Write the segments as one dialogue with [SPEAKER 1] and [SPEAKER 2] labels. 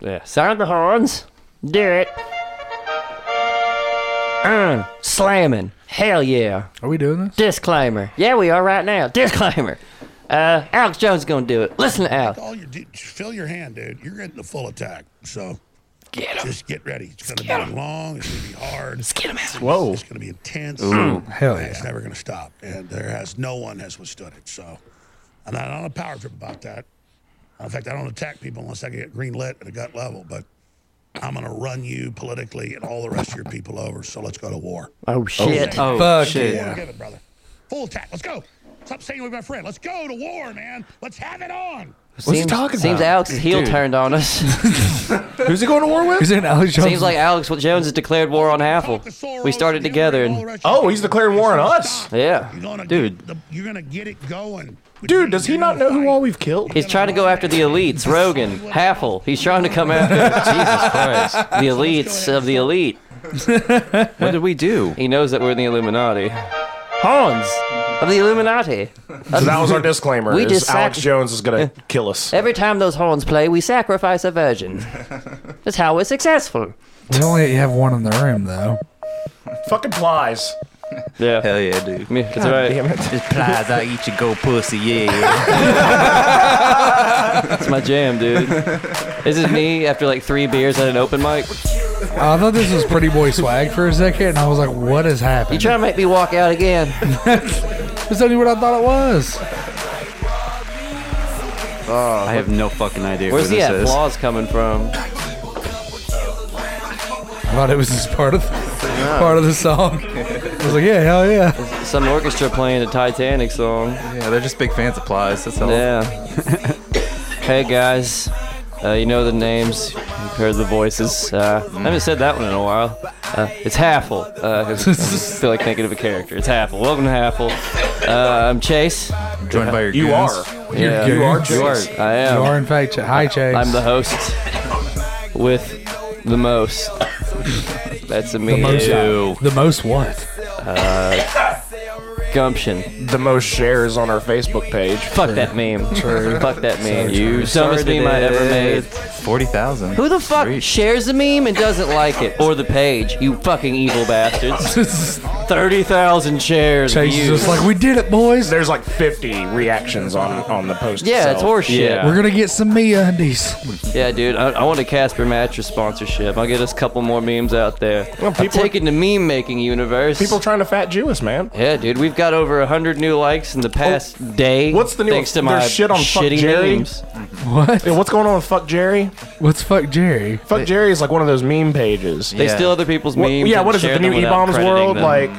[SPEAKER 1] Yeah. Sound the horns. Do it. Uh, slamming. Hell yeah.
[SPEAKER 2] Are we doing this?
[SPEAKER 1] Disclaimer. Yeah, we are right now. Disclaimer. Uh, Alex Jones is gonna do it. Listen to Alex.
[SPEAKER 3] All your, dude, just fill your hand, dude. You're getting the full attack. So
[SPEAKER 1] Get him.
[SPEAKER 3] just get ready. It's gonna be long. It's gonna be hard.
[SPEAKER 1] Get him out.
[SPEAKER 2] Whoa.
[SPEAKER 3] It's gonna be intense.
[SPEAKER 2] Hell
[SPEAKER 3] It's
[SPEAKER 2] yeah.
[SPEAKER 3] never gonna stop, and there has no one has withstood it. So I'm not on a power trip about that. In fact, I don't attack people unless I get green lit at a gut level. But I'm gonna run you politically and all the rest of your people over. So let's go to war.
[SPEAKER 1] Oh shit.
[SPEAKER 4] Oh,
[SPEAKER 2] Fuck
[SPEAKER 4] shit.
[SPEAKER 3] War together, brother. Full attack. Let's go. Stop saying with my friend. Let's go to war, man. Let's have it on.
[SPEAKER 2] What's he talking
[SPEAKER 1] Seems
[SPEAKER 2] about?
[SPEAKER 1] Alex's heel
[SPEAKER 4] Dude.
[SPEAKER 1] turned on us.
[SPEAKER 2] Who's he going to war with? Is it Alex Jones?
[SPEAKER 1] Seems like Alex Jones has declared war on Halfle. We started together and
[SPEAKER 5] Oh, he's declaring war on us.
[SPEAKER 1] yeah.
[SPEAKER 3] You're gonna
[SPEAKER 4] Dude.
[SPEAKER 3] get the- you're gonna get it going.
[SPEAKER 5] Dude, does he not know who all we've killed?
[SPEAKER 1] He's trying to go after the elites, Rogan, Halfle. He's trying to come after Jesus Christ, the elites of the elite.
[SPEAKER 4] What did we do?
[SPEAKER 1] He knows that we're in the Illuminati. Hans of the Illuminati.
[SPEAKER 5] So that was our disclaimer.
[SPEAKER 1] We
[SPEAKER 5] is
[SPEAKER 1] just
[SPEAKER 5] Alex
[SPEAKER 1] sac-
[SPEAKER 5] Jones is gonna kill us.
[SPEAKER 1] Every time those horns play, we sacrifice a virgin. That's how we're successful.
[SPEAKER 2] we only have one in the room, though.
[SPEAKER 5] Fucking plies.
[SPEAKER 1] Yeah.
[SPEAKER 4] Hell yeah, dude.
[SPEAKER 1] Me- That's right.
[SPEAKER 5] Damn it.
[SPEAKER 4] Just plies, I eat your go pussy, yeah, yeah.
[SPEAKER 1] That's my jam, dude. This is me after like three beers at an open mic.
[SPEAKER 2] I thought this was Pretty Boy Swag for a second, and I was like, what has
[SPEAKER 1] You
[SPEAKER 2] happened?
[SPEAKER 1] trying to make me walk out again?
[SPEAKER 2] That's only what I thought it was.
[SPEAKER 4] I have no fucking idea
[SPEAKER 1] Ah. Where's
[SPEAKER 4] who
[SPEAKER 1] the
[SPEAKER 4] this is.
[SPEAKER 1] applause coming from?
[SPEAKER 2] I thought it was just part of part of the song. I was like, yeah, hell yeah.
[SPEAKER 1] Some orchestra playing a Titanic song.
[SPEAKER 4] Yeah, they're just big fans of plies. That's all.
[SPEAKER 1] Yeah. hey guys, uh, you know the names, you've heard the voices. Uh, I haven't said that one in a while. Uh, it's Halfle. Uh, I just feel like thinking of a character. It's Halfle. Welcome to Halfle. Uh, I'm Chase.
[SPEAKER 4] Joined by your
[SPEAKER 5] You
[SPEAKER 4] goons.
[SPEAKER 5] are.
[SPEAKER 1] Yeah,
[SPEAKER 2] You are
[SPEAKER 1] You are. I
[SPEAKER 2] You
[SPEAKER 1] am.
[SPEAKER 2] are in fact, Ch- hi Chase.
[SPEAKER 1] I'm the host with the most. That's a me.
[SPEAKER 2] most-
[SPEAKER 4] Ew.
[SPEAKER 2] the most what?
[SPEAKER 1] Uh, Gumption.
[SPEAKER 5] The most shares on our Facebook page.
[SPEAKER 1] Fuck that meme. True. Fuck that meme.
[SPEAKER 4] You
[SPEAKER 1] dumbest meme I ever made.
[SPEAKER 4] Forty thousand.
[SPEAKER 1] Who the fuck shares the meme and doesn't like it? Or the page? You fucking evil bastards.
[SPEAKER 2] Chase
[SPEAKER 1] 30,000 shares.
[SPEAKER 2] is
[SPEAKER 1] views.
[SPEAKER 2] just like, we did it, boys.
[SPEAKER 5] There's like 50 reactions on on the post.
[SPEAKER 1] yeah, it's
[SPEAKER 5] itself.
[SPEAKER 1] horseshit.
[SPEAKER 4] Yeah.
[SPEAKER 2] We're gonna get some Mia undies.
[SPEAKER 1] Yeah, dude, I, I want a Casper mattress sponsorship. I'll get us a couple more memes out there.
[SPEAKER 5] Well,
[SPEAKER 1] I'm
[SPEAKER 5] people-
[SPEAKER 1] taking the meme making universe.
[SPEAKER 5] People trying to fat Jew us, man.
[SPEAKER 1] yeah, dude, we've got over 100 new likes in the past day.
[SPEAKER 5] Oh, what's the new-
[SPEAKER 1] Thanks to
[SPEAKER 5] there's
[SPEAKER 1] my
[SPEAKER 5] shit on Fuck
[SPEAKER 1] shitty
[SPEAKER 5] Jerry?
[SPEAKER 1] memes.
[SPEAKER 2] Mm-hmm. What?
[SPEAKER 5] Hey, what's going on with Fuck Jerry?
[SPEAKER 2] What's fuck Jerry?
[SPEAKER 5] Fuck Jerry is like one of those meme pages.
[SPEAKER 1] They
[SPEAKER 4] Yeah.
[SPEAKER 1] steal other people's
[SPEAKER 5] What-
[SPEAKER 1] memes.
[SPEAKER 5] yeah,
[SPEAKER 1] and
[SPEAKER 5] what is it?
[SPEAKER 1] share
[SPEAKER 5] The
[SPEAKER 1] them
[SPEAKER 5] new
[SPEAKER 1] without
[SPEAKER 5] E-Bombs
[SPEAKER 1] crediting
[SPEAKER 5] world?
[SPEAKER 1] them.
[SPEAKER 5] Like,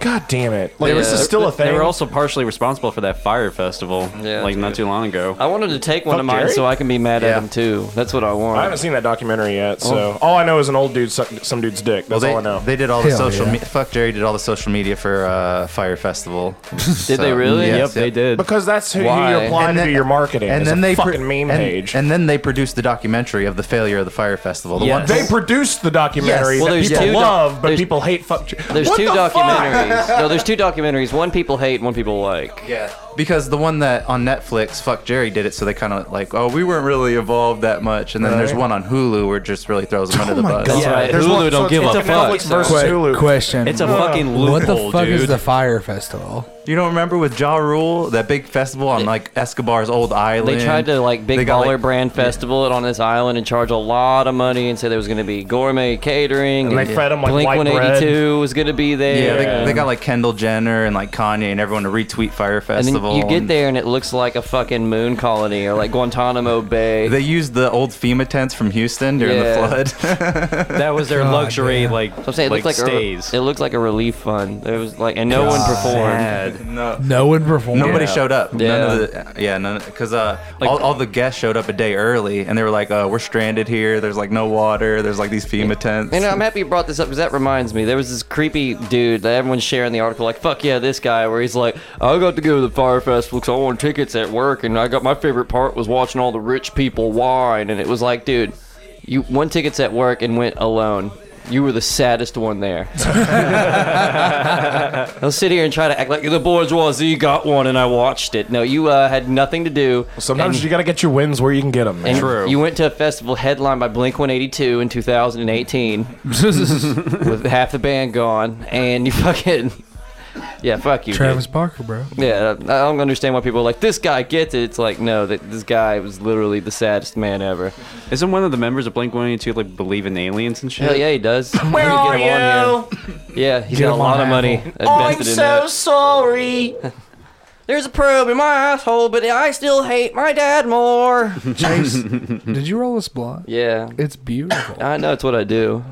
[SPEAKER 5] god damn it. Like, this
[SPEAKER 1] Yeah.
[SPEAKER 5] is still a thing.
[SPEAKER 4] They were also partially responsible for that fire festival,
[SPEAKER 1] Yeah,
[SPEAKER 4] like not too long ago.
[SPEAKER 1] I wanted to take one
[SPEAKER 5] Fuck
[SPEAKER 1] of mine
[SPEAKER 5] Jerry?
[SPEAKER 1] so I can be mad at
[SPEAKER 4] Yeah.
[SPEAKER 1] him too. That's what I want.
[SPEAKER 5] I haven't seen that documentary yet, so all I know is an old dude sucked some dude's dick. That's
[SPEAKER 4] they,
[SPEAKER 5] all I know.
[SPEAKER 4] they did all the
[SPEAKER 2] Hell
[SPEAKER 4] social
[SPEAKER 2] yeah.
[SPEAKER 4] media. Fuck Jerry did all the social media for uh, Fire Festival.
[SPEAKER 1] Did they really?
[SPEAKER 4] Yes,
[SPEAKER 1] yep, they did.
[SPEAKER 5] because that's who, who
[SPEAKER 1] Why?
[SPEAKER 5] you apply
[SPEAKER 4] And
[SPEAKER 5] to
[SPEAKER 4] then-
[SPEAKER 5] do your marketing.
[SPEAKER 4] And
[SPEAKER 5] is
[SPEAKER 4] then
[SPEAKER 5] a
[SPEAKER 4] they pro-
[SPEAKER 5] fucking meme
[SPEAKER 4] and,
[SPEAKER 5] page.
[SPEAKER 4] and then they produced the documentary of the failure of the Fire Festival. The
[SPEAKER 1] Yes.
[SPEAKER 4] one
[SPEAKER 5] they produced the documentary
[SPEAKER 4] Yes.
[SPEAKER 5] that
[SPEAKER 1] Well, there's
[SPEAKER 5] people
[SPEAKER 1] two doc-
[SPEAKER 5] love, but
[SPEAKER 1] there's-
[SPEAKER 5] people hate. Fuck. Jer-
[SPEAKER 1] There's
[SPEAKER 5] What
[SPEAKER 1] two
[SPEAKER 5] the fuck?
[SPEAKER 1] documentaries. no, there's two documentaries. One people hate, one people like.
[SPEAKER 4] Yeah, because the one that on Netflix, Fuck Jerry did it, so they kind of like, oh, we weren't really involved that much. And then there's
[SPEAKER 5] Right. Oh
[SPEAKER 4] one on Hulu where it just really throws them under the
[SPEAKER 5] my
[SPEAKER 4] bus.
[SPEAKER 5] God.
[SPEAKER 1] That's right.
[SPEAKER 5] There's
[SPEAKER 1] Hulu
[SPEAKER 5] one-
[SPEAKER 1] don't
[SPEAKER 5] so
[SPEAKER 1] give
[SPEAKER 5] it's
[SPEAKER 1] a
[SPEAKER 5] a
[SPEAKER 1] fuck.
[SPEAKER 5] Netflix versus
[SPEAKER 2] Que-
[SPEAKER 5] Hulu.
[SPEAKER 2] Question.
[SPEAKER 4] It's a fucking loophole,
[SPEAKER 2] what the fuck
[SPEAKER 4] dude.
[SPEAKER 2] is the Fire Festival?
[SPEAKER 4] You don't remember with Ja Rule that big festival on like Escobar's old island?
[SPEAKER 1] They tried to like big
[SPEAKER 4] They got,
[SPEAKER 1] baller
[SPEAKER 4] like-
[SPEAKER 1] brand festival it on this island and charge a lot of money and say there was going to be gourmet catering
[SPEAKER 5] And they fed 'em, like,
[SPEAKER 1] Blink
[SPEAKER 5] white bread.
[SPEAKER 1] 182 was going to be
[SPEAKER 4] Yeah,
[SPEAKER 1] there.
[SPEAKER 4] They, they got like Kendall Jenner and like Kanye and everyone to retweet Fire
[SPEAKER 1] and
[SPEAKER 4] Festival.
[SPEAKER 1] then you get
[SPEAKER 4] and
[SPEAKER 1] there and it looks like a fucking moon colony or like Guantanamo Bay.
[SPEAKER 4] They used the old FEMA tents from Houston during
[SPEAKER 1] Yeah.
[SPEAKER 4] the flood.
[SPEAKER 6] That was their
[SPEAKER 2] God,
[SPEAKER 6] luxury,
[SPEAKER 2] yeah.
[SPEAKER 6] like,
[SPEAKER 1] So I'm saying it
[SPEAKER 6] like,
[SPEAKER 1] looked like
[SPEAKER 6] stays.
[SPEAKER 1] a it looked like a relief fund. It was like and no one performed.
[SPEAKER 2] No one performed.
[SPEAKER 4] Uh, Nobody showed up. None
[SPEAKER 1] Yeah.
[SPEAKER 4] of the, yeah, none because uh, all, all the guests showed up a day early, and they were like, uh, "We're stranded here. There's like no water. There's like these FEMA tents."
[SPEAKER 1] And I'm happy you brought this up because that reminds me. There was this creepy dude that everyone's sharing the article, like, fuck yeah, this guy, where he's like, I got to go to the Fire Festival because I won tickets at work, and I got my favorite part was watching all the rich people whine. And it was like, dude, you won tickets at work and went alone. you were the saddest one there. I'll sit here and try to act like the bourgeoisie got one and I watched it. No, you uh, had nothing to do.
[SPEAKER 5] Sometimes
[SPEAKER 1] and-
[SPEAKER 5] you got to get your wins where you can get them.
[SPEAKER 1] and
[SPEAKER 7] True.
[SPEAKER 1] You went to a festival headlined by Blink 182 in 2018 with half the band gone, and you fucking. Yeah, fuck you. dude.
[SPEAKER 2] Travis Barker, bro.
[SPEAKER 1] Yeah, I don't understand why people are like, this guy gets it. It's like, no, that this guy was literally the saddest man ever.
[SPEAKER 8] Isn't one of the members of Blink 182 like believe in aliens and shit?
[SPEAKER 1] Hell yeah, he does. Where
[SPEAKER 7] are
[SPEAKER 1] Yeah, he's
[SPEAKER 2] Get
[SPEAKER 1] got a
[SPEAKER 2] him
[SPEAKER 1] lot
[SPEAKER 2] on
[SPEAKER 1] of money invested
[SPEAKER 5] Oh,
[SPEAKER 1] in that.
[SPEAKER 7] sorry.
[SPEAKER 1] There's a probe in my asshole, but I still hate my dad more.
[SPEAKER 2] Did you roll this blunt?
[SPEAKER 1] yeah.
[SPEAKER 2] It's beautiful.
[SPEAKER 1] I know it's what I do.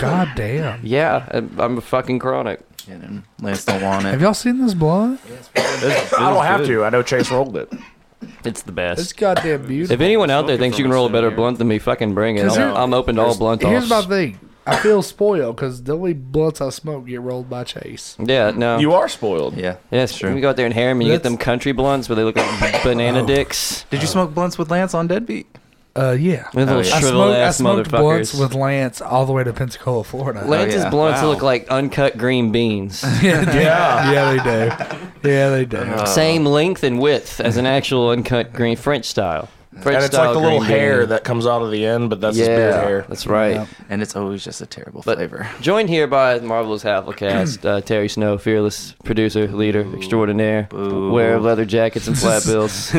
[SPEAKER 2] God damn.
[SPEAKER 1] Yeah, I'm I'm a fucking chronic.
[SPEAKER 7] Lance don't want
[SPEAKER 2] Have
[SPEAKER 7] it.
[SPEAKER 2] y'all seen this blunt?
[SPEAKER 5] I don't have to. I know Chase rolled it.
[SPEAKER 1] It's the best.
[SPEAKER 2] It's goddamn beautiful.
[SPEAKER 1] If anyone out there thinks you can roll a better blunt than me, fucking bring it.
[SPEAKER 2] Cause
[SPEAKER 1] I'm,
[SPEAKER 2] here-
[SPEAKER 1] I'm open to all blunt
[SPEAKER 2] Here's
[SPEAKER 1] offs.
[SPEAKER 2] my thing. I feel spoiled because the only blunts I smoke get rolled by Chase.
[SPEAKER 1] yeah, no.
[SPEAKER 5] You are spoiled.
[SPEAKER 7] Yeah.
[SPEAKER 1] yes,
[SPEAKER 7] Sure.
[SPEAKER 1] sure. You go out there and hair 'em and you get
[SPEAKER 2] That's-
[SPEAKER 1] them country blunts where they look like banana dicks.
[SPEAKER 7] Did you smoke blunts with Lance on Deadbeat?
[SPEAKER 2] Uh, yeah.
[SPEAKER 1] Them little
[SPEAKER 2] I
[SPEAKER 1] shriveled
[SPEAKER 2] smoked, I
[SPEAKER 1] ass
[SPEAKER 2] smoked blunts
[SPEAKER 1] motherfuckers.
[SPEAKER 2] with Lance all the way to Pensacola, Florida.
[SPEAKER 1] Lance's
[SPEAKER 7] Oh, yeah.
[SPEAKER 1] blunts
[SPEAKER 5] Wow.
[SPEAKER 1] look like uncut green beans.
[SPEAKER 2] yeah, yeah, they do. Yeah, they do.
[SPEAKER 7] Uh,
[SPEAKER 1] Same
[SPEAKER 5] Um,
[SPEAKER 1] length and width as an actual uncut green French style. French
[SPEAKER 5] And it's like the
[SPEAKER 1] style
[SPEAKER 5] little
[SPEAKER 1] green
[SPEAKER 5] hair
[SPEAKER 1] bean.
[SPEAKER 5] that comes out of the end, but that's his beard hair.
[SPEAKER 1] that's right.
[SPEAKER 2] Yeah.
[SPEAKER 7] And it's always just a terrible
[SPEAKER 1] But-
[SPEAKER 7] flavor.
[SPEAKER 1] Joined here by Marvelous Halflecast, uh, Terry Snow, fearless producer, leader, extraordinaire, wearer of leather jackets and flat bills.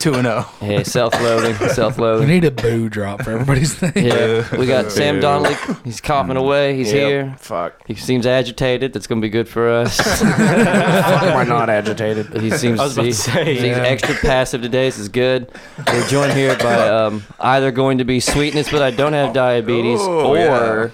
[SPEAKER 7] Two and oh. zero.
[SPEAKER 1] hey, self-loathing,
[SPEAKER 2] We
[SPEAKER 1] self-loathing.
[SPEAKER 2] need a boo drop for everybody's thing.
[SPEAKER 1] Yeah, we got Sam Donnelly. He's coughing away. He's
[SPEAKER 5] Mm. Yep.
[SPEAKER 1] here.
[SPEAKER 5] Fuck.
[SPEAKER 1] He seems agitated. That's gonna be good for us.
[SPEAKER 5] Am I not agitated?
[SPEAKER 1] He seems
[SPEAKER 8] was about
[SPEAKER 1] he-
[SPEAKER 8] to say,
[SPEAKER 1] he's
[SPEAKER 8] yeah.
[SPEAKER 1] extra passive today. This is good. We're joined here by um, either going to be sweetness, but I don't have diabetes,
[SPEAKER 7] Oh,
[SPEAKER 1] or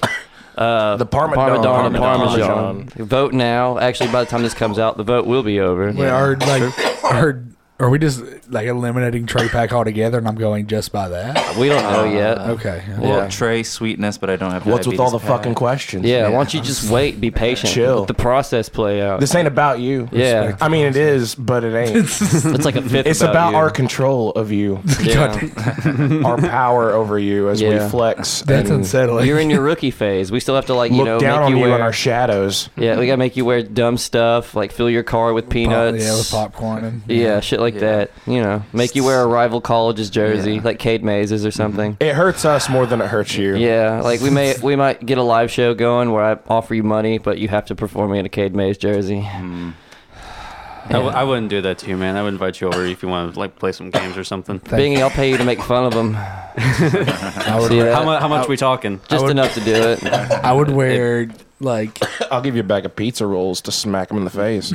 [SPEAKER 1] uh,
[SPEAKER 5] The Parmesan.
[SPEAKER 1] Parmesan,
[SPEAKER 5] Parmesan.
[SPEAKER 1] Parmesan. Vote now. Actually, by the time this comes out, the vote will be over.
[SPEAKER 2] Wait, are like are are we just like eliminating Trey Pack altogether? And I'm going just by that.
[SPEAKER 1] We don't
[SPEAKER 4] Uh,
[SPEAKER 1] know yet.
[SPEAKER 2] Okay.
[SPEAKER 7] Well,
[SPEAKER 1] Yeah.
[SPEAKER 7] Trey sweetness, but I don't have.
[SPEAKER 5] What's with all the
[SPEAKER 7] diabetes.
[SPEAKER 5] fucking questions?
[SPEAKER 1] Yeah, why don't you just wait, be patient,
[SPEAKER 5] Chill.
[SPEAKER 1] let the process play out.
[SPEAKER 5] This ain't about you.
[SPEAKER 1] Yeah.
[SPEAKER 5] I mean, it is, but it ain't.
[SPEAKER 1] it's like a fifth.
[SPEAKER 5] It's about
[SPEAKER 1] you.
[SPEAKER 5] our control of you,
[SPEAKER 1] Yeah.
[SPEAKER 5] our power over you as
[SPEAKER 1] Yeah.
[SPEAKER 5] we flex.
[SPEAKER 2] That's
[SPEAKER 5] and
[SPEAKER 2] unsettling.
[SPEAKER 1] You're in your rookie phase. We still have to like you
[SPEAKER 5] Look
[SPEAKER 1] know
[SPEAKER 5] down
[SPEAKER 1] make
[SPEAKER 5] on
[SPEAKER 1] you
[SPEAKER 5] you
[SPEAKER 1] wear.
[SPEAKER 5] and our shadows.
[SPEAKER 1] yeah, we gotta make you wear dumb stuff like fill your car with
[SPEAKER 2] Pop,
[SPEAKER 1] peanuts.
[SPEAKER 2] yeah, with popcorn and
[SPEAKER 1] Yeah, shit like that. You know, make you wear a rival college's jersey, like Cade Mays's or something.
[SPEAKER 5] It hurts us more than it hurts you.
[SPEAKER 1] Yeah, like we may we might get a live show going where I offer you money, but you have to perform in a Cade Mays jersey.
[SPEAKER 7] Hmm.
[SPEAKER 8] I, w- I wouldn't do that to you, man. I would invite you over if you want to like play some games or something.
[SPEAKER 1] Bingy, I'll pay you to make fun of them. See that?
[SPEAKER 8] How, mu- how much we talking?
[SPEAKER 1] Just enough to do it. Yeah.
[SPEAKER 2] I would wear like
[SPEAKER 5] I'll give you a bag of pizza rolls to smack him in the face.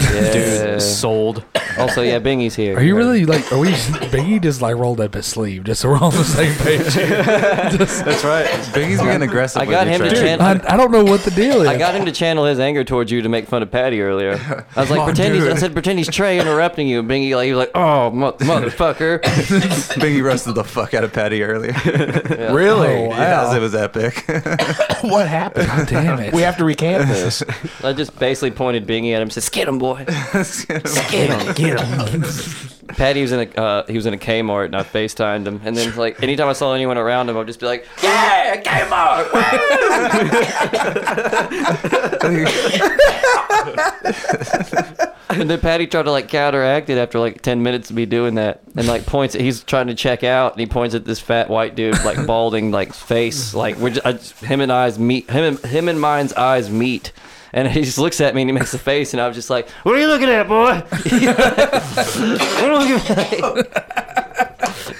[SPEAKER 8] sold.
[SPEAKER 1] Also, yeah, Bingy's here.
[SPEAKER 2] Are you really like? Are we? Biggie just like rolled up his sleeve, just so we're all on the same page.
[SPEAKER 7] That's right. Biggie's being aggressive.
[SPEAKER 1] I got
[SPEAKER 7] with you,
[SPEAKER 1] him to
[SPEAKER 7] Trey.
[SPEAKER 1] channel.
[SPEAKER 2] I, I don't know what the
[SPEAKER 7] Oh,
[SPEAKER 2] deal is.
[SPEAKER 1] I got him to channel his anger towards you to make fun of Patty earlier. I was like,
[SPEAKER 7] Oh,
[SPEAKER 2] on,
[SPEAKER 1] pretend he's, I
[SPEAKER 2] dude.
[SPEAKER 1] said, pretend he's Trey interrupting you. And Bingy, like, he was like, oh, mo- motherfucker.
[SPEAKER 7] Biggie roasted the fuck out of Patty earlier.
[SPEAKER 5] Really?
[SPEAKER 2] Oh, wow.
[SPEAKER 7] Yes, it was epic.
[SPEAKER 5] What happened?
[SPEAKER 2] Damn it.
[SPEAKER 5] We have to recant this.
[SPEAKER 1] I just basically pointed Bingy at him and said, "Skid him, boy. Skid him,
[SPEAKER 2] get him.
[SPEAKER 1] Patty was in a uh, he was in a Kmart and I FaceTimed him, and then like anytime I saw anyone around him, I'd just be like, "Yeah, Kmart." woo!" and then Patty tried to like counteract it after like ten minutes of me doing that, and like points at he's trying to check out, and he points at this fat white dude like balding like face, like we're just, I just- him and eyes meet him and him and mine's eyes meet. And he just looks at me and he makes a face, and I was just like, "What are you looking at, boy?"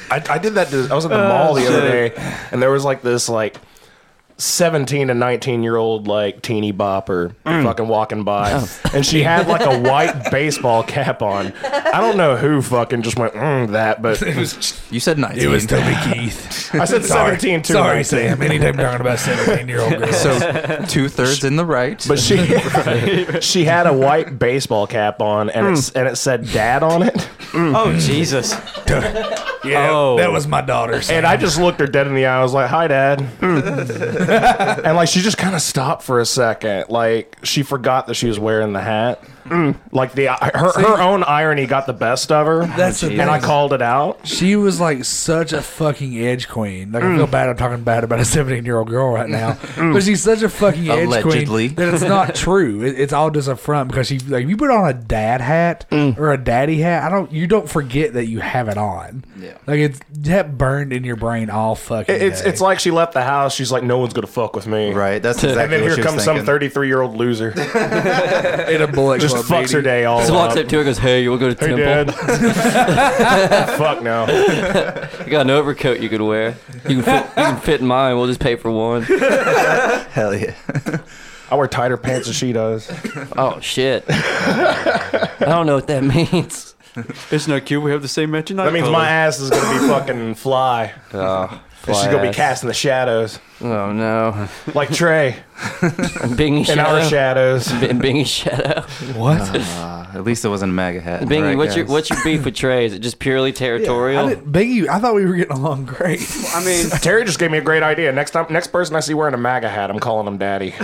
[SPEAKER 5] I, I did that. To, I was at the mall the other day, and there was like this like seventeen to nineteen year old like teeny bopper fucking walking by, and she had like a white baseball cap on. I don't know who fucking just went mm, that, but
[SPEAKER 7] you said nineteen.
[SPEAKER 2] It was Toby Keith.
[SPEAKER 5] I said seventeen too.
[SPEAKER 2] Sorry,
[SPEAKER 5] 19.
[SPEAKER 2] Sam. Anytime talking about seventeen-year-old girls.
[SPEAKER 7] so two thirds in the right.
[SPEAKER 5] But she she had a white baseball cap on, and it's and it said "Dad" on it.
[SPEAKER 8] Mm. Oh Jesus!
[SPEAKER 2] yeah,
[SPEAKER 8] Oh.
[SPEAKER 2] that was my daughter. Sam.
[SPEAKER 5] And I just looked her dead in the eye. I was like, "Hi, Dad," and like she just kind of stopped for a second, like she forgot that she was wearing the hat.
[SPEAKER 8] Mm.
[SPEAKER 5] Like the her, her own irony got the best of her.
[SPEAKER 2] That's the
[SPEAKER 5] and I
[SPEAKER 2] thing.
[SPEAKER 5] called it out.
[SPEAKER 2] She was like such a fucking edge queen. Like
[SPEAKER 7] Mm.
[SPEAKER 2] I feel bad I'm talking bad about a 17 year old girl right now, but she's such a fucking edge
[SPEAKER 7] Allegedly.
[SPEAKER 2] queen that it's not true. It, it's all just a front because she like if you put on a dad hat
[SPEAKER 7] Mm.
[SPEAKER 2] or a daddy hat. I don't you don't forget that you have it on. Yeah, like it's that burned in your brain all fucking.
[SPEAKER 5] It- it's
[SPEAKER 2] day.
[SPEAKER 5] it's like she left the house. She's like, no one's gonna fuck with me.
[SPEAKER 4] Right. That's exactly
[SPEAKER 5] And then
[SPEAKER 4] what
[SPEAKER 5] here
[SPEAKER 4] she was
[SPEAKER 5] comes some
[SPEAKER 4] thinking.
[SPEAKER 5] 33 year old loser.
[SPEAKER 2] in a bullet
[SPEAKER 5] Just
[SPEAKER 2] club,
[SPEAKER 5] fucks her
[SPEAKER 2] baby.
[SPEAKER 5] day all
[SPEAKER 1] Just walks
[SPEAKER 5] up.
[SPEAKER 1] up to her and goes, Hey, you want to go to
[SPEAKER 5] Hey,
[SPEAKER 1] temple?
[SPEAKER 5] Dad. Fuck no.
[SPEAKER 1] You got an overcoat you could wear. You can fit, you can fit in mine. We'll just pay for one.
[SPEAKER 4] Hell yeah.
[SPEAKER 5] I wear tighter pants than she does.
[SPEAKER 1] Oh, shit. I don't know what that means.
[SPEAKER 8] It's not cute. We have the same matching
[SPEAKER 5] That means my ass is gonna be fucking fly.
[SPEAKER 1] Oh,
[SPEAKER 5] And she's gonna be
[SPEAKER 1] ass.
[SPEAKER 5] casting the shadows,
[SPEAKER 1] Oh, no.
[SPEAKER 5] like Trey
[SPEAKER 1] Bingy
[SPEAKER 5] in our
[SPEAKER 1] Shadow.
[SPEAKER 5] shadows.
[SPEAKER 1] In Bingy Shadow.
[SPEAKER 2] What?
[SPEAKER 7] At least it wasn't a MAGA hat.
[SPEAKER 1] Bingy,
[SPEAKER 7] Right,
[SPEAKER 1] what's, your,
[SPEAKER 7] guys?
[SPEAKER 1] what's your beef with Trey? Is it just purely
[SPEAKER 2] I
[SPEAKER 1] territorial?
[SPEAKER 2] didn't, Biggie, I thought we were getting along great.
[SPEAKER 8] I mean,
[SPEAKER 5] Terry just gave me a great idea. Next time, next person I see wearing a MAGA hat, I'm calling him daddy.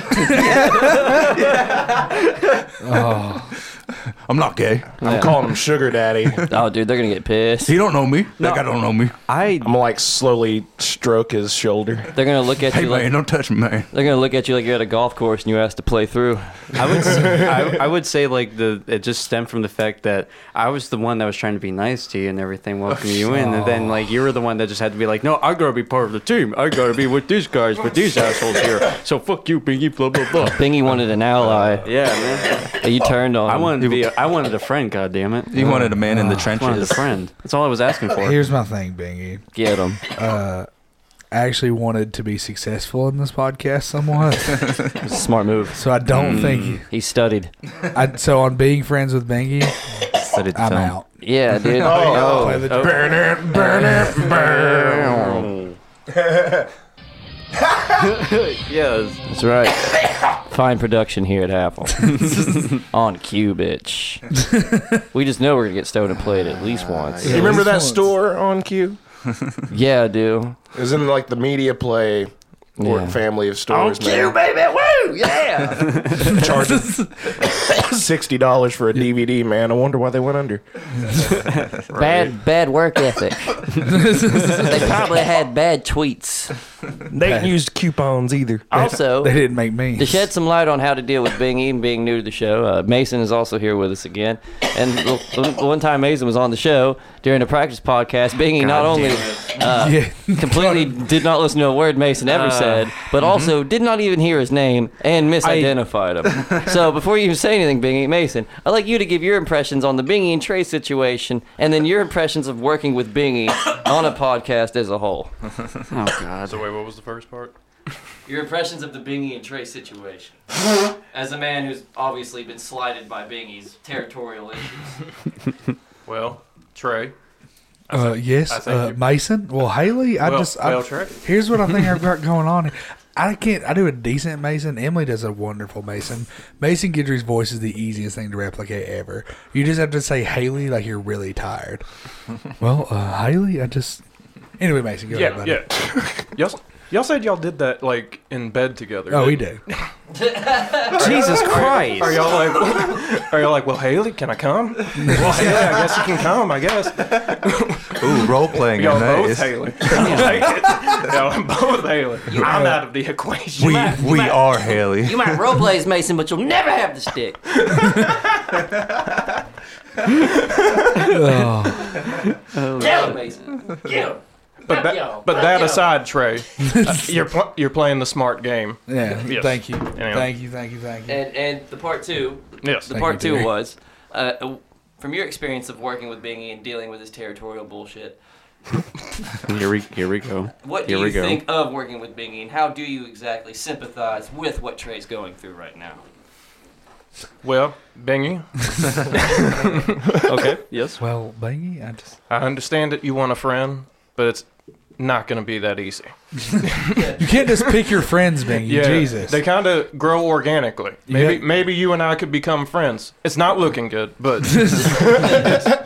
[SPEAKER 4] I'm not gay.
[SPEAKER 5] I'm calling him sugar daddy.
[SPEAKER 1] oh, dude, they're going to get pissed.
[SPEAKER 4] You don't know me. That guy don't know me.
[SPEAKER 8] I
[SPEAKER 5] I'm gonna, like slowly stroke his shoulder.
[SPEAKER 1] They're going to look at
[SPEAKER 4] Hey
[SPEAKER 1] you like.
[SPEAKER 4] man, don't touch me, man.
[SPEAKER 1] They're gonna look at you like you're at a golf course and you asked to play through.
[SPEAKER 8] I would s- I, I would say like the it just stemmed from the fact that I was the one that was trying to be nice to you and everything, welcome you in, and then like you were the one that just had to be like, no, I gotta be part of the team. I gotta be with these guys, with these assholes here. So fuck you, Bingy. Blah blah blah.
[SPEAKER 1] Bingy wanted an ally.
[SPEAKER 8] Yeah, man.
[SPEAKER 1] You turned on.
[SPEAKER 8] I
[SPEAKER 1] him.
[SPEAKER 8] wanted to be. A, I wanted a friend. God damn it.
[SPEAKER 4] He wanted a man in the
[SPEAKER 8] I wanted a
[SPEAKER 4] trenches.
[SPEAKER 8] friend. That's all I was asking for.
[SPEAKER 2] Here's my thing, Bingy.
[SPEAKER 1] get him.
[SPEAKER 2] Uh, I actually wanted to be successful in this podcast somewhat,
[SPEAKER 1] Smart move.
[SPEAKER 2] so I don't think
[SPEAKER 1] Hmm. He studied.
[SPEAKER 2] I. So on being friends with Bingy,
[SPEAKER 4] Studied the
[SPEAKER 2] I'm
[SPEAKER 4] film.
[SPEAKER 2] out. Oh,
[SPEAKER 1] Yeah,
[SPEAKER 5] Oh,
[SPEAKER 1] dude. Oh.
[SPEAKER 2] Play the-
[SPEAKER 5] Burn it, burn it, burn.
[SPEAKER 8] Yes.
[SPEAKER 1] That's right. Fine production here at Apple. On cue, bitch. we just know we're gonna get stoned and played at least once.
[SPEAKER 5] You
[SPEAKER 1] Yeah,
[SPEAKER 5] remember that
[SPEAKER 2] Influence.
[SPEAKER 5] store on Q?
[SPEAKER 1] I do.
[SPEAKER 5] It was in like the media play. Or
[SPEAKER 1] Yeah.
[SPEAKER 5] family of stores. On Q, baby, woo, yeah! Charging sixty dollars for a DVD, man. I wonder why they went under.
[SPEAKER 1] Bad, bad work ethic. they probably had bad tweets.
[SPEAKER 5] They used coupons either.
[SPEAKER 1] Also,
[SPEAKER 2] They didn't make me.
[SPEAKER 1] To shed some light on how to deal with Bingy and being new to the show, uh, Mason is also here with us again. And the- the one time Mason was on the show during a practice podcast, Bingy not only uh,
[SPEAKER 2] Yeah.
[SPEAKER 1] completely did not listen to a word Mason ever said, but also did not even hear his name and misidentified him. so before you say anything, Bingy, Mason, I'd like you to give your impressions on the Bingy and Trey situation, and then your impressions of working with Bingy on a podcast as a whole.
[SPEAKER 8] Oh God.
[SPEAKER 9] So wait, what was the first part?
[SPEAKER 1] Your impressions of the Bingy and Trey situation. As a man who's obviously been slighted by Bingy's territorial issues.
[SPEAKER 9] Well, Trey.
[SPEAKER 2] Uh, yes,
[SPEAKER 9] I thank
[SPEAKER 2] uh,
[SPEAKER 9] you.
[SPEAKER 2] Mason. Well, Haley, I
[SPEAKER 9] Well-
[SPEAKER 2] just.
[SPEAKER 9] well,
[SPEAKER 2] I,
[SPEAKER 9] Trey.
[SPEAKER 2] here's what I think I've got going on. here. I can't. I do a decent Mason. Emily does a wonderful Mason. Mason Guidry's voice is the easiest thing to replicate ever. You just have to say Haley like you're really tired. well, uh, Haley, I just. Anyway, Mason, go ahead,
[SPEAKER 9] Yeah,
[SPEAKER 2] buddy.
[SPEAKER 9] yeah. y'all, y'all said y'all did that like in bed together.
[SPEAKER 2] Oh, we
[SPEAKER 9] didn't
[SPEAKER 2] do.
[SPEAKER 8] Jesus
[SPEAKER 9] you? Are
[SPEAKER 8] Christ.
[SPEAKER 9] y'all like? Are y'all like? Well, Haley, can I come? Well, Haley, I guess you can come. I guess
[SPEAKER 4] Ooh, role playing.
[SPEAKER 9] y'all both
[SPEAKER 4] nice.
[SPEAKER 9] Haley. y'all both Haley. I'm out of the equation.
[SPEAKER 4] We we are Haley.
[SPEAKER 1] You might role plays Mason, but you'll never have the stick. Tell him, Mason. Kill him.
[SPEAKER 9] but that, but that aside, Trey, uh, you're pl- you're playing the smart game.
[SPEAKER 2] Yeah.
[SPEAKER 9] Yes.
[SPEAKER 2] Thank you.
[SPEAKER 9] Anyway.
[SPEAKER 2] Thank you. Thank you. Thank you.
[SPEAKER 1] And and the part two,
[SPEAKER 9] Yes.
[SPEAKER 1] the part
[SPEAKER 2] you,
[SPEAKER 1] two
[SPEAKER 2] dear.
[SPEAKER 1] was uh, from your experience of working with Bingy and dealing with his territorial bullshit.
[SPEAKER 8] Here we here we go.
[SPEAKER 1] What
[SPEAKER 8] Here
[SPEAKER 1] do
[SPEAKER 8] we
[SPEAKER 1] you
[SPEAKER 8] go.
[SPEAKER 1] think of working with Bingy, and how do you exactly sympathize with what Trey's going through right now?
[SPEAKER 9] Well, Bingy. okay. Yes.
[SPEAKER 2] Well, Bingy, I just.
[SPEAKER 9] I understand that you want a friend, but it's not going to be that easy.
[SPEAKER 2] You can't just pick your friends, Bingy. Jesus.
[SPEAKER 9] They kind of grow organically. Maybe maybe you and I could become friends. It's not looking good, but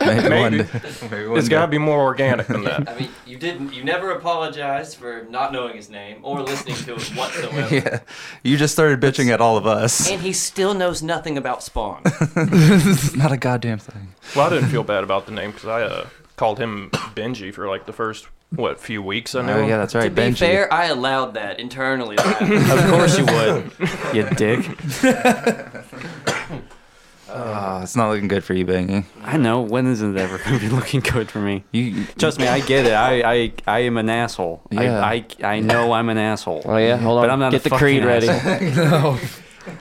[SPEAKER 4] Maybe,
[SPEAKER 9] maybe.
[SPEAKER 4] one day. Maybe one
[SPEAKER 9] it's
[SPEAKER 4] day.
[SPEAKER 9] got to be more organic than that.
[SPEAKER 1] I mean, you didn't. You never apologized for not knowing his name or listening to him whatsoever.
[SPEAKER 4] Yeah. You just started bitching at all of us.
[SPEAKER 1] And he still knows nothing about Spawn.
[SPEAKER 4] Not a goddamn thing.
[SPEAKER 9] Well, I didn't feel bad about the name because I uh, called him Benji for like the first what few weeks I knew.
[SPEAKER 4] Oh
[SPEAKER 9] him.
[SPEAKER 4] yeah, that's right.
[SPEAKER 1] to be
[SPEAKER 4] Benji.
[SPEAKER 1] fair, I allowed that internally.
[SPEAKER 8] Of course you would, you dick.
[SPEAKER 4] Ah, it's not looking good for you, Bingy.
[SPEAKER 8] I know. When isn't it ever going to be looking good for me?
[SPEAKER 4] You
[SPEAKER 8] Trust me, I get it. I, I, I am an asshole.
[SPEAKER 4] Yeah.
[SPEAKER 8] I, I, I know I'm an asshole.
[SPEAKER 1] oh yeah, hold on.
[SPEAKER 8] But I'm not
[SPEAKER 1] Get
[SPEAKER 8] a
[SPEAKER 1] the
[SPEAKER 8] fucking
[SPEAKER 1] creed ready.
[SPEAKER 8] asshole.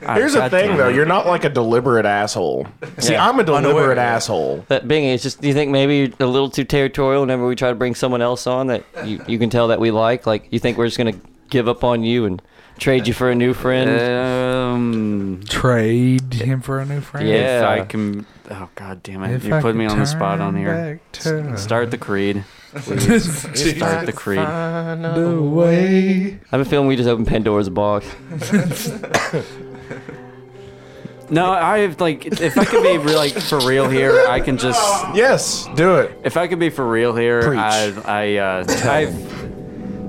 [SPEAKER 8] Ah,
[SPEAKER 5] Here's the
[SPEAKER 8] God
[SPEAKER 5] thing,
[SPEAKER 8] damn
[SPEAKER 5] though.
[SPEAKER 8] it.
[SPEAKER 5] You're not like a deliberate asshole. See,
[SPEAKER 1] Yeah.
[SPEAKER 5] I'm a deliberate
[SPEAKER 4] Unaware.
[SPEAKER 5] asshole.
[SPEAKER 1] But Bingy, it's just. Do you think maybe you're a little too territorial whenever we try to bring someone else on that you, you can tell that we like? Like you think we're just gonna give up on you and trade you for a new friend?
[SPEAKER 8] Uh, Um,
[SPEAKER 2] Trade him for a new friend.
[SPEAKER 1] Yeah.
[SPEAKER 8] If I can. Oh God damn it!
[SPEAKER 2] If
[SPEAKER 8] you
[SPEAKER 2] I
[SPEAKER 8] put
[SPEAKER 2] could
[SPEAKER 8] me on the spot on
[SPEAKER 2] turn
[SPEAKER 8] here.
[SPEAKER 2] back time.
[SPEAKER 8] Start the creed. Start the creed.
[SPEAKER 2] the way.
[SPEAKER 1] I've been feeling we just opened Pandora's box.
[SPEAKER 8] No, I have like. If I could be re- like for real here, I can just.
[SPEAKER 5] Yes, do it.
[SPEAKER 8] If I could be for real here,
[SPEAKER 5] Preach.
[SPEAKER 8] I, I, uh, I've.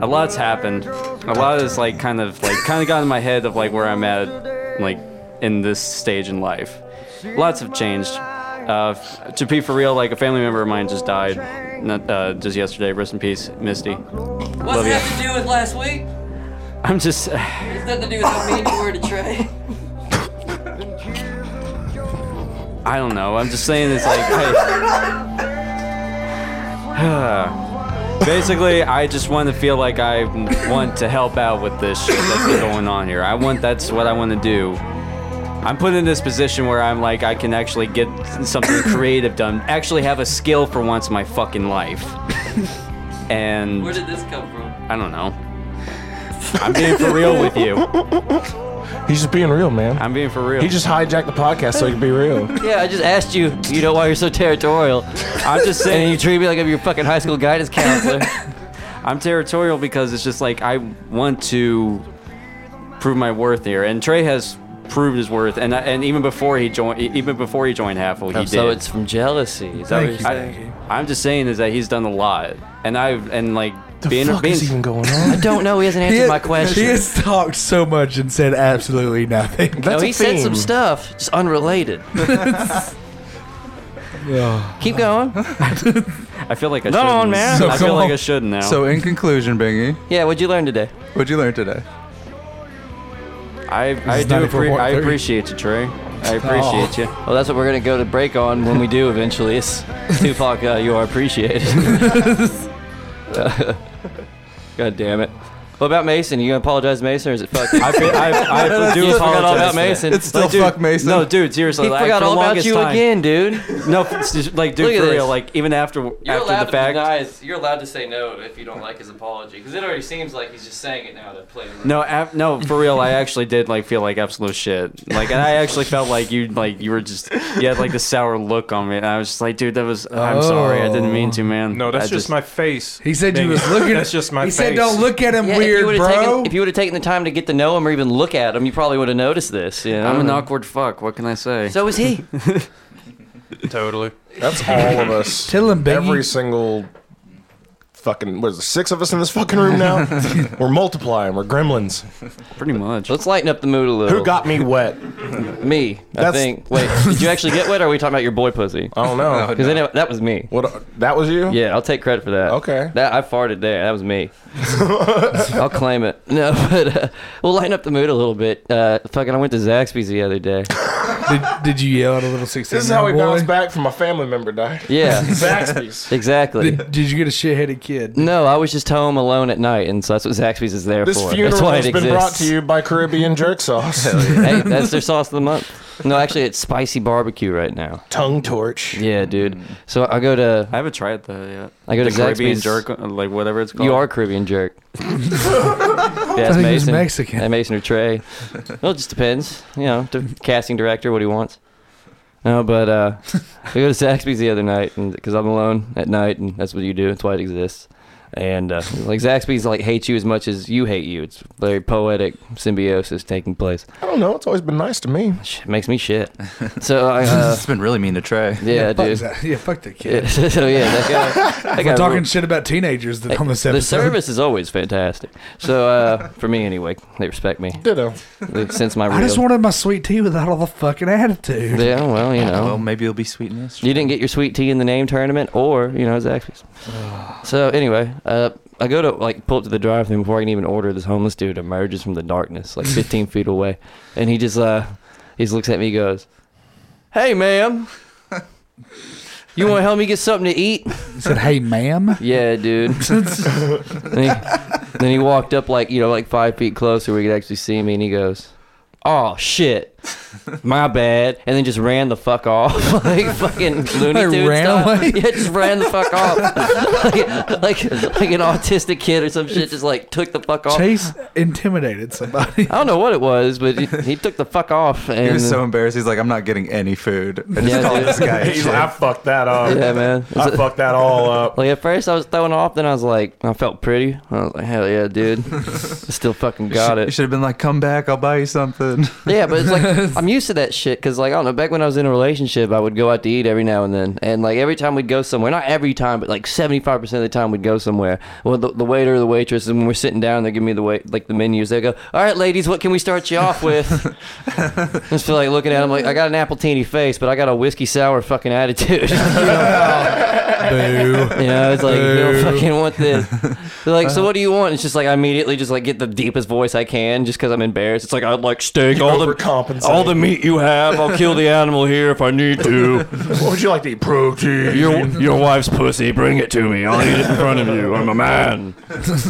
[SPEAKER 8] A lot's happened. A lot is like kind of like kind of got in my head of like where I'm at, like in this stage in life. Lots have changed. Uh, f- to be for real, like a family member of mine just died, not, uh, just yesterday. Rest in peace, Misty.
[SPEAKER 10] What's
[SPEAKER 8] Love ya.
[SPEAKER 10] that to do with last week?
[SPEAKER 8] I'm just.
[SPEAKER 10] It's nothing to do with how mean you were to Trey.
[SPEAKER 8] I don't know. I'm just saying it's like. I, basically, I just want to feel like I want to help out with this shit that's been going on here. I want that's what I want to do. I'm put in this position where I'm like I can actually get something creative done. Actually, have a skill for once in my fucking life. And
[SPEAKER 10] Where did this come from?
[SPEAKER 8] I don't know. I'm being for real with you.
[SPEAKER 5] He's just being real, man.
[SPEAKER 8] I'm being for real.
[SPEAKER 5] he just hijacked the podcast so he could be real.
[SPEAKER 1] Yeah, I just asked you. You know why you're so territorial?
[SPEAKER 8] I'm just saying.
[SPEAKER 1] And you treat me like I'm your fucking high school guidance counselor.
[SPEAKER 8] I'm territorial because it's just like I want to prove my worth here, and Trey has proved his worth, and I, and even before he joined, e, even before he joined Halfle, he did.
[SPEAKER 1] Oh, so it's from jealousy. Is that what
[SPEAKER 2] Thank
[SPEAKER 1] you're
[SPEAKER 2] you.
[SPEAKER 1] saying?
[SPEAKER 2] Thank you.
[SPEAKER 8] I'm just saying is that he's done a lot, and I've and like being being
[SPEAKER 5] going on?
[SPEAKER 1] I don't know. He hasn't answered my question.
[SPEAKER 2] He has talked so much and said absolutely nothing.
[SPEAKER 1] no,
[SPEAKER 5] That's
[SPEAKER 1] he
[SPEAKER 5] a
[SPEAKER 1] said some
[SPEAKER 5] theme.
[SPEAKER 1] stuff just unrelated. Keep going.
[SPEAKER 8] I feel like I
[SPEAKER 1] Go
[SPEAKER 8] shouldn't.
[SPEAKER 1] on, man.
[SPEAKER 2] So
[SPEAKER 8] I feel
[SPEAKER 2] come
[SPEAKER 8] like
[SPEAKER 2] on.
[SPEAKER 8] I should now.
[SPEAKER 4] So in conclusion, Bingy,
[SPEAKER 1] Yeah, what'd you learn today?
[SPEAKER 4] what'd you learn today?
[SPEAKER 8] I I
[SPEAKER 2] is
[SPEAKER 8] do appre- I
[SPEAKER 2] 94.30.
[SPEAKER 8] appreciate you, Trey. I appreciate you.
[SPEAKER 1] Well, that's what we're gonna go to break on when we do eventually. It's Tupac, uh, you are appreciated. God damn it. What about Mason? You gonna apologize, Mason, or is it fuck? you?
[SPEAKER 8] I fe- I, I, I do
[SPEAKER 1] You just forgot all
[SPEAKER 8] apologize
[SPEAKER 1] about
[SPEAKER 8] for that.
[SPEAKER 1] Mason.
[SPEAKER 4] It's still
[SPEAKER 8] Like, dude,
[SPEAKER 4] fuck Mason.
[SPEAKER 8] No, dude, seriously.
[SPEAKER 1] he
[SPEAKER 8] like,
[SPEAKER 1] forgot
[SPEAKER 8] for
[SPEAKER 1] all about
[SPEAKER 8] longest
[SPEAKER 1] you
[SPEAKER 8] time-
[SPEAKER 1] again, dude.
[SPEAKER 8] No, it's just, like, dude,
[SPEAKER 1] Look at
[SPEAKER 8] for
[SPEAKER 1] this.
[SPEAKER 8] real. Like, even after after the fact.
[SPEAKER 1] his, you're allowed to say no if you don't like his apology because it already seems like he's just saying it now to play.
[SPEAKER 8] No, ab- no, for real. I actually did like feel like absolute shit. Like, and I actually felt like you, like you were just, you had like the sour look on me, and I was just like, dude, that was. I'm sorry, I didn't
[SPEAKER 2] Oh.
[SPEAKER 8] mean to, man.
[SPEAKER 9] No, that's
[SPEAKER 8] I
[SPEAKER 9] just, my face.
[SPEAKER 2] He said you
[SPEAKER 9] Dang
[SPEAKER 2] was
[SPEAKER 9] it.
[SPEAKER 2] looking.
[SPEAKER 9] That's just my
[SPEAKER 2] He
[SPEAKER 9] face.
[SPEAKER 2] said, "Don't look at him
[SPEAKER 1] if
[SPEAKER 2] weird,
[SPEAKER 1] you
[SPEAKER 2] bro."
[SPEAKER 1] Taken, if you would have taken the time to get to know him or even look at him, you probably would have noticed this. You know?
[SPEAKER 8] I'm an awkward fuck. What can I say?
[SPEAKER 1] So is he.
[SPEAKER 9] Totally.
[SPEAKER 5] That's all of us.
[SPEAKER 2] Tell him, Bingy.
[SPEAKER 5] Every single fucking what is there, six of us in this fucking room now? we're multiplying. We're gremlins.
[SPEAKER 8] Pretty much.
[SPEAKER 1] Let's lighten up the mood a little.
[SPEAKER 5] Who got me wet?
[SPEAKER 1] me? I
[SPEAKER 5] That's-
[SPEAKER 1] think. Wait, did you actually get wet? or Are we talking about your boy pussy?
[SPEAKER 5] I don't know.
[SPEAKER 1] Because then it- that was me.
[SPEAKER 5] What? That was you?
[SPEAKER 1] Yeah, I'll take credit for that.
[SPEAKER 5] Okay.
[SPEAKER 1] That I farted there. That was me. I'll claim it. No, but uh, we'll lighten up the mood a little bit. Uh, fucking, I went to Zaxby's the other day.
[SPEAKER 2] Did, did you yell at a little sixteen?
[SPEAKER 5] This is how we bounce back from a family member dying.
[SPEAKER 1] Yeah,
[SPEAKER 5] Zaxby's.
[SPEAKER 1] exactly.
[SPEAKER 2] Did, did you get a shitheaded kid?
[SPEAKER 1] No, I was just home alone at night, and so that's what Zaxby's is there
[SPEAKER 5] This
[SPEAKER 1] for. that's
[SPEAKER 5] funeral
[SPEAKER 1] why
[SPEAKER 5] has
[SPEAKER 1] it
[SPEAKER 5] been
[SPEAKER 1] exists.
[SPEAKER 5] brought to you by Caribbean jerk sauce.
[SPEAKER 1] hey, that's their sauce of the month. No, actually, it's spicy barbecue right now.
[SPEAKER 5] Tongue torch.
[SPEAKER 1] Yeah, dude. So I go to
[SPEAKER 8] Mm. I haven't tried that yet.
[SPEAKER 1] I go to
[SPEAKER 8] the Caribbean
[SPEAKER 1] Zaxby's.
[SPEAKER 8] jerk, uh, like whatever it's called.
[SPEAKER 1] you are Caribbean jerk. yeah,
[SPEAKER 2] he was Mexican.
[SPEAKER 1] Hey, Mason or Trey. Well, it just depends. You know, the casting director, what he wants. No, but uh, we go to Zaxby's the other night, and because I'm alone at night, and that's what you do. That's why it exists. And uh, like Zaxby's, like hates you as much as you hate you. It's very poetic symbiosis taking place.
[SPEAKER 5] I don't know. It's always been nice to me.
[SPEAKER 1] It makes me shit. So I, uh,
[SPEAKER 4] it's been really mean to Trey.
[SPEAKER 1] yeah,
[SPEAKER 2] Fuck
[SPEAKER 1] dude.
[SPEAKER 2] that. Yeah, fuck that kid.
[SPEAKER 1] Yeah, so yeah, that guy. That guy
[SPEAKER 2] We're talking
[SPEAKER 1] ruled.
[SPEAKER 2] shit about teenagers that on this episode.
[SPEAKER 1] the service is always fantastic. So uh, for me, anyway, they respect me
[SPEAKER 5] Ditto.
[SPEAKER 1] They sense my. Real.
[SPEAKER 2] I just wanted my sweet tea without all the fucking attitude.
[SPEAKER 1] Yeah, well, you know.
[SPEAKER 4] Well, maybe it'll be sweetness.
[SPEAKER 1] You didn't get your sweet tea in the name tournament, or you know Zaxby's. so anyway, uh, I go to like pull up to the drive-thru before I can even order. This homeless dude emerges from the darkness, like 15 feet away, and he just uh, he just looks at me, and goes, "Hey, ma'am, you want to help me get something to eat?"
[SPEAKER 2] He said, "Hey, ma'am."
[SPEAKER 1] Yeah, dude. and he, then he walked up like you know like five feet closer where he could actually see me, and he goes. Oh shit, my bad. And then just ran the fuck off, like fucking Looney
[SPEAKER 2] Like,
[SPEAKER 1] Tunes
[SPEAKER 2] ran
[SPEAKER 1] style.
[SPEAKER 2] away?
[SPEAKER 1] Yeah, just ran the fuck off, like, like like an autistic kid or some shit. Just like took the fuck off.
[SPEAKER 2] Chase intimidated somebody.
[SPEAKER 1] I don't know what it was, but he, he took the fuck off. And
[SPEAKER 4] He was so embarrassed. He's like, I'm not getting any food. And just
[SPEAKER 1] Yeah,
[SPEAKER 4] calling
[SPEAKER 1] dude.
[SPEAKER 4] this guy. a
[SPEAKER 5] He's
[SPEAKER 4] chef.
[SPEAKER 5] like, I fucked that up.
[SPEAKER 1] yeah, man.
[SPEAKER 5] Oh, I fucked that all up.
[SPEAKER 1] Like at first I was thrown off, then I was like, I felt pretty. I was like, hell yeah, dude, still fucking got
[SPEAKER 4] You
[SPEAKER 1] it.
[SPEAKER 4] should have been like, come back. I'll buy you something.
[SPEAKER 1] Yeah, but it's like I'm used to that shit because like I don't know. Back when I was in a relationship, I would go out to eat every now and then, and like every time we'd go somewhere, not every time, but like 75 percent of the time we'd go somewhere. Well, the, the waiter or the waitress, and when we're sitting down, they give me the wait like the menus. They go, "All right, ladies, what can we start you off with?" I just feel like looking at them like I got an apple teeny face, but I got a whiskey sour fucking attitude. you
[SPEAKER 2] Boo.
[SPEAKER 1] know, it's like they don't fucking want this. They're like,
[SPEAKER 5] Uh-huh.
[SPEAKER 1] "So what do you want?" It's just like I immediately just like get the deepest voice I can just because I'm embarrassed. It's like I'd like steak all the
[SPEAKER 5] Overcompensate.
[SPEAKER 1] all the meat you have. I'll kill the animal here if I need to.
[SPEAKER 5] what would you like to eat? Protein.
[SPEAKER 1] Your your wife's pussy, bring it to me. I'll eat it in front of you. I'm a man.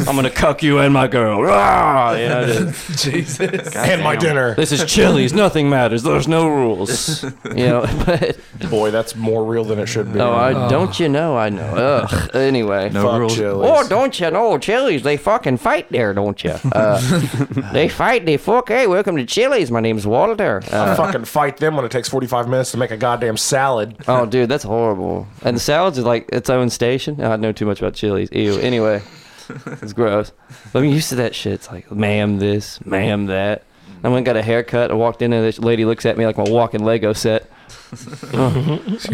[SPEAKER 1] I'm gonna cuck you and my girl. Rah! You know, just-
[SPEAKER 2] Jesus.
[SPEAKER 5] and my dinner.
[SPEAKER 1] this is Chili's. Nothing matters. There's no rules. You know, but
[SPEAKER 5] Boy, that's more real than it should be.
[SPEAKER 1] oh, I don't you know? I know. Ugh. Anyway.
[SPEAKER 4] No
[SPEAKER 5] Fuck
[SPEAKER 4] rules.
[SPEAKER 5] Chili's.
[SPEAKER 1] Oh, don't you know, Chili's, they fucking fight there, don't you? Uh, they fight, they fuck. Hey, welcome to Chili's. My name's Walter. Uh,
[SPEAKER 5] I fucking fight them when it takes 45 minutes to make a goddamn salad.
[SPEAKER 1] Oh, dude, that's horrible. And the salads is like its own station. Oh, I know too much about chilies. Ew. Anyway, it's gross. But I'm used to that shit. It's like, ma'am, this, ma'am, that. I went and got a haircut. I walked in, and this lady looks at me like my walking Lego set.
[SPEAKER 2] Excuse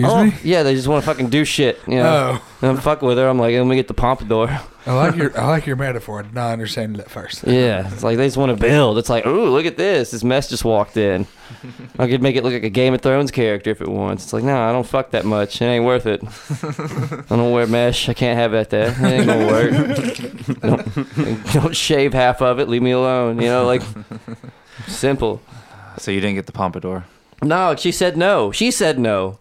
[SPEAKER 1] oh,
[SPEAKER 2] me.
[SPEAKER 1] yeah, they just want to fucking do shit. You know?
[SPEAKER 2] Oh.
[SPEAKER 1] And I'm fucking with her. I'm like, let me get the pompadour.
[SPEAKER 2] I like your I like your metaphor. I did not understand that first.
[SPEAKER 1] Yeah, it's like they just want to build. It's like, ooh, look at this. This mess just walked in. I could make it look like a Game of Thrones character if it wants. It's like, no, I don't fuck that much. It ain't worth it. I don't wear mesh. I can't have that there. It ain't gonna work. don't, don't shave half of it. Leave me alone. You know, like simple.
[SPEAKER 4] So you didn't get the pompadour.
[SPEAKER 1] No, she said no. She said no.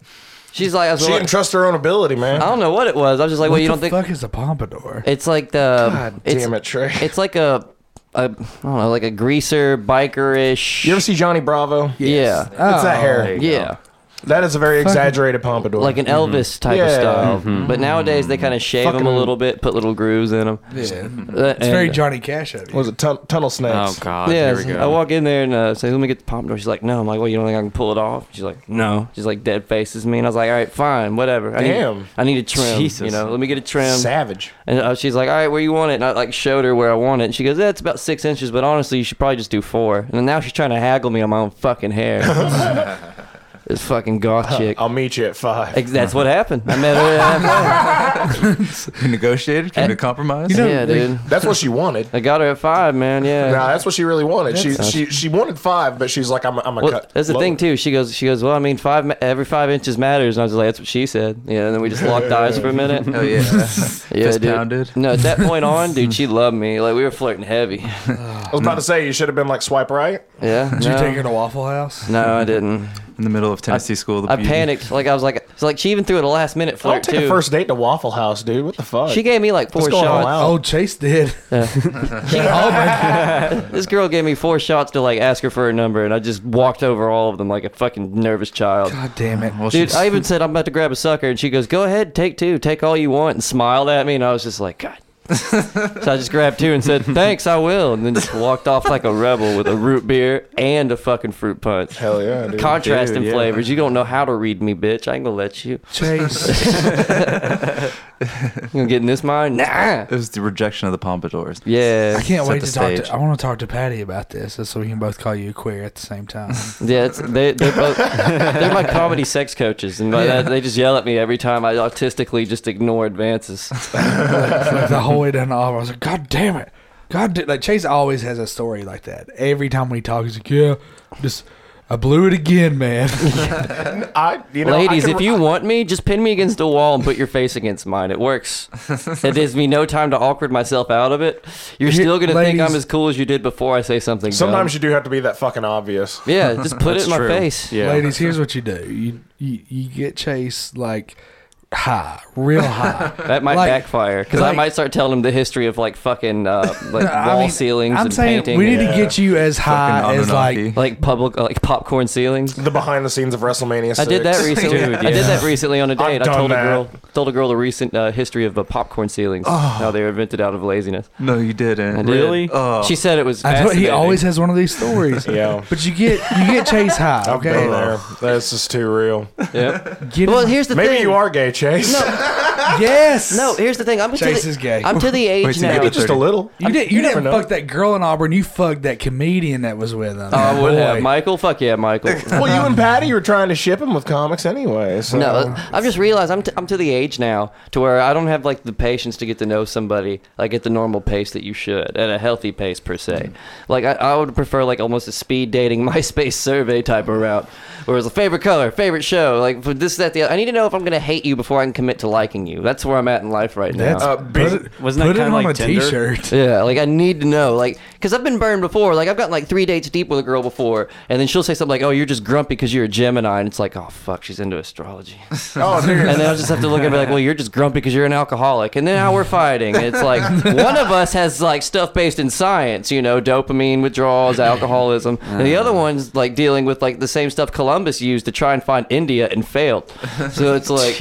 [SPEAKER 1] She's like, I, was
[SPEAKER 5] She
[SPEAKER 1] like-
[SPEAKER 5] didn't trust her own ability, man.
[SPEAKER 1] I don't know what it was. I was just like, well,
[SPEAKER 2] what
[SPEAKER 1] you
[SPEAKER 2] the
[SPEAKER 1] don't think
[SPEAKER 2] fuck is a pompadour?
[SPEAKER 1] it's like the um,
[SPEAKER 5] God
[SPEAKER 1] it's,
[SPEAKER 5] damn it, Trey.
[SPEAKER 1] It's like a, a I don't know, like a greaser bikerish.
[SPEAKER 5] You ever see Johnny Bravo?
[SPEAKER 1] Yeah.
[SPEAKER 5] It's
[SPEAKER 8] Oh,
[SPEAKER 5] that hair.
[SPEAKER 1] Yeah,
[SPEAKER 5] That is a very exaggerated pompadour. Mm-hmm.
[SPEAKER 1] like an Elvis type of
[SPEAKER 5] Yeah. Mm-hmm.
[SPEAKER 1] style.
[SPEAKER 8] Mm-hmm.
[SPEAKER 1] But nowadays they kind of shave them a
[SPEAKER 5] Fucking-
[SPEAKER 1] little bit, put little grooves in Uh, them.
[SPEAKER 2] Yeah. It's very Johnny Cash of
[SPEAKER 5] What
[SPEAKER 2] you.
[SPEAKER 5] was it tun- tunnel
[SPEAKER 8] Oh
[SPEAKER 5] snakes?
[SPEAKER 8] God! Here
[SPEAKER 1] Yeah,
[SPEAKER 8] we go.
[SPEAKER 1] I walk in there and uh, say, "Let me get the pompadour." She's like, "No." I'm like, "Well, you don't think I can pull it off?" She's like, "No." She's like, "Dead faces me," and I was like, "All right, fine, whatever." I Need,
[SPEAKER 5] Damn.
[SPEAKER 1] I need a trim. You
[SPEAKER 8] Jesus.
[SPEAKER 1] know, let me get a trim.
[SPEAKER 5] Savage.
[SPEAKER 1] And uh, she's like, "All right, where you want it?" And I like showed her where I want it. And she goes, "Yeah, it's about six inches, but honestly, you should probably just do four. And then now she's trying to haggle me on my own fucking hair. this fucking goth chick.
[SPEAKER 5] I'll meet you at five.
[SPEAKER 1] Ex- That's what happened. I met her. At halfway.
[SPEAKER 4] You negotiated. Came
[SPEAKER 1] Eh,
[SPEAKER 4] to compromise.
[SPEAKER 2] you know-
[SPEAKER 1] yeah,
[SPEAKER 2] they-
[SPEAKER 1] dude.
[SPEAKER 5] That's what she wanted.
[SPEAKER 1] I got her at five, man. Yeah.
[SPEAKER 5] Nah, that's what she really wanted. She
[SPEAKER 1] That's-
[SPEAKER 5] she she wanted five, but she's like, I'm a, I'm a
[SPEAKER 1] well,
[SPEAKER 5] cut.
[SPEAKER 1] that's the
[SPEAKER 5] lower.
[SPEAKER 1] thing too. She goes, she goes. Well, I mean, five ma- every five inches matters, and I was like, that's what she said. Yeah, and then we just locked eyes for a minute.
[SPEAKER 4] oh yeah.
[SPEAKER 1] yeah,
[SPEAKER 4] fist
[SPEAKER 1] dude.
[SPEAKER 4] pounded.
[SPEAKER 1] No, at that point on, dude, she loved me. Like we were flirting heavy.
[SPEAKER 5] I was
[SPEAKER 1] Mm.
[SPEAKER 5] about to say you should have been like swipe right.
[SPEAKER 1] Yeah.
[SPEAKER 2] Did
[SPEAKER 1] no.
[SPEAKER 2] you take her to Waffle House?
[SPEAKER 1] No, I didn't.
[SPEAKER 4] In the middle of Tennessee school. The
[SPEAKER 1] I
[SPEAKER 4] beauty.
[SPEAKER 1] panicked. Like I was like, it's like she even threw it a last minute
[SPEAKER 5] I don't
[SPEAKER 1] flirt
[SPEAKER 5] take
[SPEAKER 1] too.
[SPEAKER 5] a first date to Waffle House, dude. What the fuck?
[SPEAKER 1] she gave me like four
[SPEAKER 5] What's going on?
[SPEAKER 1] shots.
[SPEAKER 2] Oh, Chase did.
[SPEAKER 1] This girl gave me four shots to like ask her for her number, and I just walked over all of them like a fucking nervous child.
[SPEAKER 2] God damn it.
[SPEAKER 4] Well,
[SPEAKER 1] Dude,
[SPEAKER 4] she's-
[SPEAKER 1] I even said I'm about to grab a sucker, and she goes, "Go ahead, take two, take all you want," and smiled at me, and I was just like, "God." so I just grabbed two and said, "Thanks, I will," and then just walked off like a rebel with a root beer and a fucking fruit punch.
[SPEAKER 5] Hell yeah, dude.
[SPEAKER 1] Contrasting
[SPEAKER 4] Dude, yeah.
[SPEAKER 1] flavors. You don't know how to read me, bitch. I ain't gonna let you.
[SPEAKER 2] Chase.
[SPEAKER 1] You gonna get in this mine? Nah.
[SPEAKER 4] It was the rejection of the pompadours.
[SPEAKER 1] Yeah.
[SPEAKER 2] I can't
[SPEAKER 4] Set
[SPEAKER 2] wait
[SPEAKER 4] the
[SPEAKER 2] to talk
[SPEAKER 4] stage.
[SPEAKER 2] to. I want to talk to Patty about this so we can both call you a queer at the same time.
[SPEAKER 1] Yeah, it's, they they're both they're my comedy sex coaches, and by that, they just yell at me every time I autistically just ignore advances.
[SPEAKER 2] like the whole way down the aisle, I was like, God damn it. God, da-" like Chase always has a story like that. Every time we talk, he's like, Yeah, just I blew it again, man.
[SPEAKER 5] I, you know, I
[SPEAKER 1] Ladies,
[SPEAKER 5] can
[SPEAKER 1] if
[SPEAKER 5] re-
[SPEAKER 1] you want me, just pin me against a wall and put your face against mine. It works. it gives me no time to awkward myself out of it. You're
[SPEAKER 2] Here-
[SPEAKER 1] still gonna think I'm
[SPEAKER 2] ladies-
[SPEAKER 1] as cool as you did before I say something.
[SPEAKER 5] sometimes
[SPEAKER 1] dumb.
[SPEAKER 5] you do have to be that fucking obvious.
[SPEAKER 1] yeah, just put it in my face. Yeah.
[SPEAKER 2] Ladies, here's what you do: you you, you get Chase like high, real high.
[SPEAKER 1] That might
[SPEAKER 2] Like-
[SPEAKER 1] backfire because I
[SPEAKER 2] like-
[SPEAKER 1] might start telling them the history of like fucking uh, like
[SPEAKER 2] I
[SPEAKER 1] wall
[SPEAKER 2] mean,
[SPEAKER 1] ceilings
[SPEAKER 2] I'm
[SPEAKER 1] and
[SPEAKER 2] saying
[SPEAKER 1] painting,
[SPEAKER 2] we need
[SPEAKER 1] and,
[SPEAKER 2] to get you as high as like.
[SPEAKER 4] Anunnaki.
[SPEAKER 1] like public like popcorn ceilings.
[SPEAKER 5] The behind the scenes of WrestleMania.
[SPEAKER 1] I did that
[SPEAKER 5] six.
[SPEAKER 1] recently. I did that recently on a date. I
[SPEAKER 5] done
[SPEAKER 1] told
[SPEAKER 5] that.
[SPEAKER 1] a girl told a girl the recent uh, history of the popcorn ceilings.
[SPEAKER 2] Oh.
[SPEAKER 1] How they were invented out of laziness.
[SPEAKER 4] No, you
[SPEAKER 1] I
[SPEAKER 4] didn't.
[SPEAKER 1] did.
[SPEAKER 8] Really?
[SPEAKER 4] Oh.
[SPEAKER 1] She said it was.
[SPEAKER 2] I told, he
[SPEAKER 1] fascinating.
[SPEAKER 2] always has one of these stories.
[SPEAKER 5] Yeah.
[SPEAKER 2] But you get you get Chase high,
[SPEAKER 5] I've been
[SPEAKER 2] okay?
[SPEAKER 5] there. That's just too real.
[SPEAKER 1] Yep.
[SPEAKER 2] Get
[SPEAKER 1] Well,
[SPEAKER 2] him-
[SPEAKER 1] here's the
[SPEAKER 5] Maybe
[SPEAKER 1] thing.
[SPEAKER 5] you are gay, Chase. No,
[SPEAKER 2] yes.
[SPEAKER 1] No, here's the thing. I'm
[SPEAKER 2] Chase
[SPEAKER 1] to the,
[SPEAKER 2] is gay.
[SPEAKER 1] I'm to the age
[SPEAKER 4] Wait till you
[SPEAKER 1] now.
[SPEAKER 4] get to
[SPEAKER 5] just a little.
[SPEAKER 2] You,
[SPEAKER 5] I-
[SPEAKER 2] did, you,
[SPEAKER 5] never
[SPEAKER 2] didn't
[SPEAKER 5] know.
[SPEAKER 2] fuck that girl in Auburn. You fucked that comedian that was with him.
[SPEAKER 1] Oh, I would
[SPEAKER 2] Boy.
[SPEAKER 1] have Michael. Fuck yeah, Michael.
[SPEAKER 5] Well, you and Patty were trying to ship him with comics anyway. So.
[SPEAKER 1] No, I've just realized I'm, t- I'm to the age now to where I don't have like the patience to get to know somebody like at the normal pace that you should, at a healthy pace per se. Like I, I would prefer like almost a speed dating MySpace survey type of route, where it's a favorite color, favorite show, like for this, that, the other. I need to know if I'm gonna hate you before I can commit to liking you. That's where I'm at in life right now.
[SPEAKER 2] That's
[SPEAKER 5] Uh, be-
[SPEAKER 2] put it-
[SPEAKER 8] Wasn't that
[SPEAKER 2] put it
[SPEAKER 8] kinda
[SPEAKER 2] on
[SPEAKER 8] like
[SPEAKER 2] a
[SPEAKER 8] Tinder?
[SPEAKER 2] t-shirt?
[SPEAKER 1] Yeah, like I need to know, like, because I've been burned before. Like I've gotten like three dates deep with a girl before, and then she'll say something like, "Oh, you're just grumpy because you're a Gemini," and it's like, "Oh fuck, she's into astrology."
[SPEAKER 5] oh, dude.
[SPEAKER 1] and then I'll just have to look at me like, well, you're just grumpy because you're an alcoholic. And then now we're fighting. It's like one of us has like stuff based in science, you know, dopamine withdrawals, alcoholism, and the other
[SPEAKER 2] Uh.
[SPEAKER 1] one's like dealing with like the same stuff Columbus used to try and find India and failed. So it's like,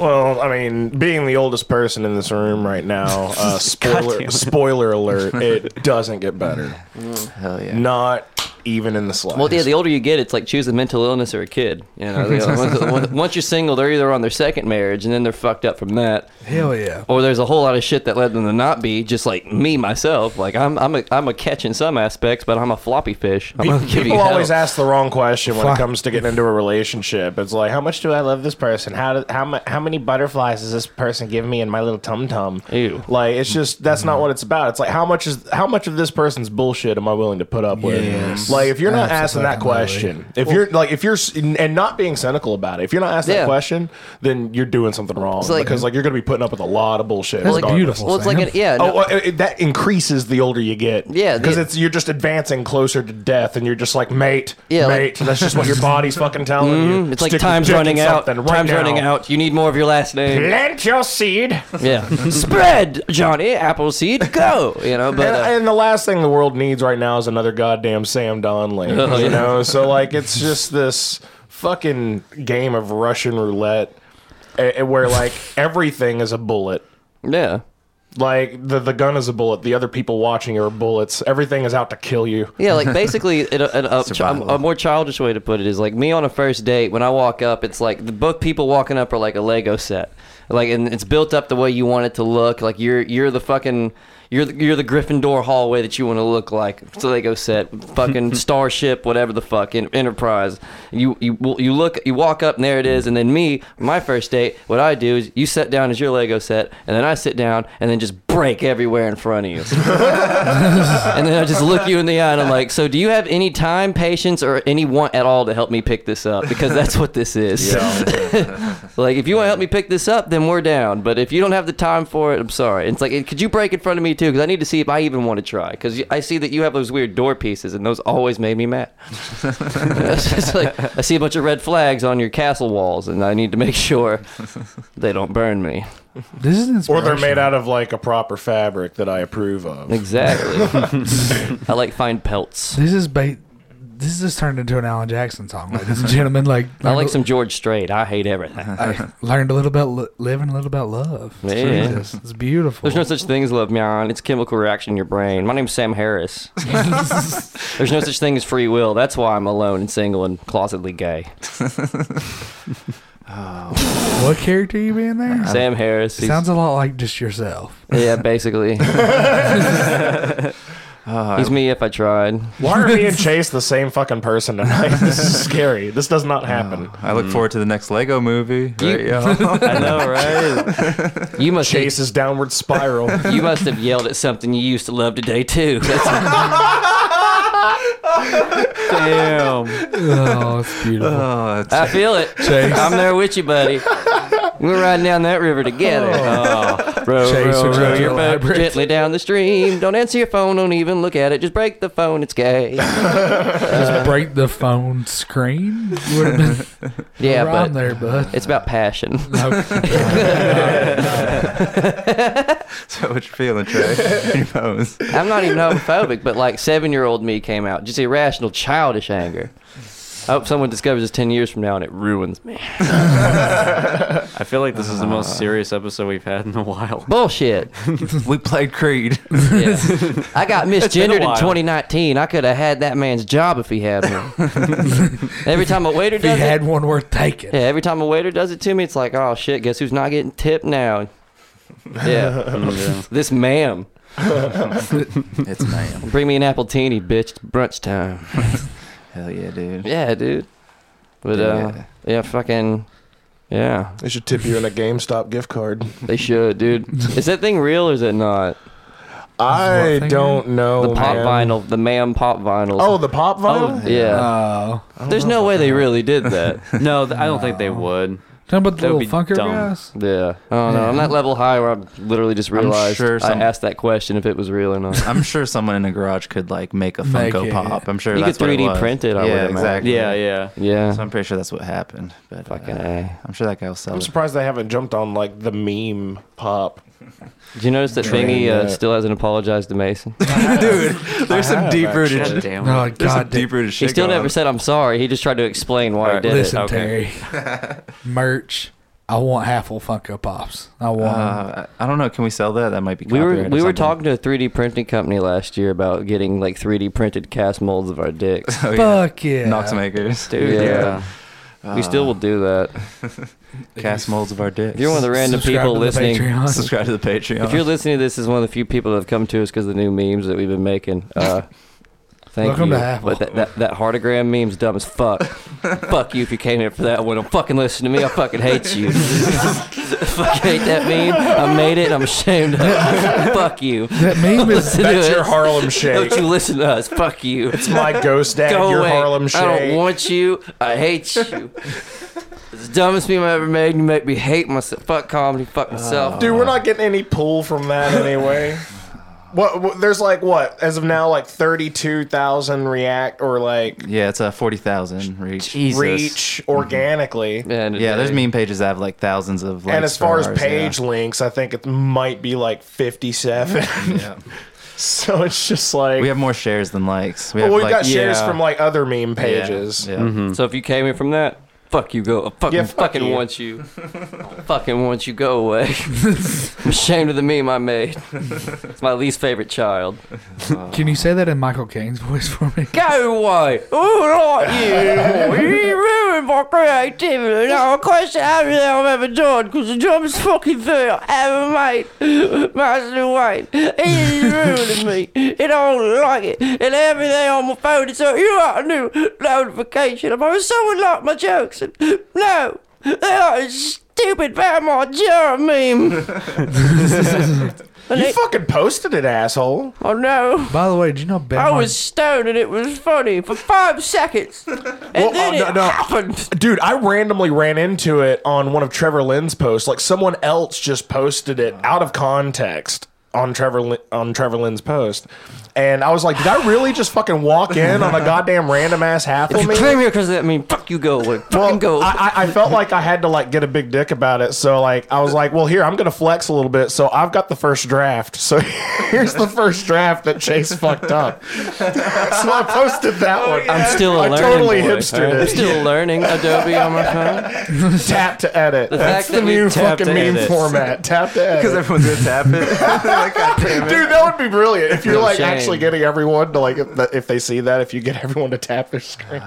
[SPEAKER 5] Well, I mean, being the oldest person in this room right now, uh, spoiler spoiler alert, it doesn't get better.
[SPEAKER 4] Hell yeah.
[SPEAKER 5] Not even in the slightest.
[SPEAKER 1] Mm, well, yeah, the older you get, it's like choose a mental illness or a kid. You know, They- once, once you're single, they're either on their second marriage and then they're fucked up from that.
[SPEAKER 2] Hell yeah.
[SPEAKER 1] or there's a whole lot of shit that led them to not be just like me myself. Like I'm, I'm a, I'm a catch in some aspects, but I'm a floppy fish. I'm gonna give you
[SPEAKER 5] People always
[SPEAKER 1] hell.
[SPEAKER 5] ask the wrong question when
[SPEAKER 2] Fuck.
[SPEAKER 5] it comes to getting into a relationship. It's like, how much do I love this person? How do, how mu- how many butterflies does this person give me in my little tum tum?
[SPEAKER 1] Ew.
[SPEAKER 5] Like it's just that's not what it's about. It's like how much is how much of this person's bullshit am I willing to put up with?
[SPEAKER 2] Yes.
[SPEAKER 5] Like if you're not asking that
[SPEAKER 2] Absolutely.
[SPEAKER 5] question, if you're like if you're s- and not being cynical about it, if you're not asking
[SPEAKER 1] Yeah.
[SPEAKER 5] that question, then you're doing something wrong
[SPEAKER 1] like-
[SPEAKER 5] because like you're going to be putting up with a lot of bullshit.
[SPEAKER 2] That's
[SPEAKER 5] regardless.
[SPEAKER 2] beautiful.
[SPEAKER 1] Well, it's like an, yeah,
[SPEAKER 5] Oh,
[SPEAKER 1] no,
[SPEAKER 5] well, it, it- that increases the older you get.
[SPEAKER 1] Yeah, the-
[SPEAKER 5] because it's you're just advancing closer to death, and you're just like, mate,
[SPEAKER 1] Yeah, like- Mm,
[SPEAKER 5] mate. that's just what your body's fucking telling you.
[SPEAKER 1] Mm-hmm. it's like
[SPEAKER 5] Stick your
[SPEAKER 1] time's
[SPEAKER 5] dick in
[SPEAKER 1] running out.
[SPEAKER 5] something right
[SPEAKER 1] time's
[SPEAKER 5] now.
[SPEAKER 1] running out. You need more of your last name.
[SPEAKER 5] Plant your seed.
[SPEAKER 1] yeah, spread Johnny Appleseed. Go. You know, but
[SPEAKER 5] and,
[SPEAKER 1] uh,
[SPEAKER 5] and the last thing the world needs right now is another goddamn Sam Donley.
[SPEAKER 1] Oh,
[SPEAKER 5] you know, so like it's just this fucking game of Russian roulette, eh, eh, where like everything is a bullet.
[SPEAKER 1] yeah.
[SPEAKER 5] Like the the gun is a bullet. The other people watching are bullets. Everything is out to kill you.
[SPEAKER 1] Yeah, like basically, it, it, a, a, a more childish way to put it is like me on a first date. When I walk up, it's like the both people walking up are like a Lego set, like and it's built up the way you want it to look. Like you're you're the fucking you're the, you're the Gryffindor hallway that you want to look like. It's a Lego set, fucking starship, whatever the fuck, en- Enterprise. You you you look you walk up and there it is. And then me, my first date, what I do is you sit down as your Lego set, and then I sit down and then just break everywhere in front of you. And then I just look you in the eye and I'm like, so do you have any time, patience, or any want at all to help me pick this up? Because that's what this is. like, if you want to help me pick this up, then we're down. But if you don't have the time for it, I'm sorry. It's like, could you break in front of me too? Because I need to see if I even want to try. Because I see that you have those weird door pieces, and those always made me mad. It's just like, I see a bunch of red flags on your castle walls, and I need to make sure they don't burn me.
[SPEAKER 2] This is
[SPEAKER 5] Or
[SPEAKER 2] inspirational.
[SPEAKER 5] they're made out of like a proper fabric that I approve of.
[SPEAKER 1] Exactly. I like fine pelts.
[SPEAKER 2] This is ba- This is turned into an Alan Jackson song, ladies and gentlemen. Like
[SPEAKER 1] I like some George Strait. I hate everything.
[SPEAKER 2] I learned a little about li- living, a little about love.
[SPEAKER 1] Yeah.
[SPEAKER 2] Jesus, it's beautiful.
[SPEAKER 1] There's no such thing as love, man. It's a chemical reaction in your brain. My name's Sam Harris. There's no such thing as free will. That's why I'm alone and single and closetly gay.
[SPEAKER 2] What character you being there?
[SPEAKER 1] Sam Harris. he's-
[SPEAKER 2] Sounds a lot like just yourself.
[SPEAKER 1] yeah, basically.
[SPEAKER 4] Uh,
[SPEAKER 1] He's me if I tried.
[SPEAKER 5] Why are me and Chase the same fucking person tonight? This is scary. This does not happen.
[SPEAKER 4] I look forward to the next Lego movie. Right,
[SPEAKER 1] Mm. I know, right? You must have,
[SPEAKER 5] Chase's downward spiral.
[SPEAKER 1] you must have yelled at something you used to love today too. That's-
[SPEAKER 8] Damn.
[SPEAKER 2] Oh, it's beautiful.
[SPEAKER 4] Oh, it's-
[SPEAKER 1] I feel it.
[SPEAKER 2] Chase.
[SPEAKER 1] I'm there with you, buddy. We're riding down that river together. Oh, row,
[SPEAKER 2] Chase,
[SPEAKER 1] row,
[SPEAKER 2] would you
[SPEAKER 1] row
[SPEAKER 2] like to
[SPEAKER 1] your boat
[SPEAKER 2] elaborate?
[SPEAKER 1] gently down the stream. Don't answer your phone. Don't even look at it. Just break the phone. It's gay. Uh,
[SPEAKER 2] Just break the phone screen. You would have been
[SPEAKER 1] Yeah,
[SPEAKER 2] on
[SPEAKER 1] but
[SPEAKER 2] there, bud.
[SPEAKER 1] it's about passion.
[SPEAKER 4] so what you feeling, Trey? Your bones.
[SPEAKER 1] I'm not even homophobic, but like seven year old me came out. Just irrational, childish anger. I hope someone discovers this 10 years from now and it ruins me. Uh,
[SPEAKER 8] I feel like this is the most serious episode we've had in a while.
[SPEAKER 1] Bullshit.
[SPEAKER 4] We played Creed.
[SPEAKER 1] Yeah. I got
[SPEAKER 8] been a
[SPEAKER 1] misgendered in
[SPEAKER 8] while.
[SPEAKER 1] 2019. I could have had that man's job if he had one. every time a waiter
[SPEAKER 2] If he
[SPEAKER 1] does
[SPEAKER 2] had
[SPEAKER 1] it,
[SPEAKER 2] one worth taking.
[SPEAKER 1] yeah, every time a waiter does it to me, it's like, oh shit, guess who's not getting tipped now? Yeah, this ma'am.
[SPEAKER 4] It's man.
[SPEAKER 1] Bring me an apple teeny, bitch. It's brunch time.
[SPEAKER 4] Hell yeah, dude.
[SPEAKER 1] Yeah, dude. But uh,
[SPEAKER 4] Yeah.
[SPEAKER 1] yeah, fucking, yeah.
[SPEAKER 5] They should tip you in a GameStop gift card.
[SPEAKER 1] They should, dude. Is that thing real or is it not?
[SPEAKER 5] I
[SPEAKER 2] thing?
[SPEAKER 5] don't know.
[SPEAKER 1] The pop
[SPEAKER 5] man.
[SPEAKER 1] vinyl, the ma'am pop vinyl.
[SPEAKER 5] Oh, the pop vinyl.
[SPEAKER 1] yeah.
[SPEAKER 2] Oh.
[SPEAKER 1] There's no way they really did that.
[SPEAKER 8] No, th- I don't think they would.
[SPEAKER 2] Talking about the
[SPEAKER 8] That would
[SPEAKER 2] little
[SPEAKER 8] be
[SPEAKER 2] funker
[SPEAKER 8] dumb.
[SPEAKER 2] guys?
[SPEAKER 1] Yeah. I don't know. I'm not level high where I literally just realized
[SPEAKER 4] sure some-
[SPEAKER 1] I asked that question if it was real or not.
[SPEAKER 4] I'm sure someone in a garage could like make a
[SPEAKER 2] Make
[SPEAKER 4] Funko
[SPEAKER 2] it.
[SPEAKER 4] Pop. I'm sure
[SPEAKER 1] You
[SPEAKER 4] that's
[SPEAKER 1] could
[SPEAKER 4] what it
[SPEAKER 1] 3D
[SPEAKER 4] was.
[SPEAKER 1] print it, I would
[SPEAKER 4] yeah,
[SPEAKER 1] imagine.
[SPEAKER 4] exactly.
[SPEAKER 8] Yeah, yeah.
[SPEAKER 1] yeah.
[SPEAKER 4] So I'm pretty sure that's what happened. But
[SPEAKER 1] Fucking
[SPEAKER 4] uh,
[SPEAKER 1] A.
[SPEAKER 4] I'm sure that guy will sell
[SPEAKER 5] I'm
[SPEAKER 4] it.
[SPEAKER 5] surprised they haven't jumped on like the meme pop.
[SPEAKER 1] Did you notice that Bingy uh, still hasn't apologized to Mason?
[SPEAKER 4] Dude, there's some deep
[SPEAKER 8] God
[SPEAKER 4] rooted,
[SPEAKER 8] damn.
[SPEAKER 2] Oh,
[SPEAKER 8] it.
[SPEAKER 4] there's some
[SPEAKER 2] God.
[SPEAKER 4] deep rooted
[SPEAKER 1] he
[SPEAKER 4] shit.
[SPEAKER 1] still
[SPEAKER 4] going
[SPEAKER 1] never
[SPEAKER 4] on.
[SPEAKER 1] said I'm sorry. He just tried to explain why he
[SPEAKER 8] Alright,
[SPEAKER 1] did
[SPEAKER 2] Listen,
[SPEAKER 1] it.
[SPEAKER 8] Okay.
[SPEAKER 2] Terry. Merch. I want half of Funko Pops. I want 'em.
[SPEAKER 4] Uh, I I don't know. Can we sell that? That might be.
[SPEAKER 1] We were
[SPEAKER 4] copyrighted
[SPEAKER 1] we
[SPEAKER 4] or
[SPEAKER 1] were
[SPEAKER 4] something.
[SPEAKER 1] talking to a 3D printing company last year about getting like 3D printed cast molds of our dicks.
[SPEAKER 4] Oh, yeah.
[SPEAKER 2] Fuck yeah.
[SPEAKER 4] Knox makers,
[SPEAKER 8] Dude, yeah.
[SPEAKER 1] We still will do that.
[SPEAKER 4] Cast molds of our dicks.
[SPEAKER 1] If you're one of the random
[SPEAKER 2] Subscribe
[SPEAKER 1] people
[SPEAKER 2] to the
[SPEAKER 1] listening,
[SPEAKER 2] Patreon.
[SPEAKER 4] subscribe to the Patreon.
[SPEAKER 1] if you're listening to this, is one of the few people that have come to us because of the new memes that we've been making. Uh, thank
[SPEAKER 2] Welcome
[SPEAKER 1] you.
[SPEAKER 2] to Apple.
[SPEAKER 1] But that, that, that heartogram meme's dumb as fuck. fuck you if you came here for that one. Don't fucking listen to me. I fucking hate you. fuck hate that meme. I made it. I'm ashamed of it. fuck you.
[SPEAKER 2] That meme is
[SPEAKER 1] Listen to
[SPEAKER 5] That's
[SPEAKER 1] it.
[SPEAKER 5] your Harlem Shake.
[SPEAKER 1] Don't you listen to us. Fuck you.
[SPEAKER 5] It's my ghost dad.
[SPEAKER 1] Go
[SPEAKER 5] your
[SPEAKER 1] away.
[SPEAKER 5] Harlem Shake.
[SPEAKER 1] I don't want you. I hate you. it's the dumbest meme I ever made. You make me hate myself. Fuck comedy. Fuck
[SPEAKER 4] Uh,
[SPEAKER 1] myself.
[SPEAKER 5] Dude, we're not getting any pull from that anyway. What, what? There's like what? As of now, like thirty-two thousand react or like
[SPEAKER 4] yeah, it's a forty thousand reach.
[SPEAKER 8] Jesus.
[SPEAKER 5] reach
[SPEAKER 1] Mm-hmm.
[SPEAKER 5] organically.
[SPEAKER 1] Man,
[SPEAKER 4] Yeah, there's
[SPEAKER 1] hey.
[SPEAKER 4] meme pages that have like thousands of. Likes
[SPEAKER 5] and as far as
[SPEAKER 4] for ours,
[SPEAKER 5] page links, I think it might be like fifty-seven.
[SPEAKER 4] yeah. yeah.
[SPEAKER 5] so it's just like
[SPEAKER 4] we have more shares than likes. We have
[SPEAKER 5] well, we've
[SPEAKER 4] like,
[SPEAKER 5] got shares
[SPEAKER 4] yeah.
[SPEAKER 5] from like other meme
[SPEAKER 4] Yeah,
[SPEAKER 5] pages.
[SPEAKER 4] Yeah,
[SPEAKER 1] So if you came in from that, fuck you, go. I fucking,
[SPEAKER 5] Yeah, fuck
[SPEAKER 1] fucking
[SPEAKER 5] you.
[SPEAKER 1] want you. fucking want you, go away. I'm ashamed of the meme I made. It's my least favorite child.
[SPEAKER 2] Can you say that in Michael Caine's voice for me?
[SPEAKER 1] Go away. Oh, not you. You ruined my creativity. Now, of course, I really have ever done because the dumbest fucking thing I ever made. Master Wayne. It is ruining me. And I don't like it. And everything on my phone is like, you got a new notification. I'm like, someone liked my jokes. And no. They are stupid vampire Jeremy meme.
[SPEAKER 5] You fucking posted it, asshole.
[SPEAKER 1] Oh, no.
[SPEAKER 2] By the way, did you know Ben?
[SPEAKER 1] I
[SPEAKER 2] Mar-
[SPEAKER 1] was stoned and it was funny for five seconds. And then
[SPEAKER 5] uh, no,
[SPEAKER 1] it
[SPEAKER 5] no.
[SPEAKER 1] happened.
[SPEAKER 5] Dude, I randomly ran into it on one of Trevor Lynn's posts. Like someone else just posted it out of context on Trevor Lin- on Trevor Lynn's post, and I was like, "Did I really just fucking walk in on a goddamn random ass half
[SPEAKER 1] If
[SPEAKER 5] of
[SPEAKER 1] you
[SPEAKER 5] me?"
[SPEAKER 1] came here because of that, I mean, fuck you, go away. Fucking
[SPEAKER 5] Well,
[SPEAKER 1] go.
[SPEAKER 5] I, I I felt like I had to like get a big dick about it, so like I was like, "Well, here I'm gonna flex a little bit." So I've got the first draft. So here's the first draft that Chase fucked up. so I posted that one.
[SPEAKER 1] I'm still a
[SPEAKER 5] I
[SPEAKER 1] learning.
[SPEAKER 5] totally
[SPEAKER 1] boy,
[SPEAKER 5] hipstered
[SPEAKER 1] alright? I'm
[SPEAKER 5] it.
[SPEAKER 1] still learning Adobe on my phone.
[SPEAKER 5] tap to edit. That's
[SPEAKER 1] fact that
[SPEAKER 5] the
[SPEAKER 1] we
[SPEAKER 5] new
[SPEAKER 1] tap
[SPEAKER 5] fucking
[SPEAKER 1] to
[SPEAKER 5] meme
[SPEAKER 1] edit.
[SPEAKER 5] format. Tap to
[SPEAKER 4] because
[SPEAKER 5] edit.
[SPEAKER 4] everyone's gonna tap it. like, God damn it.
[SPEAKER 5] Dude, that would be brilliant if you're
[SPEAKER 1] No
[SPEAKER 5] like
[SPEAKER 1] shame. Oh,
[SPEAKER 5] actually getting everyone to like if, if they see that if you get everyone to tap their screen.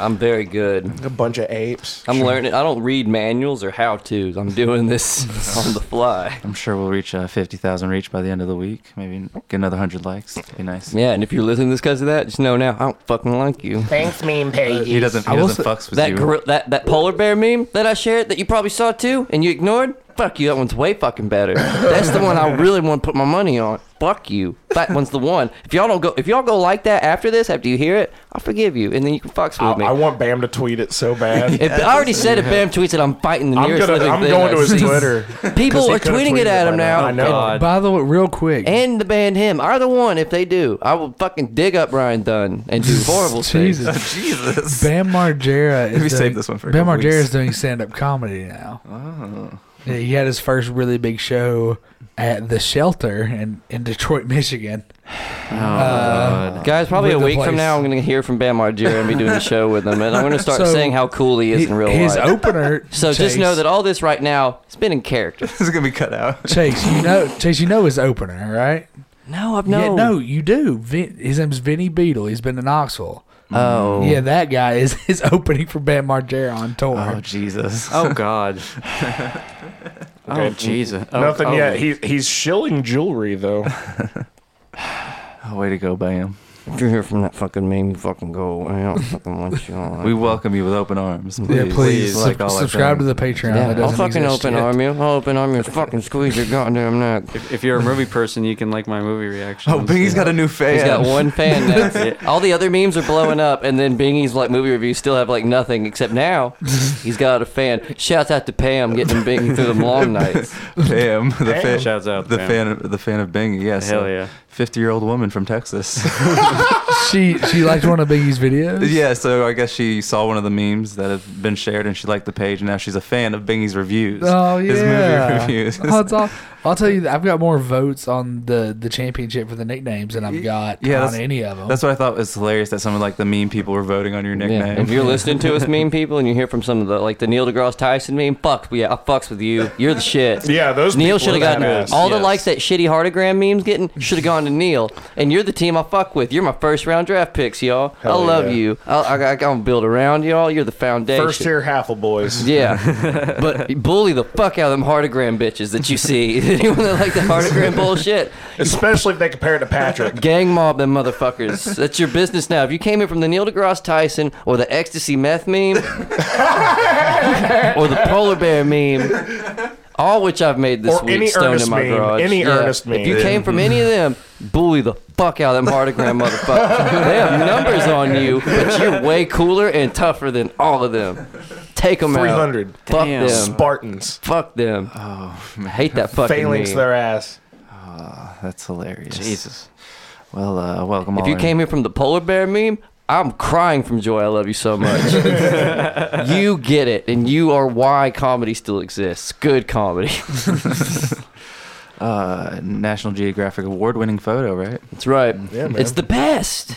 [SPEAKER 1] I'm very good.
[SPEAKER 5] A bunch of apes.
[SPEAKER 1] I'm learning. I don't read manuals or how tos. I'm doing this on the fly.
[SPEAKER 4] I'm sure we'll reach uh, 50,000 reach by the end of the week. Maybe get another 100 likes. That'd be nice.
[SPEAKER 1] Yeah, and if you're listening to this because of that, just know now I don't fucking like you.
[SPEAKER 5] Thanks, meme page.
[SPEAKER 4] Uh, He doesn't, he
[SPEAKER 2] will
[SPEAKER 4] doesn't
[SPEAKER 2] say-
[SPEAKER 4] fucks with
[SPEAKER 1] That
[SPEAKER 4] you.
[SPEAKER 1] gorilla, that that polar bear meme that I shared that you probably saw too and you ignored. Fuck you. That one's way fucking better. That's the one I really want to put my money on. Fuck you. That one's the one. If y'all don't go, if y'all go like that after this, after you hear it, I'll forgive you, and then you can fucks with
[SPEAKER 5] I,
[SPEAKER 1] me.
[SPEAKER 5] I want Bam to tweet it so bad.
[SPEAKER 1] If- I already said if Bam tweets it, I'm fighting the
[SPEAKER 5] I'm
[SPEAKER 1] nearest
[SPEAKER 5] gonna-
[SPEAKER 1] living
[SPEAKER 5] I'm
[SPEAKER 1] thing
[SPEAKER 5] going
[SPEAKER 1] I
[SPEAKER 5] to his
[SPEAKER 1] see.
[SPEAKER 5] Twitter, 'cause
[SPEAKER 1] People
[SPEAKER 5] he
[SPEAKER 1] are
[SPEAKER 5] could've
[SPEAKER 1] tweeted
[SPEAKER 5] tweeted
[SPEAKER 1] it at
[SPEAKER 5] by
[SPEAKER 1] him
[SPEAKER 5] now.
[SPEAKER 1] now.
[SPEAKER 5] I know.
[SPEAKER 1] God.
[SPEAKER 2] By the way, real quick,
[SPEAKER 1] And the band him. Either one, if they do, I will fucking dig up Ryan Dunn and do horrible things.
[SPEAKER 2] Jesus,
[SPEAKER 4] Jesus.
[SPEAKER 2] Bam Margera is
[SPEAKER 4] Maybe save
[SPEAKER 2] doing-
[SPEAKER 4] this one for a
[SPEAKER 2] Bam
[SPEAKER 4] couple
[SPEAKER 2] Margera is
[SPEAKER 4] weeks. Oh.
[SPEAKER 2] doing stand up comedy now. Yeah, he had his first really big show at the Shelter in, in Detroit, Michigan.
[SPEAKER 4] Oh,
[SPEAKER 1] Guys, probably a
[SPEAKER 2] With Uh, the
[SPEAKER 1] week from
[SPEAKER 2] place.
[SPEAKER 1] now, I'm gonna hear from Bam Margera and be doing a show with him, and I'm gonna start
[SPEAKER 2] So,
[SPEAKER 1] saying how cool he is in real
[SPEAKER 2] his
[SPEAKER 1] life.
[SPEAKER 2] opener.
[SPEAKER 1] so just
[SPEAKER 2] Chase-
[SPEAKER 1] know that all this right now, it's been in character.
[SPEAKER 4] This is going to be cut out.
[SPEAKER 2] Chase, you know Chase, you know his opener, right?
[SPEAKER 1] No, I've
[SPEAKER 2] Yeah,
[SPEAKER 1] no.
[SPEAKER 2] no, you do. Vin, his name's Vinny Beadle. He's been in Knoxville.
[SPEAKER 1] Oh.
[SPEAKER 2] Yeah, that guy is his opening for Bam Margera on tour.
[SPEAKER 4] Oh, Jesus.
[SPEAKER 8] Oh God. oh Jesus. Oh,
[SPEAKER 5] Nothing
[SPEAKER 8] oh.
[SPEAKER 5] yet. He, he's shilling jewelry though.
[SPEAKER 4] Oh, way to go, Bam.
[SPEAKER 1] If you're here from that fucking meme, you fucking go. I don't fucking want you on.
[SPEAKER 4] We welcome you with open arms. Please,
[SPEAKER 2] yeah, please,
[SPEAKER 4] like
[SPEAKER 2] sub-
[SPEAKER 4] all our
[SPEAKER 2] subscribe to
[SPEAKER 4] things.
[SPEAKER 2] the
[SPEAKER 1] Yeah,
[SPEAKER 2] Patreon. that
[SPEAKER 1] I'll
[SPEAKER 2] doesn't
[SPEAKER 1] fucking
[SPEAKER 2] exist
[SPEAKER 1] open
[SPEAKER 2] yet.
[SPEAKER 1] arm you. I'll open arm you. and Fucking squeeze your goddamn neck.
[SPEAKER 8] If, if you're a movie person, you can like my movie reaction.
[SPEAKER 4] Oh, Bingy's got a new fan.
[SPEAKER 1] He's got one fan now. All the other memes are blowing up, and then Bingy's like movie reviews still have like nothing except now he's got a fan. Shouts out to Pam getting Bingy through them long nights.
[SPEAKER 4] Bam, the fan,
[SPEAKER 8] Shouts out,
[SPEAKER 4] the
[SPEAKER 8] Bam.
[SPEAKER 4] fan, of, the fan of Bingy. Yes,
[SPEAKER 8] Hell yeah.
[SPEAKER 4] fifty-year-old woman from Texas.
[SPEAKER 2] She she liked one of Biggie's videos.
[SPEAKER 4] yeah, so I guess she saw one of the memes that have been shared, and she liked the page, and now she's a fan of Bingy's reviews.
[SPEAKER 2] Oh yeah.
[SPEAKER 4] his movie reviews.
[SPEAKER 2] Oh, it's all- I'll tell you, that I've got more votes on the the championship for the nicknames than I've got
[SPEAKER 4] Yeah,
[SPEAKER 2] on
[SPEAKER 4] that's-
[SPEAKER 2] any of them.
[SPEAKER 4] That's what I thought was hilarious that some of like the meme people were voting on your
[SPEAKER 1] Yeah.
[SPEAKER 4] nickname.
[SPEAKER 1] If you're listening to us, meme people, and you hear from some of the like the Neil deGrasse Tyson meme, fuck yeah, I fucks with you. You're the shit.
[SPEAKER 5] Yeah, those people
[SPEAKER 1] Neil should
[SPEAKER 5] are
[SPEAKER 1] have gotten
[SPEAKER 5] badass.
[SPEAKER 1] all the
[SPEAKER 5] Yes.
[SPEAKER 1] likes that shitty heartogram memes getting should have gone to Neil. And you're the team I fuck with. You're my first round draft picks, y'all.
[SPEAKER 5] Hell
[SPEAKER 1] I love
[SPEAKER 5] yeah.
[SPEAKER 1] you. I, I, I gonna build around y'all. You're the foundation.
[SPEAKER 5] First tier Halfle boys.
[SPEAKER 1] Yeah, but bully the fuck out of them hardogram bitches that you see. Anyone that like the hardogram bullshit,
[SPEAKER 5] Especially if they compare it to Patrick.
[SPEAKER 1] gang mob them motherfuckers. That's your business now. If you came in from the Neil deGrasse Tyson or the ecstasy meth meme or the polar bear meme, all which I've made this
[SPEAKER 5] Or
[SPEAKER 1] week,
[SPEAKER 5] any
[SPEAKER 1] stoned
[SPEAKER 5] Ernest
[SPEAKER 1] in my
[SPEAKER 5] meme,
[SPEAKER 1] garage.
[SPEAKER 5] any Ernest meme.
[SPEAKER 1] If you came from any of them, bully the fuck out of them hardogram motherfuckers. they have numbers on you, but you're way cooler and tougher than all of them. Take them out.
[SPEAKER 5] 300.
[SPEAKER 1] Fuck
[SPEAKER 8] Damn.
[SPEAKER 1] them.
[SPEAKER 5] Spartans.
[SPEAKER 1] Fuck them.
[SPEAKER 4] Oh,
[SPEAKER 1] I hate that fucking
[SPEAKER 5] Phalanx
[SPEAKER 1] meme.
[SPEAKER 5] their ass.
[SPEAKER 4] That's hilarious. Jesus. Well, uh, welcome
[SPEAKER 1] If
[SPEAKER 4] all.
[SPEAKER 1] you
[SPEAKER 4] in.
[SPEAKER 1] came here from the polar bear meme, I'm crying from joy. I love you so much. you get it, and you are why comedy still exists. Good comedy.
[SPEAKER 4] uh, National Geographic award-winning photo, right?
[SPEAKER 1] That's right.
[SPEAKER 5] Yeah, man.
[SPEAKER 1] It's the best.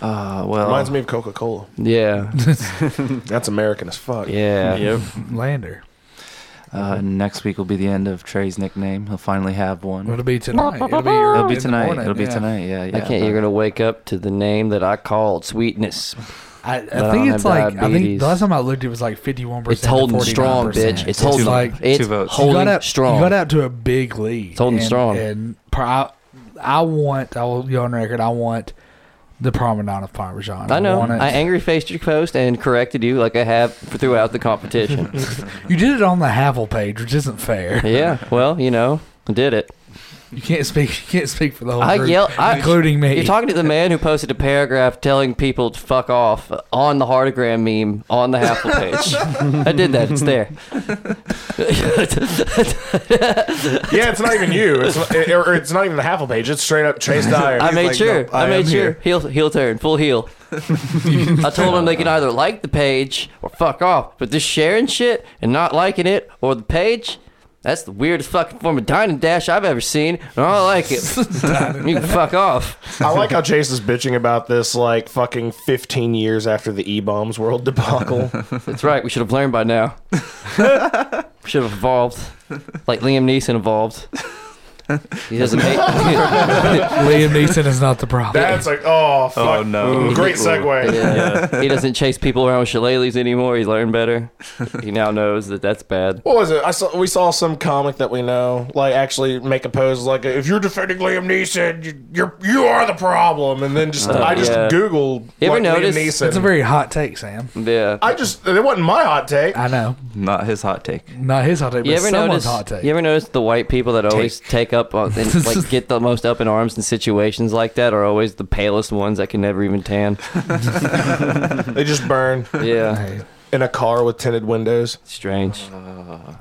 [SPEAKER 4] Uh, well,
[SPEAKER 5] Reminds me of Coca Cola.
[SPEAKER 1] Yeah.
[SPEAKER 5] That's American as fuck.
[SPEAKER 1] Yeah.
[SPEAKER 8] Yep.
[SPEAKER 2] Lander.
[SPEAKER 4] uh, next week will be the end of Trey's nickname. He'll finally have one.
[SPEAKER 2] It'll be tonight. It'll be, early
[SPEAKER 4] Oh, It'll be
[SPEAKER 2] in the
[SPEAKER 4] tonight.
[SPEAKER 2] morning,
[SPEAKER 4] It'll be
[SPEAKER 2] yeah.
[SPEAKER 4] tonight. Yeah, yeah.
[SPEAKER 1] I can't. You're gonna wake up to the name that I called sweetness. I
[SPEAKER 2] I, I think
[SPEAKER 1] don't
[SPEAKER 2] it's
[SPEAKER 1] have
[SPEAKER 2] like I think
[SPEAKER 1] diabetes.
[SPEAKER 2] the last time I looked, it was like fifty-one percent.
[SPEAKER 1] It's holding strong, bitch. It's holding.
[SPEAKER 2] like
[SPEAKER 1] it's
[SPEAKER 4] two votes.
[SPEAKER 2] you
[SPEAKER 1] holding
[SPEAKER 2] got out,
[SPEAKER 1] strong.
[SPEAKER 2] You got out to a big lead.
[SPEAKER 1] It's holding
[SPEAKER 2] and,
[SPEAKER 1] strong.
[SPEAKER 2] And pro- I, I want. I will go on record. I want the promenade of Parmesan.
[SPEAKER 1] I know.
[SPEAKER 2] want it.
[SPEAKER 1] I angry faced your post and corrected you like I have throughout the competition.
[SPEAKER 2] you did it on the Havel page, which isn't fair.
[SPEAKER 1] yeah. Well, you know, I did it.
[SPEAKER 2] You can't speak. You can't speak for the whole
[SPEAKER 1] I
[SPEAKER 2] group,
[SPEAKER 1] yell- I-
[SPEAKER 2] including me.
[SPEAKER 1] You're talking to the man who posted a paragraph telling people to fuck off on the hardogram meme on the Halfle page. I did that. It's there.
[SPEAKER 5] Yeah, it's not even you. It's not, it- or it's not even the Halfle page. It's straight up Chase Dyer.
[SPEAKER 1] I
[SPEAKER 5] He's
[SPEAKER 1] made
[SPEAKER 5] like,
[SPEAKER 1] sure.
[SPEAKER 5] "Nope,
[SPEAKER 1] I,
[SPEAKER 5] am
[SPEAKER 1] made sure.
[SPEAKER 5] here."
[SPEAKER 1] Heel, heel turn. Full heel. I told him they can either like the page or fuck off. But this sharing shit and not liking it or the page. That's the weirdest fucking form of dine and dash I've ever seen, and I don't like it. you can fuck off.
[SPEAKER 5] I like how Chase is bitching about this like fucking 15 years after the E bombs world debacle.
[SPEAKER 1] That's right. We should have learned by now. should have evolved, like Liam Neeson evolved. He doesn't hate.
[SPEAKER 2] Liam Neeson is not the problem.
[SPEAKER 5] That's like, oh, fuck.
[SPEAKER 4] Oh, no.
[SPEAKER 5] Ooh, Great segue.
[SPEAKER 1] he doesn't chase people around with shillelaghs anymore. He's learned better. He now knows that that's bad.
[SPEAKER 5] What was it? I saw we saw some comic that we know like actually make a pose like if you're defending Liam Neeson, you- you're you are the problem. And then just I just
[SPEAKER 1] Uh, yeah.
[SPEAKER 5] googled
[SPEAKER 1] You ever
[SPEAKER 5] like,
[SPEAKER 1] notice-
[SPEAKER 5] Liam Neeson.
[SPEAKER 2] That's a very hot take, Sam.
[SPEAKER 1] Yeah.
[SPEAKER 5] I just it wasn't my hot take.
[SPEAKER 2] I know.
[SPEAKER 4] Not his hot take.
[SPEAKER 2] Not Uh, his hot take,
[SPEAKER 1] You
[SPEAKER 2] but
[SPEAKER 1] ever notice?
[SPEAKER 2] someone's hot take.
[SPEAKER 1] You ever notice the white people that always take up on- and like get the most up in arms in situations like that are always the palest ones that can never even tan.
[SPEAKER 5] They just burn
[SPEAKER 1] Yeah,
[SPEAKER 5] in a car with tinted windows.
[SPEAKER 1] strange.
[SPEAKER 4] Uh,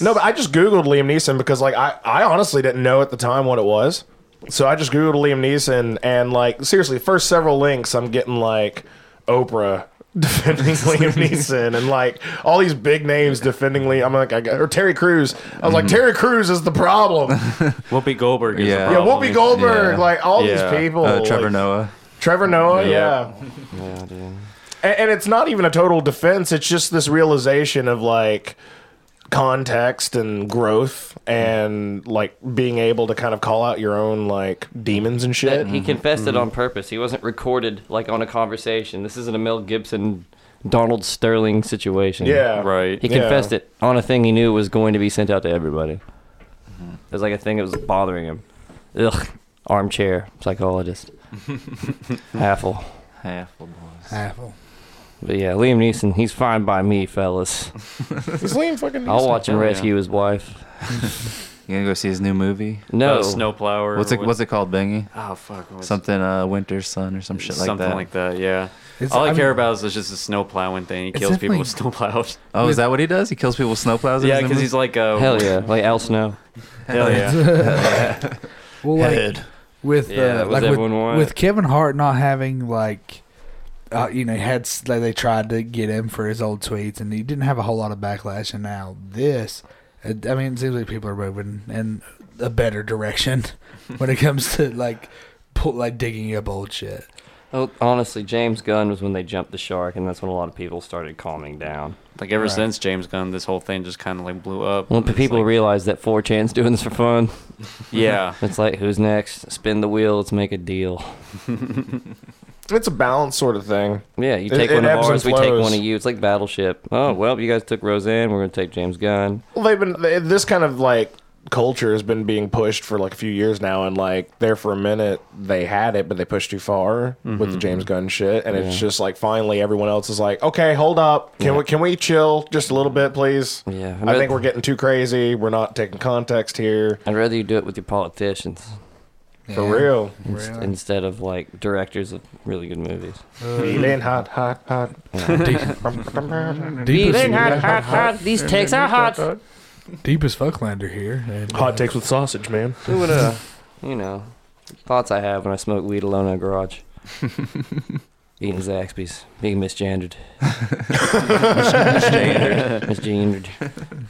[SPEAKER 5] No, but I just googled Liam Neeson because like I I honestly didn't know at the time what it was. So I just googled Liam Neeson and like seriously, first several links I'm getting like Oprah defending Liam Neeson and like all these big names defending Liam. I'm like I got, or Terry Crews. I was like Terry Crews is the problem.
[SPEAKER 8] Whoopi Goldberg is
[SPEAKER 4] Yeah.
[SPEAKER 8] yeah.
[SPEAKER 5] Yeah, Whoopi Goldberg,
[SPEAKER 4] Yeah.
[SPEAKER 5] like all
[SPEAKER 8] Yeah.
[SPEAKER 5] these people.
[SPEAKER 4] Uh, Trevor
[SPEAKER 5] like,
[SPEAKER 4] Noah.
[SPEAKER 5] Trevor Noah, yeah. Yeah, dude. And, and it's not even a total defense. It's just this realization of like context and growth and like being able to kind of call out your own like demons and shit.
[SPEAKER 1] That he confessed it on purpose. He wasn't recorded like on a conversation. This isn't a Mel Gibson, Donald Sterling situation.
[SPEAKER 5] yeah.
[SPEAKER 8] Right.
[SPEAKER 1] He
[SPEAKER 5] Yeah.
[SPEAKER 1] confessed it on a thing he knew was going to be sent out to everybody.
[SPEAKER 8] Mm-hmm.
[SPEAKER 1] It was like a thing that was bothering him. Ugh. Armchair psychologist. Halfle.
[SPEAKER 4] Half.
[SPEAKER 2] Apple.
[SPEAKER 1] But yeah, Liam Neeson, he's fine by me, fellas.
[SPEAKER 5] He's Liam fucking
[SPEAKER 1] I'll watch him
[SPEAKER 8] Oh,
[SPEAKER 4] yeah.
[SPEAKER 1] rescue his wife.
[SPEAKER 4] You gonna go see his new movie?
[SPEAKER 1] No.
[SPEAKER 8] Uh, Snowplow or
[SPEAKER 4] What's it?
[SPEAKER 8] what-
[SPEAKER 4] What's it called, Bingy?
[SPEAKER 8] Oh fuck. what's-
[SPEAKER 4] Something uh, Winter Sun or some shit like
[SPEAKER 8] something
[SPEAKER 4] that.
[SPEAKER 8] like that. Yeah.
[SPEAKER 2] It's-
[SPEAKER 8] All I,
[SPEAKER 2] I
[SPEAKER 8] care
[SPEAKER 2] mean-
[SPEAKER 8] about is just the snow plowing thing. He
[SPEAKER 2] It's
[SPEAKER 8] kills people
[SPEAKER 2] definitely-
[SPEAKER 8] with snow plows.
[SPEAKER 4] oh, is that what he does? He kills people with snowplows. in
[SPEAKER 8] yeah,
[SPEAKER 4] his new
[SPEAKER 8] because he's
[SPEAKER 4] movie?
[SPEAKER 8] like uh, a
[SPEAKER 1] Hell yeah. Like Al Snow.
[SPEAKER 8] hell yeah.
[SPEAKER 2] Well, like, with
[SPEAKER 1] Yeah, that
[SPEAKER 2] uh,
[SPEAKER 1] was
[SPEAKER 2] like with,
[SPEAKER 1] everyone wanted.
[SPEAKER 2] with Kevin Hart not having like uh, you know had s- like they tried to get him for his old tweets and he didn't have a whole lot of backlash and now this uh, I mean it seems like people are moving in a better direction when it comes to like pull, like digging up old shit.
[SPEAKER 1] Oh, honestly, James Gunn was when they jumped the shark, and that's when a lot of people started calming down.
[SPEAKER 8] Like ever since James Gunn, this whole thing just kind of like blew up.
[SPEAKER 1] When the
[SPEAKER 8] It's
[SPEAKER 1] people
[SPEAKER 8] like-
[SPEAKER 1] realize that 4chan's doing this for fun,
[SPEAKER 8] yeah,
[SPEAKER 1] it's like, who's next? Spin the wheel, let's make a deal.
[SPEAKER 5] Mm-hmm. It's a balance sort of thing.
[SPEAKER 1] Yeah, you
[SPEAKER 5] It-
[SPEAKER 1] take
[SPEAKER 5] it
[SPEAKER 1] one of
[SPEAKER 5] ebbs and
[SPEAKER 1] ours, we take
[SPEAKER 5] flows.
[SPEAKER 1] one of you. It's like Battleship. Oh, well, you guys took Roseanne, we're going to take James Gunn.
[SPEAKER 5] Well, they've been they, this kind of like culture has been being pushed for like a few years now, and like there for a minute they had it, but they pushed too far with
[SPEAKER 1] Mm-hmm.
[SPEAKER 5] the James Gunn shit, and it's just like finally everyone else is like, okay, hold up, can we can we chill just a little bit, please?
[SPEAKER 1] Yeah.
[SPEAKER 5] I think we're getting too crazy. We're not taking context here
[SPEAKER 1] I'd rather you do it with your politicians
[SPEAKER 5] for real.
[SPEAKER 2] Really?
[SPEAKER 1] instead of like directars of really good movies.
[SPEAKER 5] Feeling hot, hot, hot.
[SPEAKER 2] Deepest,
[SPEAKER 1] hot, hot. These takes are hot.
[SPEAKER 2] deepest fucklander here. And, uh,
[SPEAKER 5] Hot takes with sausage, man.
[SPEAKER 1] You know, thoughts I have when I smoke weed alone in a garage. Eating Zaxby's, being misgendered. misgendered. misgendered.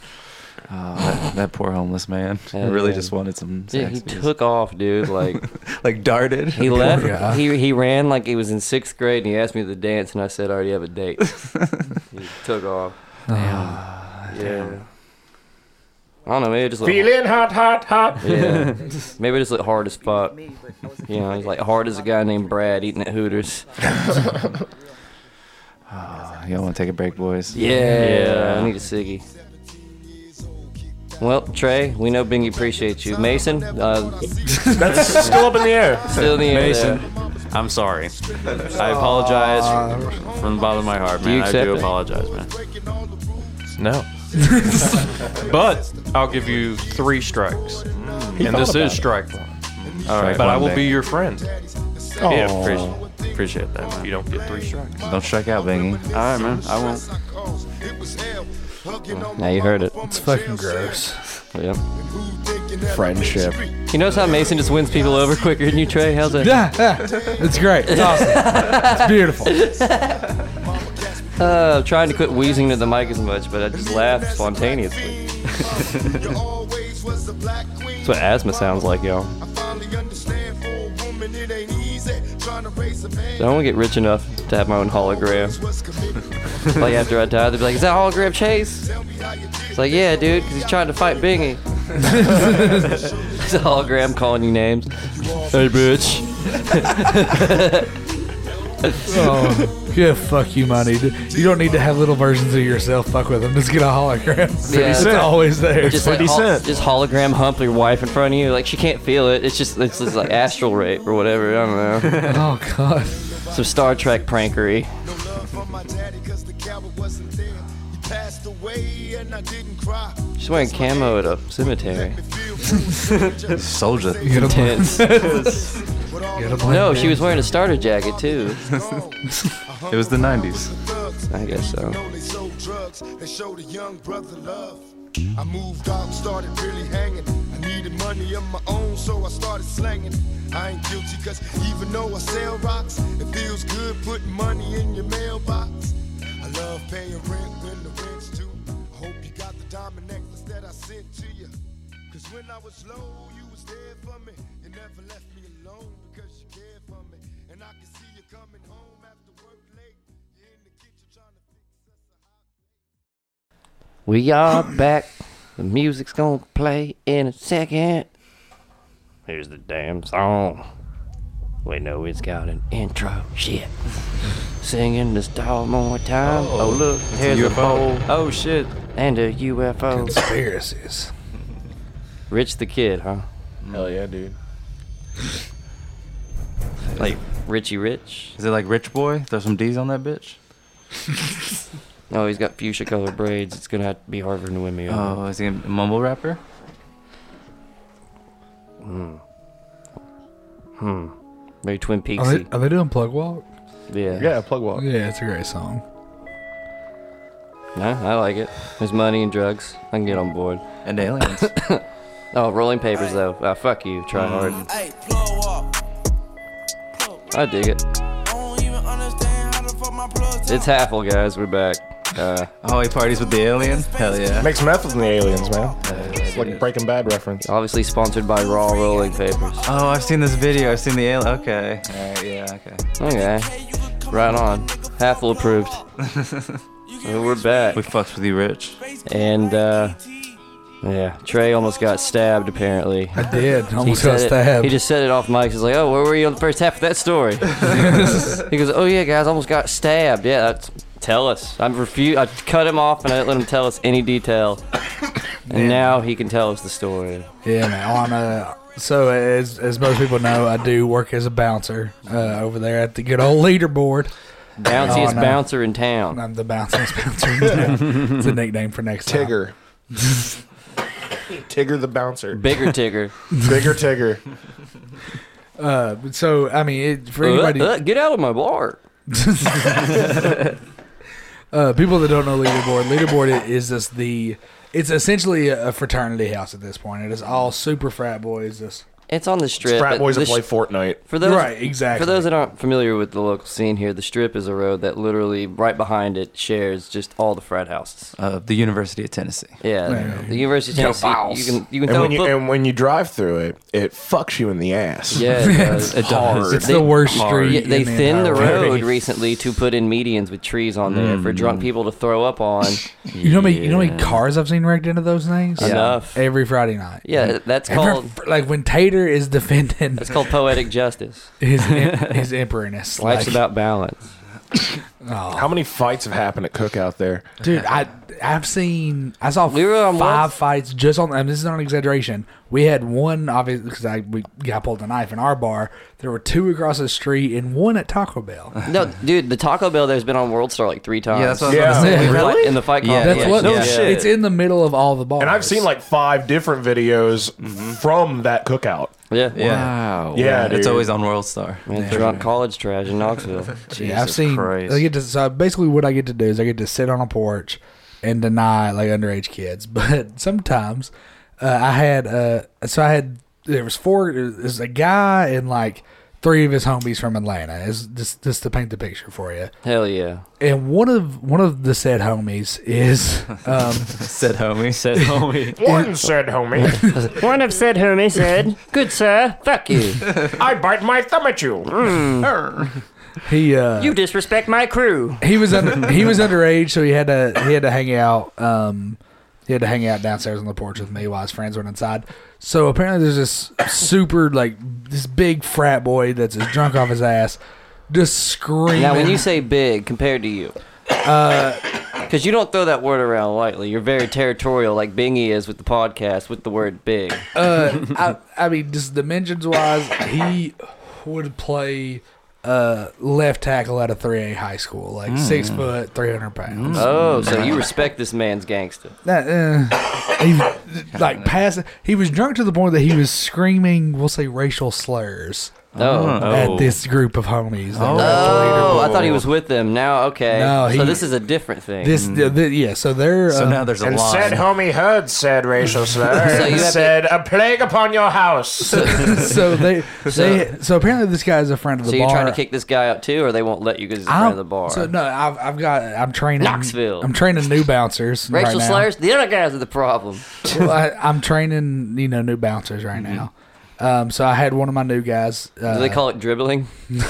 [SPEAKER 4] Oh, that, that poor homeless man. He
[SPEAKER 1] Hell
[SPEAKER 4] really
[SPEAKER 1] yeah.
[SPEAKER 4] just wanted some.
[SPEAKER 1] Yeah, he
[SPEAKER 4] Zaxby's.
[SPEAKER 1] took off, dude. Like
[SPEAKER 4] like darted.
[SPEAKER 1] he left.
[SPEAKER 2] Yeah.
[SPEAKER 1] He he ran like he was in sixth grade, and he asked me to dance, and I said I already have a date. he took off. Yeah. I don't know. Maybe I just look.
[SPEAKER 5] Feeling hot, hot, hot.
[SPEAKER 1] Yeah. Maybe I just look hard as fuck. You know, he's like hard as a guy named Brad eating at Hooters.
[SPEAKER 4] Y'all want to take a break, boys?
[SPEAKER 1] Yeah, I need a ciggy. Well, Trey, we know Bingy appreciates you. Mason, uh,
[SPEAKER 5] That's still up in the air.
[SPEAKER 1] still in the air
[SPEAKER 8] Mason,
[SPEAKER 1] there.
[SPEAKER 8] I'm sorry. I apologize
[SPEAKER 2] Uh,
[SPEAKER 8] from the bottom of my heart,
[SPEAKER 1] you
[SPEAKER 8] man. I
[SPEAKER 1] accept
[SPEAKER 8] do
[SPEAKER 1] it?
[SPEAKER 8] apologize, man.
[SPEAKER 9] No. but I'll give you three strikes.
[SPEAKER 5] Mm.
[SPEAKER 9] and this is strike one.
[SPEAKER 4] All right,
[SPEAKER 9] But I will be your friend.
[SPEAKER 8] Yeah, appreciate, appreciate that, man.
[SPEAKER 9] You don't get three strikes.
[SPEAKER 4] Don't strike out, Bingy.
[SPEAKER 8] All right, man. I won't.
[SPEAKER 1] Now you heard it.
[SPEAKER 2] It's fucking Uh, gross.
[SPEAKER 1] Yep.
[SPEAKER 5] Friendship.
[SPEAKER 1] You notice how Mason just wins people over quicker than you, Trey? How's that?
[SPEAKER 2] Yeah, yeah, it's great. It's awesome. it's beautiful.
[SPEAKER 1] Uh, I'm trying to quit wheezing to the mic as much, but I just laugh spontaneously. That's what asthma sounds like, y'all. I want to get rich enough to have my own hologram. like after I die, they'd be like, "Is that hologram Chase?" It's like, "Yeah, dude, because he's trying to fight Bingy." It's a hologram calling you names. Hey, bitch.
[SPEAKER 2] Oh, yeah, fuck you, money. You don't need to have little versions of yourself. Fuck with them. Just get a hologram.
[SPEAKER 1] Yeah.
[SPEAKER 2] It's always there.
[SPEAKER 1] Just like hol- just hologram hump your wife in front of you. Like she can't feel it. It's just it's just like astral rape or whatever. I don't know.
[SPEAKER 2] oh god.
[SPEAKER 1] Some Star Trek prankery. She's wearing camo at a cemetery.
[SPEAKER 4] Soldier.
[SPEAKER 2] You gotta blame-
[SPEAKER 1] Tense.
[SPEAKER 2] you gotta blame
[SPEAKER 1] No,
[SPEAKER 2] me.
[SPEAKER 1] she was wearing a starter jacket too.
[SPEAKER 4] It was the 90s.
[SPEAKER 1] I guess so.
[SPEAKER 11] They sold drugs, they showed a young brother love. I moved out, started really hanging. I needed money of my own, so I started slanging. I ain't guilty, cause even though I sell rocks, it feels good putting money in your mailbox. I love paying rent when the rent's due. I hope you got the diamond necklace that I sent to you. Cause when I was low, you was there for me. You never left me alone because you cared for me. And I can see you coming home after work late. You're in the kitchen trying to fix us a hot
[SPEAKER 1] We are back. The music's gonna play in a second. Here's the damn song. Wait, no, it's got an intro. Shit. Singing this dog one more time. Oh, look, here's a bowl
[SPEAKER 8] Oh shit!
[SPEAKER 1] and a UFO.
[SPEAKER 2] Conspiracies.
[SPEAKER 1] Rich the Kid, huh?
[SPEAKER 5] Hell yeah, dude.
[SPEAKER 1] Like Richie Rich.
[SPEAKER 4] Is it like Rich Boy? Throw some D's on that bitch?
[SPEAKER 1] No, he's got fuchsia colored braids. It's gonna have to be Harvard and Wimmy.
[SPEAKER 4] Oh, is he a mumble rapper?
[SPEAKER 1] Hmm. Maybe
[SPEAKER 4] Oh,
[SPEAKER 1] Twin Peaks.
[SPEAKER 2] Are they, are they doing plug walk?
[SPEAKER 1] Yeah.
[SPEAKER 5] Yeah, plug walk.
[SPEAKER 2] Yeah, it's a great song.
[SPEAKER 1] No, I like it. There's money and drugs. I can get on board.
[SPEAKER 4] And aliens. Mm.
[SPEAKER 1] Oh, Rolling Papers though. Ah, fuck you. Try hard.
[SPEAKER 11] Hey, blow up.
[SPEAKER 1] I dig it.
[SPEAKER 11] I don't even understand how the fuck my plugs
[SPEAKER 1] It's Halfle, guys. We're back. Uh,
[SPEAKER 4] oh, he parties with the alien? Hell yeah.
[SPEAKER 5] Makes meth with the aliens, man. It's like a Breaking Bad reference.
[SPEAKER 1] obviously sponsored by Raw Rolling Papers.
[SPEAKER 4] Oh, I've seen this video. I've seen the alien. Okay. All right, yeah, okay.
[SPEAKER 1] Okay. Right on. Halfle approved. Well, we're back.
[SPEAKER 4] We fucked with you, Rich.
[SPEAKER 1] And, uh, yeah. Trey almost got stabbed, apparently.
[SPEAKER 2] I did.
[SPEAKER 1] He
[SPEAKER 2] Almost got
[SPEAKER 1] said, it,
[SPEAKER 2] stabbed.
[SPEAKER 1] he just said it off mic. He's like, "Oh, where were you on the first half of that story?" he goes, "Oh yeah, guys, I almost got stabbed. Yeah, that's, tell us." I refuse. I cut him off and I didn't let him tell us any detail. And now he can tell us the story.
[SPEAKER 2] Yeah, man. On uh, so as as most people know, I do work as a bouncer uh, over there at the good old leaderboard.
[SPEAKER 1] Bounciest
[SPEAKER 2] Oh, no.
[SPEAKER 1] bouncer in town.
[SPEAKER 2] I'm the bouncing bouncer. it's a nickname for next time.
[SPEAKER 5] Tigger. Tigger the bouncer.
[SPEAKER 1] Bigger Tigger.
[SPEAKER 5] Bigger Tigger.
[SPEAKER 2] Uh, but so I mean, it, for
[SPEAKER 1] Uh,
[SPEAKER 2] anybody,
[SPEAKER 1] uh, get out of my bar.
[SPEAKER 2] uh, people that don't know leaderboard, leaderboard i- is just the. It's essentially a a fraternity house at this point. It is all super frat boys. Just
[SPEAKER 1] It's on the strip.
[SPEAKER 5] Frat
[SPEAKER 1] but
[SPEAKER 5] boys
[SPEAKER 1] the
[SPEAKER 5] that play
[SPEAKER 1] sh-
[SPEAKER 5] Fortnite.
[SPEAKER 1] for those,
[SPEAKER 2] Right, exactly.
[SPEAKER 1] For those that aren't familiar with the local scene here, the strip is a road that literally right behind it shares just all the frat houses.
[SPEAKER 4] Uh, the University of Tennessee.
[SPEAKER 1] Yeah, the University of Tennessee. You, can you can
[SPEAKER 5] And
[SPEAKER 1] throw
[SPEAKER 5] when
[SPEAKER 1] a
[SPEAKER 5] you
[SPEAKER 1] football.
[SPEAKER 5] and when you drive through it, it fucks you in the ass.
[SPEAKER 1] Yeah, it does.
[SPEAKER 4] It does.
[SPEAKER 2] it's the worst
[SPEAKER 1] Yeah,
[SPEAKER 2] street. in
[SPEAKER 1] they
[SPEAKER 2] the
[SPEAKER 1] thinned the
[SPEAKER 2] entire world.
[SPEAKER 1] road recently to put in medians with trees on there for drunk people to throw up on.
[SPEAKER 2] You know me. You know how many cars I've seen wrecked into those things.
[SPEAKER 1] Enough.
[SPEAKER 2] every Friday night.
[SPEAKER 1] Yeah, that's
[SPEAKER 2] Every-
[SPEAKER 1] called
[SPEAKER 2] like when Tater is defending
[SPEAKER 1] that's called poetic justice.
[SPEAKER 2] his em- his emperorness.
[SPEAKER 1] Life's
[SPEAKER 2] like, oh.
[SPEAKER 1] about balance.
[SPEAKER 5] How many fights have happened at cookout there?
[SPEAKER 2] Dude, I I've seen I saw
[SPEAKER 1] We were on
[SPEAKER 2] five
[SPEAKER 1] what?
[SPEAKER 2] fights just on. And this is not an exaggeration. We had one obviously because I we got pulled a knife in our bar. There were two across the street and one at Taco Bell.
[SPEAKER 1] No, dude, the Taco Bell there's been on World Star like three times.
[SPEAKER 4] Yeah, that's what
[SPEAKER 5] Yeah.
[SPEAKER 4] I was going to
[SPEAKER 1] In
[SPEAKER 4] say.
[SPEAKER 1] the
[SPEAKER 2] Really?
[SPEAKER 1] fight- in the fight.
[SPEAKER 4] Yeah,
[SPEAKER 2] That's
[SPEAKER 1] complex.
[SPEAKER 2] what.
[SPEAKER 4] no
[SPEAKER 1] Yeah.
[SPEAKER 4] shit.
[SPEAKER 2] It's in the middle of all the bars.
[SPEAKER 5] And I've seen like five different videos
[SPEAKER 1] Mm-hmm.
[SPEAKER 5] from that cookout.
[SPEAKER 1] Yeah,
[SPEAKER 4] Yeah.
[SPEAKER 7] Wow.
[SPEAKER 5] Yeah, dude.
[SPEAKER 4] It's always on World Star.
[SPEAKER 1] Man, drunk college trash in Knoxville.
[SPEAKER 2] Yeah, I've seen. Oh,
[SPEAKER 7] Christ.
[SPEAKER 2] I get to so basically what I get to do is I get to sit on a porch and deny like underage kids. But sometimes uh, I had uh, so I had there was four. There's a guy and like three of his homies from Atlanta. Is just just to paint the picture for you.
[SPEAKER 1] Hell yeah.
[SPEAKER 2] And one of one of the said homies is um,
[SPEAKER 4] Said homie. Said homie.
[SPEAKER 1] Mm-hmm.
[SPEAKER 5] One said, homie,
[SPEAKER 1] One of said homie said, "Good sir, fuck you. Mm.
[SPEAKER 5] I bite my thumb at you.
[SPEAKER 2] he uh,
[SPEAKER 1] You disrespect my crew."
[SPEAKER 2] he was under he was underage, so he had to he had to hang out. Um, He had to hang out downstairs on the porch with me while his friends went inside. So apparently, there's this super like this big frat boy that's as drunk off his ass, just screaming.
[SPEAKER 1] Now, when you say big compared to you,
[SPEAKER 2] Uh,
[SPEAKER 1] because you don't throw that word around lightly, you're very territorial, like Bingy is with the podcast with the word big.
[SPEAKER 2] uh, I, I mean, just dimensions wise, he would play uh, left tackle out of 3A high school, like six
[SPEAKER 1] Mm.
[SPEAKER 2] foot, 300 pounds.
[SPEAKER 1] Oh,
[SPEAKER 2] Mm.
[SPEAKER 1] so you respect this man's gangster?
[SPEAKER 2] That, uh, he, like past, he was drunk to the point that he was screaming, we'll say racial slurs.
[SPEAKER 1] Oh.
[SPEAKER 2] at this group of homies. that were at the leader
[SPEAKER 1] Oh, I
[SPEAKER 2] board.
[SPEAKER 1] thought he was with them. Now, okay.
[SPEAKER 2] No,
[SPEAKER 1] so
[SPEAKER 2] he-
[SPEAKER 1] this is a different thing. Hmm.
[SPEAKER 2] This, th- th- yeah. So they're um,
[SPEAKER 5] and said homie Hood said racial slur.
[SPEAKER 1] So you
[SPEAKER 5] and
[SPEAKER 1] have to-
[SPEAKER 5] said a plague upon your house.
[SPEAKER 2] so they, they, so apparently this guy is a friend of the
[SPEAKER 1] so you're
[SPEAKER 2] bar.
[SPEAKER 1] trying to kick this guy out too, or they won't let you because he's in front
[SPEAKER 2] I'm-
[SPEAKER 1] of the bar?
[SPEAKER 2] So no, I've, I've got I'm training
[SPEAKER 1] Knoxville.
[SPEAKER 2] I'm training new bouncers. right
[SPEAKER 1] Racial
[SPEAKER 2] now.
[SPEAKER 1] slurs. The other guys are the problem.
[SPEAKER 2] well, I, I'm training, you know, new bouncers right now. Um, so I had one of my new guys. Uh,
[SPEAKER 1] Mm-hmm. Do they call it dribbling?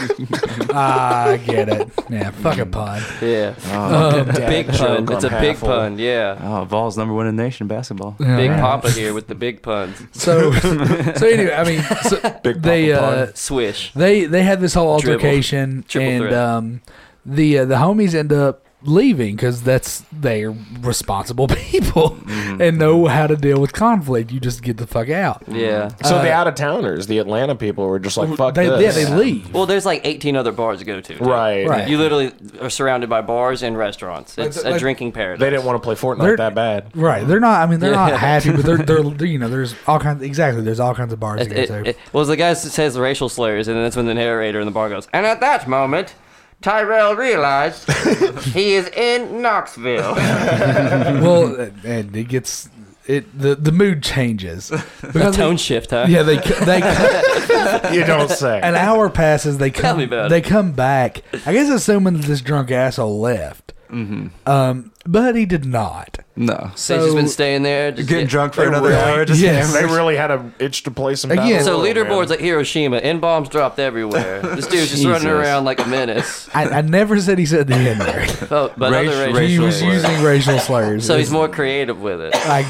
[SPEAKER 2] I get it. Yeah, fuck a pun.
[SPEAKER 1] Yeah.
[SPEAKER 2] Oh,
[SPEAKER 1] Um,
[SPEAKER 2] dad
[SPEAKER 1] big pun.
[SPEAKER 2] joke
[SPEAKER 1] It's a
[SPEAKER 2] on
[SPEAKER 1] big
[SPEAKER 2] half full.
[SPEAKER 1] pun. Yeah.
[SPEAKER 4] Oh, Vols number one in the nation basketball.
[SPEAKER 2] Yeah,
[SPEAKER 1] big
[SPEAKER 2] right.
[SPEAKER 1] Papa here with the big puns.
[SPEAKER 2] So, so anyway, I mean, so they uh,
[SPEAKER 1] swish.
[SPEAKER 2] They they had this whole
[SPEAKER 1] Dribble.
[SPEAKER 2] altercation,
[SPEAKER 1] Triple
[SPEAKER 2] and
[SPEAKER 1] threat.
[SPEAKER 2] um, the uh, the homies end up leaving because that's they're responsible people
[SPEAKER 1] Mm-hmm.
[SPEAKER 2] and know how to deal with conflict. You just get the fuck out.
[SPEAKER 1] Yeah.
[SPEAKER 5] So the
[SPEAKER 2] Uh,
[SPEAKER 5] out of towners, the Atlanta people, were just like, "Fuck
[SPEAKER 2] they-
[SPEAKER 5] this."
[SPEAKER 2] yeah, they leave.
[SPEAKER 1] Well, there's like 18 other bars to go to. too.
[SPEAKER 5] Right.
[SPEAKER 2] Right.
[SPEAKER 1] You literally are surrounded by bars and restaurants. It's
[SPEAKER 2] th-
[SPEAKER 1] a
[SPEAKER 2] like-
[SPEAKER 1] drinking paradise.
[SPEAKER 5] They didn't want to play Fortnite
[SPEAKER 2] They're-
[SPEAKER 5] that bad.
[SPEAKER 2] Right, they're not. I mean, they're
[SPEAKER 1] Yeah.
[SPEAKER 2] not happy, but they're, they're they're you know there's all kinds exactly there's all kinds of bars to
[SPEAKER 1] It,
[SPEAKER 2] go
[SPEAKER 1] it,
[SPEAKER 2] to.
[SPEAKER 1] it- well, the guy s- says racial slurs, and that's when the narrator in the bar goes, and at that moment, Tyrell realized he is in Knoxville.
[SPEAKER 2] well, and it gets it the the mood changes
[SPEAKER 1] A
[SPEAKER 2] because
[SPEAKER 1] tone shift, huh?
[SPEAKER 2] they, yeah they c- they c-
[SPEAKER 5] You don't say.
[SPEAKER 2] an hour passes they come
[SPEAKER 1] me about it.
[SPEAKER 2] they come back. I guess assuming that this drunk asshole left,
[SPEAKER 5] Hmm.
[SPEAKER 2] mm-hmm. um, but he did not.
[SPEAKER 4] No.
[SPEAKER 1] So he's just
[SPEAKER 2] So-
[SPEAKER 1] been staying there. Just
[SPEAKER 4] Getting
[SPEAKER 1] get-
[SPEAKER 4] drunk for another hour. Just
[SPEAKER 2] Yes.
[SPEAKER 5] they really had a itch to play some.
[SPEAKER 2] Again-
[SPEAKER 1] So
[SPEAKER 5] Battlefield,
[SPEAKER 1] leaderboards
[SPEAKER 5] man.
[SPEAKER 1] like Hiroshima, N bombs dropped everywhere. This dude's just running
[SPEAKER 4] Jesus.
[SPEAKER 1] around like a menace.
[SPEAKER 2] I, I never said he said the N word.
[SPEAKER 1] Oh, but
[SPEAKER 4] Race-
[SPEAKER 1] other racial
[SPEAKER 2] he
[SPEAKER 4] racial
[SPEAKER 2] was
[SPEAKER 4] slurs.
[SPEAKER 2] using racial slurs.
[SPEAKER 1] So he's more creative with it.
[SPEAKER 2] I,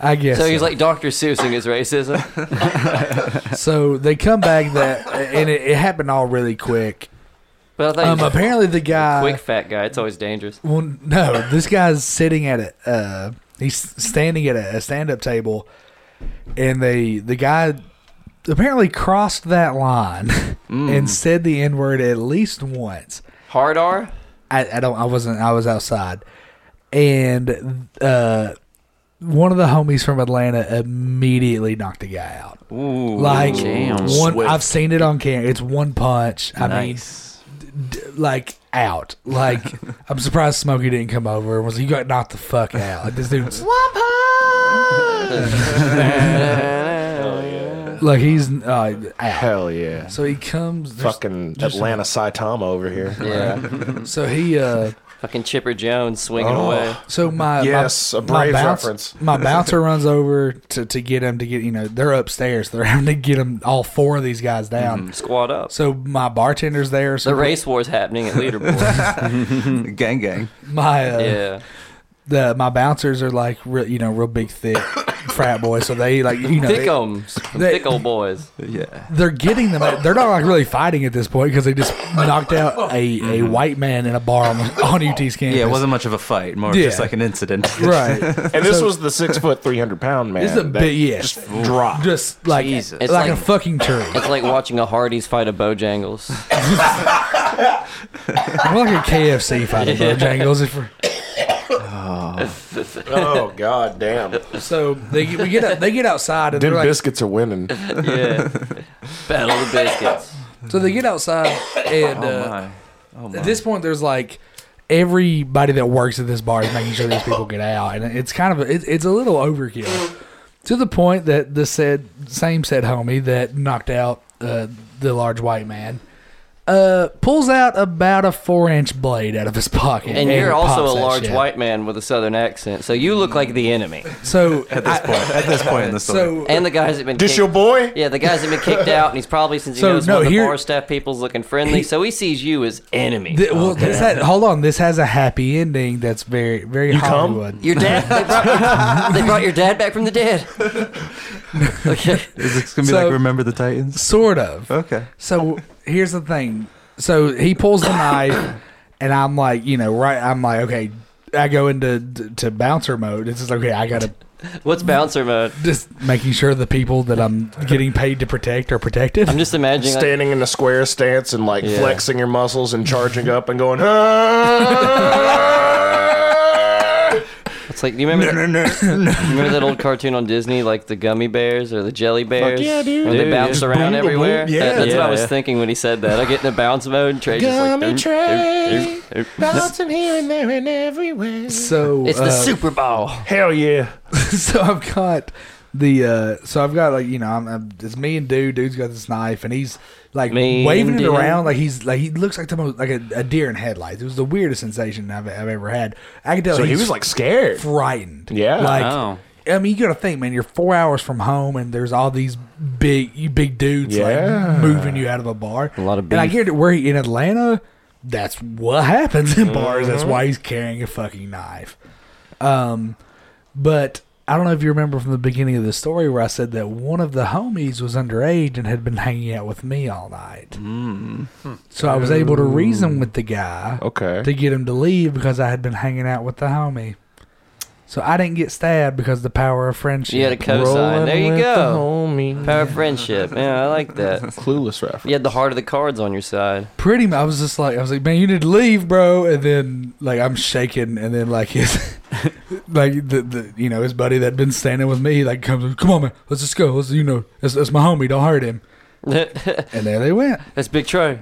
[SPEAKER 2] I guess.
[SPEAKER 1] So he's like Dr. Seussing his racism.
[SPEAKER 2] So they come back that, and it, it happened all really quick.
[SPEAKER 1] But I thought
[SPEAKER 2] Um,
[SPEAKER 1] he's
[SPEAKER 2] apparently the
[SPEAKER 1] a
[SPEAKER 2] guy.
[SPEAKER 1] quick fat guy. It's always dangerous.
[SPEAKER 2] Well, no, this guy's sitting at a uh, he's standing at a, a stand-up table, and they the guy apparently crossed that line and said the n-word at least once.
[SPEAKER 1] Hard R.
[SPEAKER 2] I, I don't. I wasn't. I was outside, and uh, one of the homies from Atlanta immediately knocked the guy out.
[SPEAKER 4] Ooh.
[SPEAKER 2] Like
[SPEAKER 4] damn.
[SPEAKER 2] one, I've seen it on camera. It's one punch. I mean,
[SPEAKER 4] nice.
[SPEAKER 2] d- like out. Like I'm surprised Smokey didn't come over and was like, you got knocked the fuck out. Like this dude's like he's uh, out.
[SPEAKER 5] Hell yeah.
[SPEAKER 2] So he comes there's-
[SPEAKER 5] Fucking Atlanta Saitama over here.
[SPEAKER 1] yeah.
[SPEAKER 2] So he uh
[SPEAKER 1] Fucking Chipper Jones swinging
[SPEAKER 5] Oh.
[SPEAKER 1] away.
[SPEAKER 2] so my my-
[SPEAKER 5] Yes, a Braves
[SPEAKER 2] my
[SPEAKER 5] reference.
[SPEAKER 2] My bouncer runs over to, to get him to get you know, they're upstairs. They're having to get him all four of these guys down.
[SPEAKER 1] Mm-hmm. Squad up.
[SPEAKER 2] So my bartender's there. So
[SPEAKER 1] The race war's happening at leaderboard.
[SPEAKER 4] gang gang.
[SPEAKER 2] my uh,
[SPEAKER 1] yeah.
[SPEAKER 2] the my bouncers are like real, you know real big thick frat boys. So they
[SPEAKER 5] Uh,
[SPEAKER 2] like you know
[SPEAKER 1] Thick
[SPEAKER 2] they,
[SPEAKER 1] ohms.
[SPEAKER 2] they-
[SPEAKER 1] Thick old boys.
[SPEAKER 4] Yeah.
[SPEAKER 2] they're getting them. They're not like really fighting at this point because they just knocked out a, a white man in a bar on, on UT's campus.
[SPEAKER 4] Mm-hmm. Yeah, it wasn't much of a fight, more
[SPEAKER 2] Yeah.
[SPEAKER 4] just like an incident.
[SPEAKER 2] right.
[SPEAKER 5] And this
[SPEAKER 2] So-
[SPEAKER 5] was the six foot, 300 pound man.
[SPEAKER 2] This is a
[SPEAKER 5] that
[SPEAKER 2] big yeah,
[SPEAKER 5] Just dropped.
[SPEAKER 2] just like
[SPEAKER 1] Jesus.
[SPEAKER 2] like,
[SPEAKER 1] It's
[SPEAKER 2] a
[SPEAKER 1] like-
[SPEAKER 2] fucking tree,
[SPEAKER 1] It's like watching a Hardy's fight a Bojangles.
[SPEAKER 2] More like a KFC fight at Bojangles. If we're-
[SPEAKER 5] Uh, Oh, god damn.
[SPEAKER 2] so they get, we get out, they get outside and they're
[SPEAKER 5] Them
[SPEAKER 2] like,
[SPEAKER 5] biscuits are winning.
[SPEAKER 1] Yeah. Battle of the biscuits.
[SPEAKER 2] so they get outside and
[SPEAKER 4] Oh
[SPEAKER 2] uh,
[SPEAKER 4] my. Oh my.
[SPEAKER 2] at this point there's like everybody that works at this bar is making sure these people get out and it's kind of a, it, it's a little overkill to the point that the said same said homie that knocked out uh, the large white man uh, pulls out about a four inch blade out of his pocket.
[SPEAKER 1] And you're also
[SPEAKER 2] pops
[SPEAKER 1] a
[SPEAKER 2] that
[SPEAKER 1] large
[SPEAKER 2] shit.
[SPEAKER 1] white man with a southern accent, so you look like the enemy.
[SPEAKER 2] So
[SPEAKER 1] at this point, at this point in the
[SPEAKER 2] story,
[SPEAKER 1] and the guys have been
[SPEAKER 5] This
[SPEAKER 1] kicked-
[SPEAKER 5] your boy?
[SPEAKER 1] Yeah, the guys have been kicked out, and he's probably since he
[SPEAKER 2] So,
[SPEAKER 1] knows
[SPEAKER 2] no,
[SPEAKER 1] one of
[SPEAKER 2] here-
[SPEAKER 1] the bar staff people's looking friendly, so he sees you as enemy.
[SPEAKER 2] Th- well, this had, hold on. This has a happy ending. That's very, very Hollywood.
[SPEAKER 1] Your dad, they brought, they brought your dad back from the dead. okay.
[SPEAKER 4] Is this gonna be
[SPEAKER 2] So-
[SPEAKER 4] like Remember the Titans?
[SPEAKER 2] Sort of.
[SPEAKER 4] Okay.
[SPEAKER 2] So here's the thing. So he pulls the knife, and I'm like, you know, right? I'm like, okay. I go into d- to bouncer mode. It's just like, okay. I gotta
[SPEAKER 1] What's bouncer mode?
[SPEAKER 2] just making sure the people that I'm getting paid to protect are protected.
[SPEAKER 1] I'm just imagining. Like,
[SPEAKER 5] Standing in a square stance and like
[SPEAKER 1] Yeah.
[SPEAKER 5] flexing your muscles and charging up and going, "Ah!"
[SPEAKER 1] it's like, do you remember? that, remember that old cartoon on Disney, like the gummy bears or the jelly bears?
[SPEAKER 5] yeah, dude.
[SPEAKER 1] Where they
[SPEAKER 5] Dude,
[SPEAKER 1] bounce
[SPEAKER 5] just boom,
[SPEAKER 1] around
[SPEAKER 5] boom,
[SPEAKER 1] everywhere.
[SPEAKER 5] boom. Yeah.
[SPEAKER 1] That- that's what I
[SPEAKER 5] Yeah.
[SPEAKER 1] was thinking when he said that. I get in a bounce mode. and Trey's just like,
[SPEAKER 5] Gummy
[SPEAKER 1] "Oop, oop,
[SPEAKER 5] Trey."
[SPEAKER 1] oop, oop."
[SPEAKER 5] bouncing here and there and everywhere.
[SPEAKER 2] so
[SPEAKER 1] It's the
[SPEAKER 2] uh,
[SPEAKER 1] Super Bowl.
[SPEAKER 5] Hell yeah!
[SPEAKER 2] so I've got the uh so I've got like you know I'm, I'm it's me and dude dude's got this knife and he's like
[SPEAKER 1] Me
[SPEAKER 2] waving
[SPEAKER 1] and
[SPEAKER 2] it
[SPEAKER 1] dude.
[SPEAKER 2] around like he's like he looks like the most like a, a deer in headlights it was the weirdest sensation I've, I've ever had I could tell
[SPEAKER 5] So he
[SPEAKER 2] he's
[SPEAKER 5] was like scared.
[SPEAKER 2] frightened
[SPEAKER 5] Yeah.
[SPEAKER 2] like
[SPEAKER 8] Wow.
[SPEAKER 2] I mean you gotta think man you're four hours from home and there's all these big you big dudes
[SPEAKER 5] Yeah.
[SPEAKER 2] like moving you out of a bar a
[SPEAKER 1] lot of
[SPEAKER 2] and I
[SPEAKER 1] beef.
[SPEAKER 2] guarantee where he in Atlanta that's what happens in bars
[SPEAKER 1] Mm-hmm.
[SPEAKER 2] that's why he's carrying a fucking knife um, but I don't know if you remember from the beginning of the story where I said that one of the homies was underage and had been hanging out with me all night. Mm. So I was able to reason with the guy
[SPEAKER 5] Okay.
[SPEAKER 2] to get him to leave because I had been hanging out with the homie. So I didn't get stabbed because the power of friendship.
[SPEAKER 1] You had a cosign. There you
[SPEAKER 5] Rolling with the
[SPEAKER 1] go.
[SPEAKER 5] homie.
[SPEAKER 1] Power of friendship. Yeah, I like that.
[SPEAKER 5] Clueless reference.
[SPEAKER 1] You had the heart of the cards on your side.
[SPEAKER 2] Pretty much, I was just like, I was like, man, you need to leave, bro. And then, like, I'm shaking, and then, like, his, like, the, the, you know, his buddy that had been standing with me, like, comes, come on, man, let's just go. Let's, you know, that's, that's my homie. Don't hurt him.
[SPEAKER 1] That's
[SPEAKER 2] And there they went.
[SPEAKER 1] Big Trey.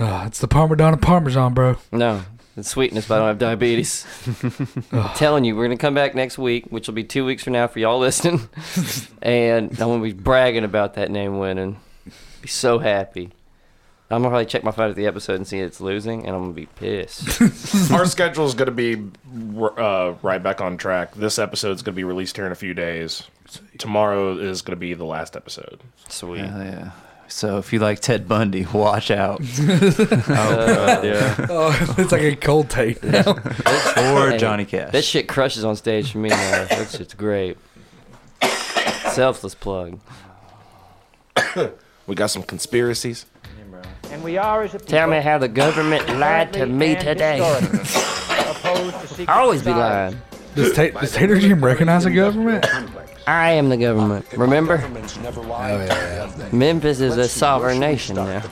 [SPEAKER 2] Ah, it's the Parmesan Parmesan, bro.
[SPEAKER 1] No, it's sweetness, but I don't have diabetes. I'm telling you, we're going to come back next week, which will be two weeks from now for y'all listening. and I'm going to be bragging about that name winning. Be so happy. I'm going to probably check my phone at the episode and see it's losing, and I'm going to be pissed.
[SPEAKER 5] Our schedule is going to be uh, right back on track. This episode is going to be released here in a few days. Tomorrow is going to be the last episode.
[SPEAKER 1] Sweet.
[SPEAKER 4] Hell yeah. So if you like Ted Bundy, watch out.
[SPEAKER 2] Oh, it's like a cold take.
[SPEAKER 4] Or
[SPEAKER 1] Hey,
[SPEAKER 4] Johnny Cash.
[SPEAKER 1] That shit crushes on stage for me now. That shit's great. Selfless plug.
[SPEAKER 5] We got some conspiracies.
[SPEAKER 12] And we are as a people
[SPEAKER 1] Tell me how the government lied to me
[SPEAKER 12] and
[SPEAKER 1] today. I
[SPEAKER 12] historically opposed to secret
[SPEAKER 1] always be
[SPEAKER 12] societies.
[SPEAKER 1] lying.
[SPEAKER 2] Does, ta- does Tater Jim recognize the government?
[SPEAKER 1] I am the government.
[SPEAKER 2] Oh,
[SPEAKER 1] Remember?
[SPEAKER 11] Governments never lie.
[SPEAKER 1] Memphis is a sovereign nation now.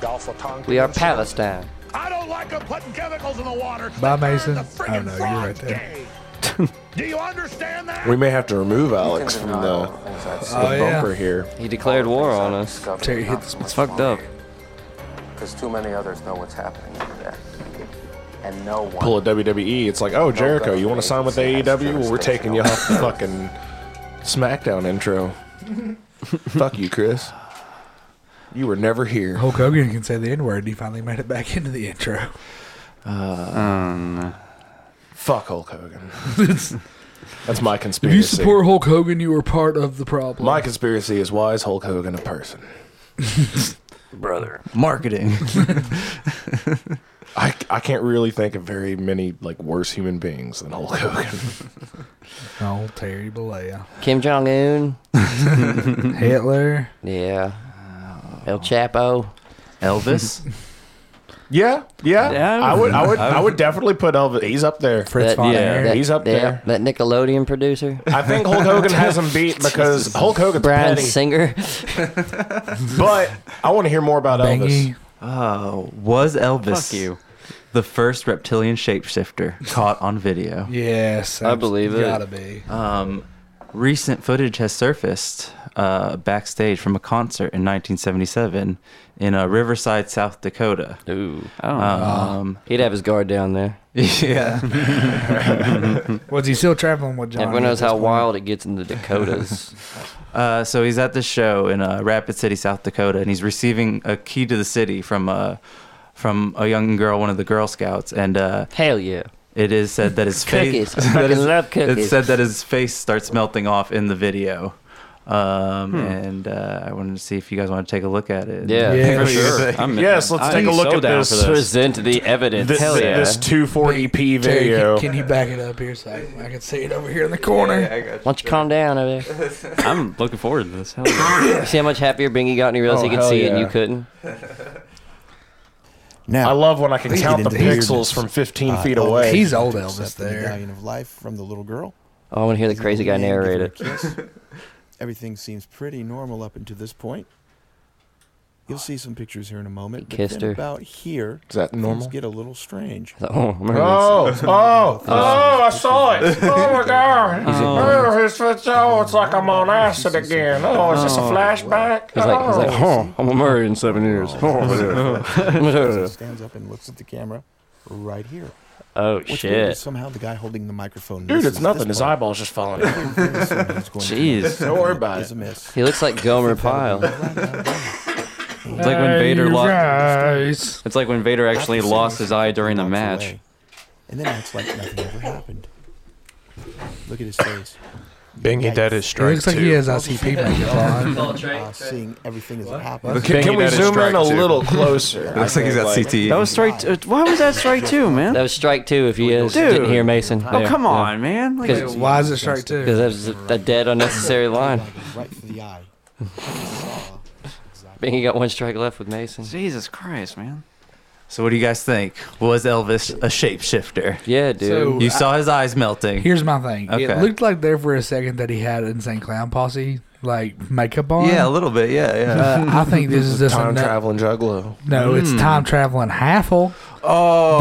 [SPEAKER 1] We are Palestine.
[SPEAKER 3] I don't like them putting chemicals in the water.
[SPEAKER 2] Bye,
[SPEAKER 3] They turn
[SPEAKER 2] Mason.
[SPEAKER 3] the friggin'
[SPEAKER 2] Oh, no, you're
[SPEAKER 3] frog
[SPEAKER 2] right there.
[SPEAKER 3] gay. Do you understand that?
[SPEAKER 5] We may have to remove Alex from the, the
[SPEAKER 2] Oh, yeah.
[SPEAKER 5] bumper here.
[SPEAKER 1] He declared war on us.
[SPEAKER 2] Terry hit this
[SPEAKER 1] It's fucked up.
[SPEAKER 13] Because too many others know what's happening over there. And no one.
[SPEAKER 5] Pull a WWE. It's like, oh, Jericho, you want to sign with AEW? Well, we're taking you off the fucking SmackDown intro. Fuck you, Chris. You were never here.
[SPEAKER 2] Hulk Hogan can say the N word. He finally made it back into the intro.
[SPEAKER 5] Um, Fuck Hulk Hogan. That's my
[SPEAKER 2] If
[SPEAKER 5] conspiracy.
[SPEAKER 2] you support Hulk Hogan, you are part of the problem.
[SPEAKER 5] my conspiracy is why is Hulk Hogan a person?
[SPEAKER 1] Brother.
[SPEAKER 4] Marketing.
[SPEAKER 5] I, I can't really think of very many like worse human beings than Hulk Hogan.
[SPEAKER 2] Oh, Terry Bollea.
[SPEAKER 1] Kim Jong Un.
[SPEAKER 2] Hitler.
[SPEAKER 1] Yeah. El Chapo.
[SPEAKER 4] Elvis.
[SPEAKER 5] yeah, yeah.
[SPEAKER 1] Yeah.
[SPEAKER 5] I would I would I would definitely put Elvis. He's up there.
[SPEAKER 2] Fritz
[SPEAKER 1] That-
[SPEAKER 2] von
[SPEAKER 1] yeah,
[SPEAKER 2] Erich.
[SPEAKER 1] that-
[SPEAKER 5] He's up
[SPEAKER 1] yeah,
[SPEAKER 5] there.
[SPEAKER 1] That Nickelodeon producer.
[SPEAKER 5] I think Hulk Hogan has him beat because Hulk Hogan's
[SPEAKER 1] Brian
[SPEAKER 5] petty.
[SPEAKER 1] Singer.
[SPEAKER 5] But I want to hear more about Elvis.
[SPEAKER 2] Bangy.
[SPEAKER 4] Oh, was Elvis
[SPEAKER 8] Fuck you.
[SPEAKER 4] the first reptilian shapeshifter caught on video?
[SPEAKER 2] Yes.
[SPEAKER 1] I believe it.
[SPEAKER 2] Gotta be.
[SPEAKER 4] Um, recent footage has surfaced uh, backstage from a concert in 1977 in uh, Riverside, South Dakota. Um,
[SPEAKER 1] Ooh. He'd have his guard down there.
[SPEAKER 4] Yeah.
[SPEAKER 2] Was he still traveling with John?
[SPEAKER 1] Everyone knows how wild it gets in the Dakotas.
[SPEAKER 4] Uh, so he's at this show in uh, Rapid City, South Dakota, and he's receiving a key to the city from uh, from a young girl, one of the Girl Scouts, and uh,
[SPEAKER 1] hell yeah.
[SPEAKER 4] It is said that his face.
[SPEAKER 1] Cookies. Fucking love
[SPEAKER 4] It's
[SPEAKER 1] cookies.
[SPEAKER 4] said that his face starts melting off in the video, um,
[SPEAKER 1] Hmm.
[SPEAKER 4] and uh, I wanted to see if you guys want to take a look at it.
[SPEAKER 1] Yeah,
[SPEAKER 4] What do
[SPEAKER 1] for
[SPEAKER 4] you
[SPEAKER 1] sure.
[SPEAKER 4] think?
[SPEAKER 1] I'm- I'm so down for Present the evidence.
[SPEAKER 5] This-
[SPEAKER 1] Hell yeah.
[SPEAKER 5] this 240p
[SPEAKER 2] Terry, can-
[SPEAKER 5] video.
[SPEAKER 2] Can, you back it up here so I, I can see it over here in the corner?
[SPEAKER 1] Yeah, Why don't you calm down over there?
[SPEAKER 8] I'm looking forward to this. Hell
[SPEAKER 1] see how much happier Bingy got and he realized
[SPEAKER 5] Oh,
[SPEAKER 1] he could
[SPEAKER 5] hell
[SPEAKER 1] see it and you
[SPEAKER 5] yeah.
[SPEAKER 1] couldn't?
[SPEAKER 5] I love when I can
[SPEAKER 14] Please
[SPEAKER 5] count the
[SPEAKER 14] get into
[SPEAKER 5] pixels
[SPEAKER 14] weirdness.
[SPEAKER 5] from 15
[SPEAKER 14] Uh,
[SPEAKER 5] feet
[SPEAKER 14] Elvis
[SPEAKER 5] away.
[SPEAKER 14] accepted the Medallion of Life from the little girl.
[SPEAKER 1] Oh, I want to hear the
[SPEAKER 14] His
[SPEAKER 1] crazy guy
[SPEAKER 14] little man
[SPEAKER 1] narrate it.
[SPEAKER 14] gave her a kiss. Everything seems pretty normal up until this point. You'll see some pictures here in a moment. but
[SPEAKER 1] kissed
[SPEAKER 14] then
[SPEAKER 1] her.
[SPEAKER 14] About here,
[SPEAKER 1] Is that
[SPEAKER 14] things
[SPEAKER 1] normal?
[SPEAKER 14] Get a little strange.
[SPEAKER 1] Oh, remember
[SPEAKER 5] Oh,
[SPEAKER 1] this.
[SPEAKER 5] oh, oh, I saw it. Oh my god.
[SPEAKER 1] He's a-
[SPEAKER 5] Oh, it's, it's, oh, it's like I'm on acid again. Oh, is this a
[SPEAKER 1] Oh.
[SPEAKER 5] flashback?
[SPEAKER 1] He's like, he's like,
[SPEAKER 5] Oh.
[SPEAKER 1] huh, I'm gonna marry in seven years.
[SPEAKER 14] He stands up and looks at the camera right here.
[SPEAKER 1] Oh,
[SPEAKER 14] What's weird
[SPEAKER 1] shit.
[SPEAKER 14] is Somehow the guy holding the microphone.
[SPEAKER 5] Dude,
[SPEAKER 14] misses
[SPEAKER 5] it's nothing.
[SPEAKER 14] this
[SPEAKER 5] His
[SPEAKER 14] part.
[SPEAKER 5] eyeball's just falling out.
[SPEAKER 14] Everything is going
[SPEAKER 5] Jeez. Don't worry about
[SPEAKER 14] Is
[SPEAKER 5] it.
[SPEAKER 14] a miss.
[SPEAKER 1] he looks like Gomer Pyle.
[SPEAKER 8] It's like when
[SPEAKER 14] Hey,
[SPEAKER 8] Vader
[SPEAKER 14] you
[SPEAKER 8] lost.
[SPEAKER 14] guys.
[SPEAKER 8] It's like when Vader actually lost his eye during the match.
[SPEAKER 14] And then acts like nothing ever happened. Look at his face.
[SPEAKER 9] Bingy, that is strike
[SPEAKER 2] looks like he
[SPEAKER 9] two.
[SPEAKER 2] has ICP makeup on.
[SPEAKER 14] Uh, seeing everything as it happened.
[SPEAKER 9] Look, Can- can Bingy, we that is zoom in strike a two. little
[SPEAKER 5] closer?
[SPEAKER 4] It looks like he's got E. CTE.
[SPEAKER 8] That was strike. T- why was that strike two, man?
[SPEAKER 1] That was strike two. If you uh,
[SPEAKER 8] Dude.
[SPEAKER 1] didn't hear Mason,
[SPEAKER 8] Oh, come on, man. Like- Wait, why is it strike two?
[SPEAKER 1] Because that was a, a dead, unnecessary line.
[SPEAKER 14] Right for the eye.
[SPEAKER 1] Bingy got one strike left with Mason.
[SPEAKER 8] Jesus Christ, man.
[SPEAKER 4] So what do you guys think? Was Elvis a shapeshifter?
[SPEAKER 1] Yeah, dude. So,
[SPEAKER 4] you
[SPEAKER 1] I-
[SPEAKER 4] saw his eyes melting.
[SPEAKER 2] Here's my thing. It
[SPEAKER 4] Okay.
[SPEAKER 2] looked like there for a second that he had insane clown posse like makeup on.
[SPEAKER 4] yeah, a little bit. Yeah, yeah.
[SPEAKER 2] Uh, I think this is just a
[SPEAKER 5] time
[SPEAKER 2] nut-
[SPEAKER 5] traveling juggalo.
[SPEAKER 2] No, it's
[SPEAKER 4] Hmm.
[SPEAKER 2] time traveling Halfle.
[SPEAKER 5] Oh.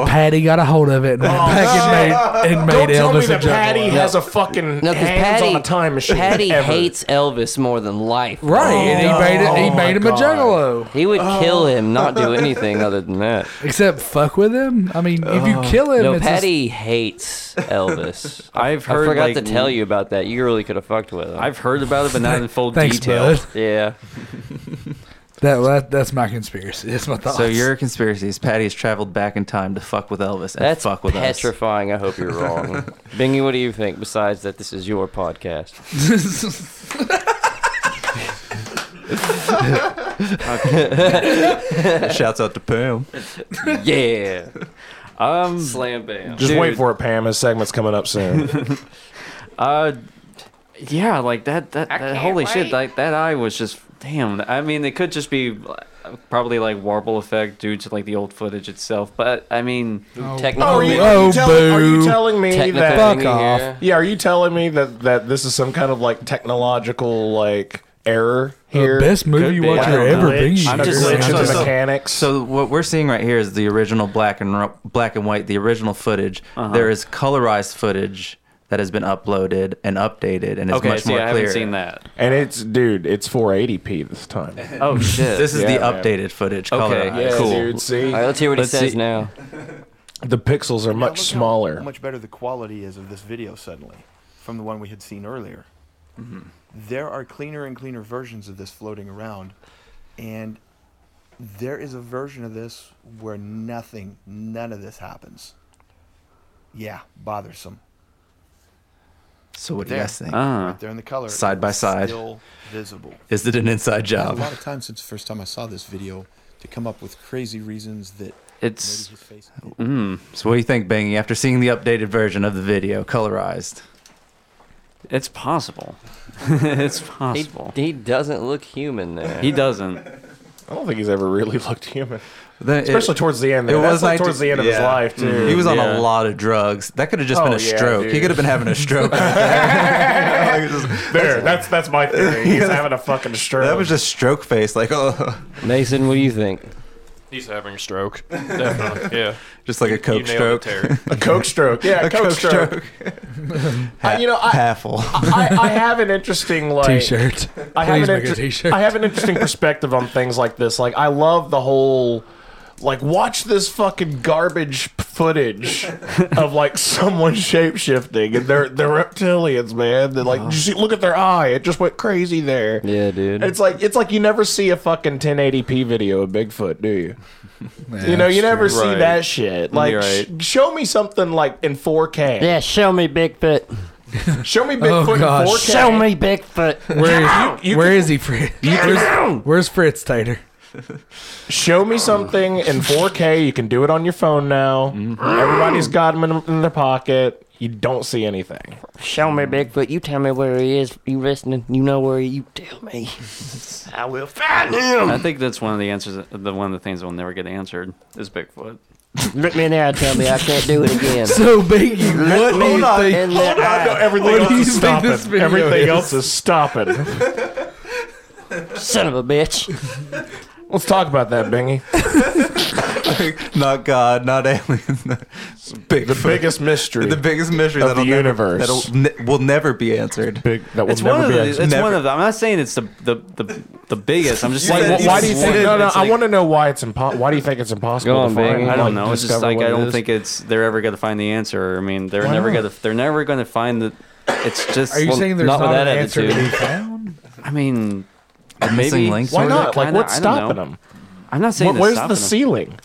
[SPEAKER 2] that Patty got a hold of it and went back and made and
[SPEAKER 5] Don't
[SPEAKER 2] made
[SPEAKER 5] tell
[SPEAKER 2] Elvis
[SPEAKER 5] me
[SPEAKER 2] a
[SPEAKER 5] that
[SPEAKER 2] juggler.
[SPEAKER 5] Patty has a fucking
[SPEAKER 2] No, 'cause
[SPEAKER 5] hands
[SPEAKER 2] Patty-
[SPEAKER 5] on a time machine.
[SPEAKER 1] Patty
[SPEAKER 5] ever.
[SPEAKER 1] hates Elvis more than life.
[SPEAKER 2] Right, and he made
[SPEAKER 8] Oh
[SPEAKER 2] it. He made him a juggalo.
[SPEAKER 1] He would kill him, not do anything other than that.
[SPEAKER 2] Except fuck with him. I mean, if
[SPEAKER 8] Oh.
[SPEAKER 2] you kill him,
[SPEAKER 1] Oh. no,
[SPEAKER 2] it's
[SPEAKER 1] Patty hates Elvis.
[SPEAKER 8] I've
[SPEAKER 1] I
[SPEAKER 8] heard,
[SPEAKER 1] forgot
[SPEAKER 8] like,
[SPEAKER 1] to tell you about that. You really could have fucked with him.
[SPEAKER 8] I've heard about it, but not in full
[SPEAKER 2] Thanks,
[SPEAKER 8] detail.
[SPEAKER 2] bud.
[SPEAKER 1] Yeah.
[SPEAKER 2] just- that, that that's my conspiracy. That's my thoughts.
[SPEAKER 4] So your conspiracy is Patty has traveled back in time to fuck with Elvis and
[SPEAKER 1] That's
[SPEAKER 4] fuck with us.
[SPEAKER 1] petrifying. I hope you're wrong. Bingy, what do you think? Besides that, this is your podcast.
[SPEAKER 4] Shouts out to Pam.
[SPEAKER 1] yeah.
[SPEAKER 8] Um,
[SPEAKER 1] Slam bam.
[SPEAKER 5] Just
[SPEAKER 8] Dude.
[SPEAKER 5] wait for it, Pam. His segment's coming up soon.
[SPEAKER 8] Uh, yeah, like that. That, that holy shit!
[SPEAKER 1] wait.
[SPEAKER 8] Like that eye was just damn. I mean, it could just be uh, probably like warble effect due to like the old footage itself. But I mean,
[SPEAKER 1] Technical
[SPEAKER 5] are, you, are, Oh, you telling, are you telling me that? Yeah, are you telling me that that this is some kind of like technological like error here?
[SPEAKER 2] best movie Could you be. watch I don't ever, know. Bingy.
[SPEAKER 5] I'm
[SPEAKER 2] I'm just-
[SPEAKER 5] just glitch in
[SPEAKER 2] I'm
[SPEAKER 5] the
[SPEAKER 2] just-
[SPEAKER 5] mechanics.
[SPEAKER 4] So what we're seeing right here is the original black and ro- black and white, the original footage. There is colorized footage that has been uploaded and updated and is
[SPEAKER 8] Okay,
[SPEAKER 4] much
[SPEAKER 8] see,
[SPEAKER 4] more
[SPEAKER 8] I
[SPEAKER 4] clear.
[SPEAKER 8] haven't seen that.
[SPEAKER 5] And it's dude, it's 480p this time.
[SPEAKER 8] Oh, shit.
[SPEAKER 4] This is
[SPEAKER 5] Yeah,
[SPEAKER 4] the
[SPEAKER 5] man.
[SPEAKER 4] updated footage.
[SPEAKER 5] Okay,
[SPEAKER 4] colorized.
[SPEAKER 5] yeah,
[SPEAKER 4] cool.
[SPEAKER 5] dude, see? All right, let's hear what he says now. The pixels are much
[SPEAKER 14] How
[SPEAKER 5] smaller.
[SPEAKER 14] much better the quality is of this video suddenly from the one we had seen earlier.
[SPEAKER 4] Mm-hmm.
[SPEAKER 14] There are cleaner and cleaner versions of this floating around, and there is a version of this where nothing, none of this happens. Yeah, bothersome.
[SPEAKER 4] So what do you
[SPEAKER 14] There.
[SPEAKER 4] guys think?
[SPEAKER 14] Ah. Right there in the color,
[SPEAKER 4] Side by
[SPEAKER 14] it's
[SPEAKER 4] side.
[SPEAKER 14] still visible.
[SPEAKER 4] Is it an inside
[SPEAKER 14] I've had
[SPEAKER 4] job?
[SPEAKER 14] A lot of time since the first time I saw this video to come up with crazy reasons that
[SPEAKER 4] It's.
[SPEAKER 14] Notice his face.
[SPEAKER 4] Mm. So what do you think, Bingy? After seeing the updated version of the video, colorized.
[SPEAKER 8] It's possible. it's possible.
[SPEAKER 1] He, he doesn't look human there.
[SPEAKER 8] He doesn't.
[SPEAKER 5] I don't think he's ever really looked human.
[SPEAKER 4] The- it-
[SPEAKER 5] Especially towards the end. There. It was like
[SPEAKER 4] 19
[SPEAKER 5] towards the end of his
[SPEAKER 4] yeah. Mm-hmm.
[SPEAKER 5] life too.
[SPEAKER 4] He was on
[SPEAKER 5] Yeah.
[SPEAKER 4] a lot of drugs. That could have just been
[SPEAKER 5] Oh,
[SPEAKER 4] a
[SPEAKER 5] yeah,
[SPEAKER 4] stroke. he
[SPEAKER 5] dude.
[SPEAKER 4] could have been having a stroke.
[SPEAKER 5] there. That's that's my theory. He's having a fucking stroke.
[SPEAKER 4] That was just stroke face. Like, oh.
[SPEAKER 1] Mason, what do you think?
[SPEAKER 9] He's having a stroke. Definitely. Yeah.
[SPEAKER 4] Just like a
[SPEAKER 9] You- you
[SPEAKER 4] Coke
[SPEAKER 9] nailed it,
[SPEAKER 4] stroke.
[SPEAKER 9] Terry.
[SPEAKER 5] A Coke stroke. Yeah, a Coke, stroke. I- you know, I,
[SPEAKER 4] Halfle.
[SPEAKER 5] I, I have an interesting like
[SPEAKER 2] T-shirt.
[SPEAKER 5] I have
[SPEAKER 2] Please
[SPEAKER 5] an
[SPEAKER 2] make a
[SPEAKER 5] inter-
[SPEAKER 2] t-shirt.
[SPEAKER 5] I have an interesting perspective on things like this. Like I love the whole like watch this fucking garbage footage of like someone shapeshifting and they're they're reptilians, man. They're
[SPEAKER 2] Uh-huh.
[SPEAKER 5] like you see look at their eye. It just went crazy there.
[SPEAKER 1] Yeah, dude.
[SPEAKER 5] It's like it's like you never see a fucking 1080p video of Bigfoot, do you? you know, you never see
[SPEAKER 1] Right.
[SPEAKER 5] that shit. Like,
[SPEAKER 1] You're
[SPEAKER 5] sh- show me something like in 4K.
[SPEAKER 15] Yeah, show me Bigfoot.
[SPEAKER 5] Show me Bigfoot in 4K.
[SPEAKER 15] Show me Bigfoot.
[SPEAKER 2] Oh, Where is, where is he, Fritz? Where's, where's Fritz Tater?
[SPEAKER 5] Show me something in 4K. You can do it on your phone now.
[SPEAKER 2] Mm-hmm.
[SPEAKER 5] Everybody's got them in, in their pocket. You don't see anything.
[SPEAKER 15] Show me Bigfoot. You tell me where he is. You listening? You know where he- you tell me. I will find him.
[SPEAKER 8] I think that's one of the answers. The one of the things that will never get answered is Bigfoot.
[SPEAKER 15] Look me in the eye and tell me I can't do it again.
[SPEAKER 2] So, Biggie,
[SPEAKER 15] Look
[SPEAKER 5] what
[SPEAKER 15] me
[SPEAKER 5] do you think-
[SPEAKER 15] in the
[SPEAKER 5] Hold on,
[SPEAKER 15] eye.
[SPEAKER 5] no, everything What do else you is think stopping. this video Everything is? else is stopping.
[SPEAKER 15] Son of a bitch.
[SPEAKER 5] Let's talk about that, Bingy.
[SPEAKER 4] not God, not aliens. no- it's Bigfoot.
[SPEAKER 5] The biggest mystery.
[SPEAKER 4] The biggest mystery
[SPEAKER 5] of
[SPEAKER 4] that'll
[SPEAKER 5] the
[SPEAKER 4] never-
[SPEAKER 5] universe.
[SPEAKER 4] that'll ne- will never be answered.
[SPEAKER 5] Big, that
[SPEAKER 8] It's one of the. It's one of the. I'm not saying it's the the the, the biggest. I'm just
[SPEAKER 5] Like,
[SPEAKER 8] saying.
[SPEAKER 5] wh-
[SPEAKER 8] it's
[SPEAKER 5] why do you think?
[SPEAKER 8] one.
[SPEAKER 5] No, no.
[SPEAKER 8] It's
[SPEAKER 5] I
[SPEAKER 8] like-
[SPEAKER 5] want to know why it's impossible. Why do you think it's impossible?
[SPEAKER 8] Go on,
[SPEAKER 5] to find?
[SPEAKER 8] Biggie. I don't know. It's just
[SPEAKER 5] discover
[SPEAKER 8] like
[SPEAKER 5] what
[SPEAKER 8] I
[SPEAKER 5] it
[SPEAKER 8] don't
[SPEAKER 5] is?
[SPEAKER 8] think it's they're ever gonna find the answer. I mean, they're
[SPEAKER 5] Why
[SPEAKER 8] never
[SPEAKER 5] not?
[SPEAKER 8] gonna they're never gonna find the. It's just.
[SPEAKER 2] Are you
[SPEAKER 8] well,
[SPEAKER 2] saying there's
[SPEAKER 8] with
[SPEAKER 2] not
[SPEAKER 8] that
[SPEAKER 2] an answer to
[SPEAKER 8] attitude.
[SPEAKER 2] be found?
[SPEAKER 8] I mean,
[SPEAKER 2] The missing
[SPEAKER 8] maybe.
[SPEAKER 2] link Why sort of? not? Like,
[SPEAKER 8] Kinda,
[SPEAKER 5] what's
[SPEAKER 8] I don't
[SPEAKER 5] stopping
[SPEAKER 8] know.
[SPEAKER 5] them?
[SPEAKER 8] I'm not saying.
[SPEAKER 5] Wh-
[SPEAKER 8] that's
[SPEAKER 5] where's
[SPEAKER 8] stopping
[SPEAKER 5] the
[SPEAKER 8] 'em.
[SPEAKER 5] ceiling?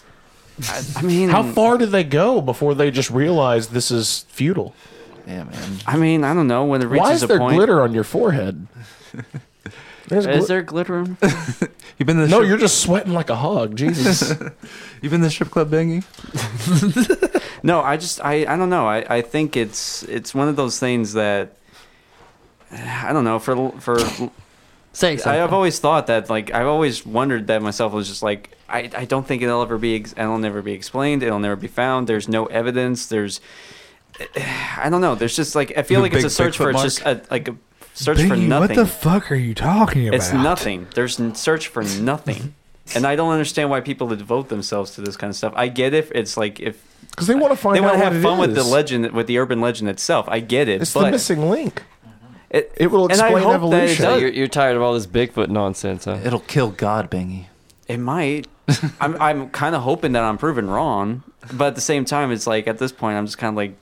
[SPEAKER 8] I, I mean,
[SPEAKER 5] how far do they go before they just realize this is futile?
[SPEAKER 4] Yeah, man.
[SPEAKER 8] I mean, I don't know when it reaches
[SPEAKER 5] Why is
[SPEAKER 8] a
[SPEAKER 5] there
[SPEAKER 8] point.
[SPEAKER 5] glitter on your forehead? There's
[SPEAKER 8] Is
[SPEAKER 5] glit-
[SPEAKER 8] there glitter?
[SPEAKER 4] You've been to
[SPEAKER 5] no,
[SPEAKER 4] the strip-
[SPEAKER 5] you're just sweating like a hog. Jesus.
[SPEAKER 4] You've been to the strip club, Bingy?
[SPEAKER 8] No, I just I, I don't know. I, I think it's it's one of those things that I don't know for for
[SPEAKER 15] say
[SPEAKER 8] I,
[SPEAKER 15] something.
[SPEAKER 8] have always thought that like I've always wondered that myself I was just like I, I don't think it'll ever be ex- it'll never be explained. It'll never be found. There's no evidence. There's I don't know. There's just like I feel
[SPEAKER 1] The
[SPEAKER 8] like
[SPEAKER 1] big-
[SPEAKER 8] it's a search
[SPEAKER 1] Bigfoot
[SPEAKER 8] for it's
[SPEAKER 1] mark?
[SPEAKER 8] just a, like a search for
[SPEAKER 2] Biggie,
[SPEAKER 8] nothing.
[SPEAKER 2] what the fuck are you talking about?
[SPEAKER 8] It's nothing. There's n- search for nothing. and I don't understand why people would devote themselves to this kind of stuff. I get if it's like if
[SPEAKER 5] Because they want to find
[SPEAKER 8] they
[SPEAKER 5] out
[SPEAKER 8] want to
[SPEAKER 5] what
[SPEAKER 8] have
[SPEAKER 5] it
[SPEAKER 8] fun with the
[SPEAKER 5] is.
[SPEAKER 8] legend, with the urban legend itself. I get it,
[SPEAKER 5] It's
[SPEAKER 8] but
[SPEAKER 5] the missing link.
[SPEAKER 8] it,
[SPEAKER 5] it will
[SPEAKER 8] and I
[SPEAKER 5] explain
[SPEAKER 8] hope
[SPEAKER 5] evolution.
[SPEAKER 8] That it,
[SPEAKER 1] you're,
[SPEAKER 8] does.
[SPEAKER 1] you're tired of all this Bigfoot nonsense, huh?
[SPEAKER 4] It'll kill God, Bingy.
[SPEAKER 8] it might. I'm I'm kind of hoping that I'm proven wrong, but at the same time, it's like at this point, I'm just kind of like,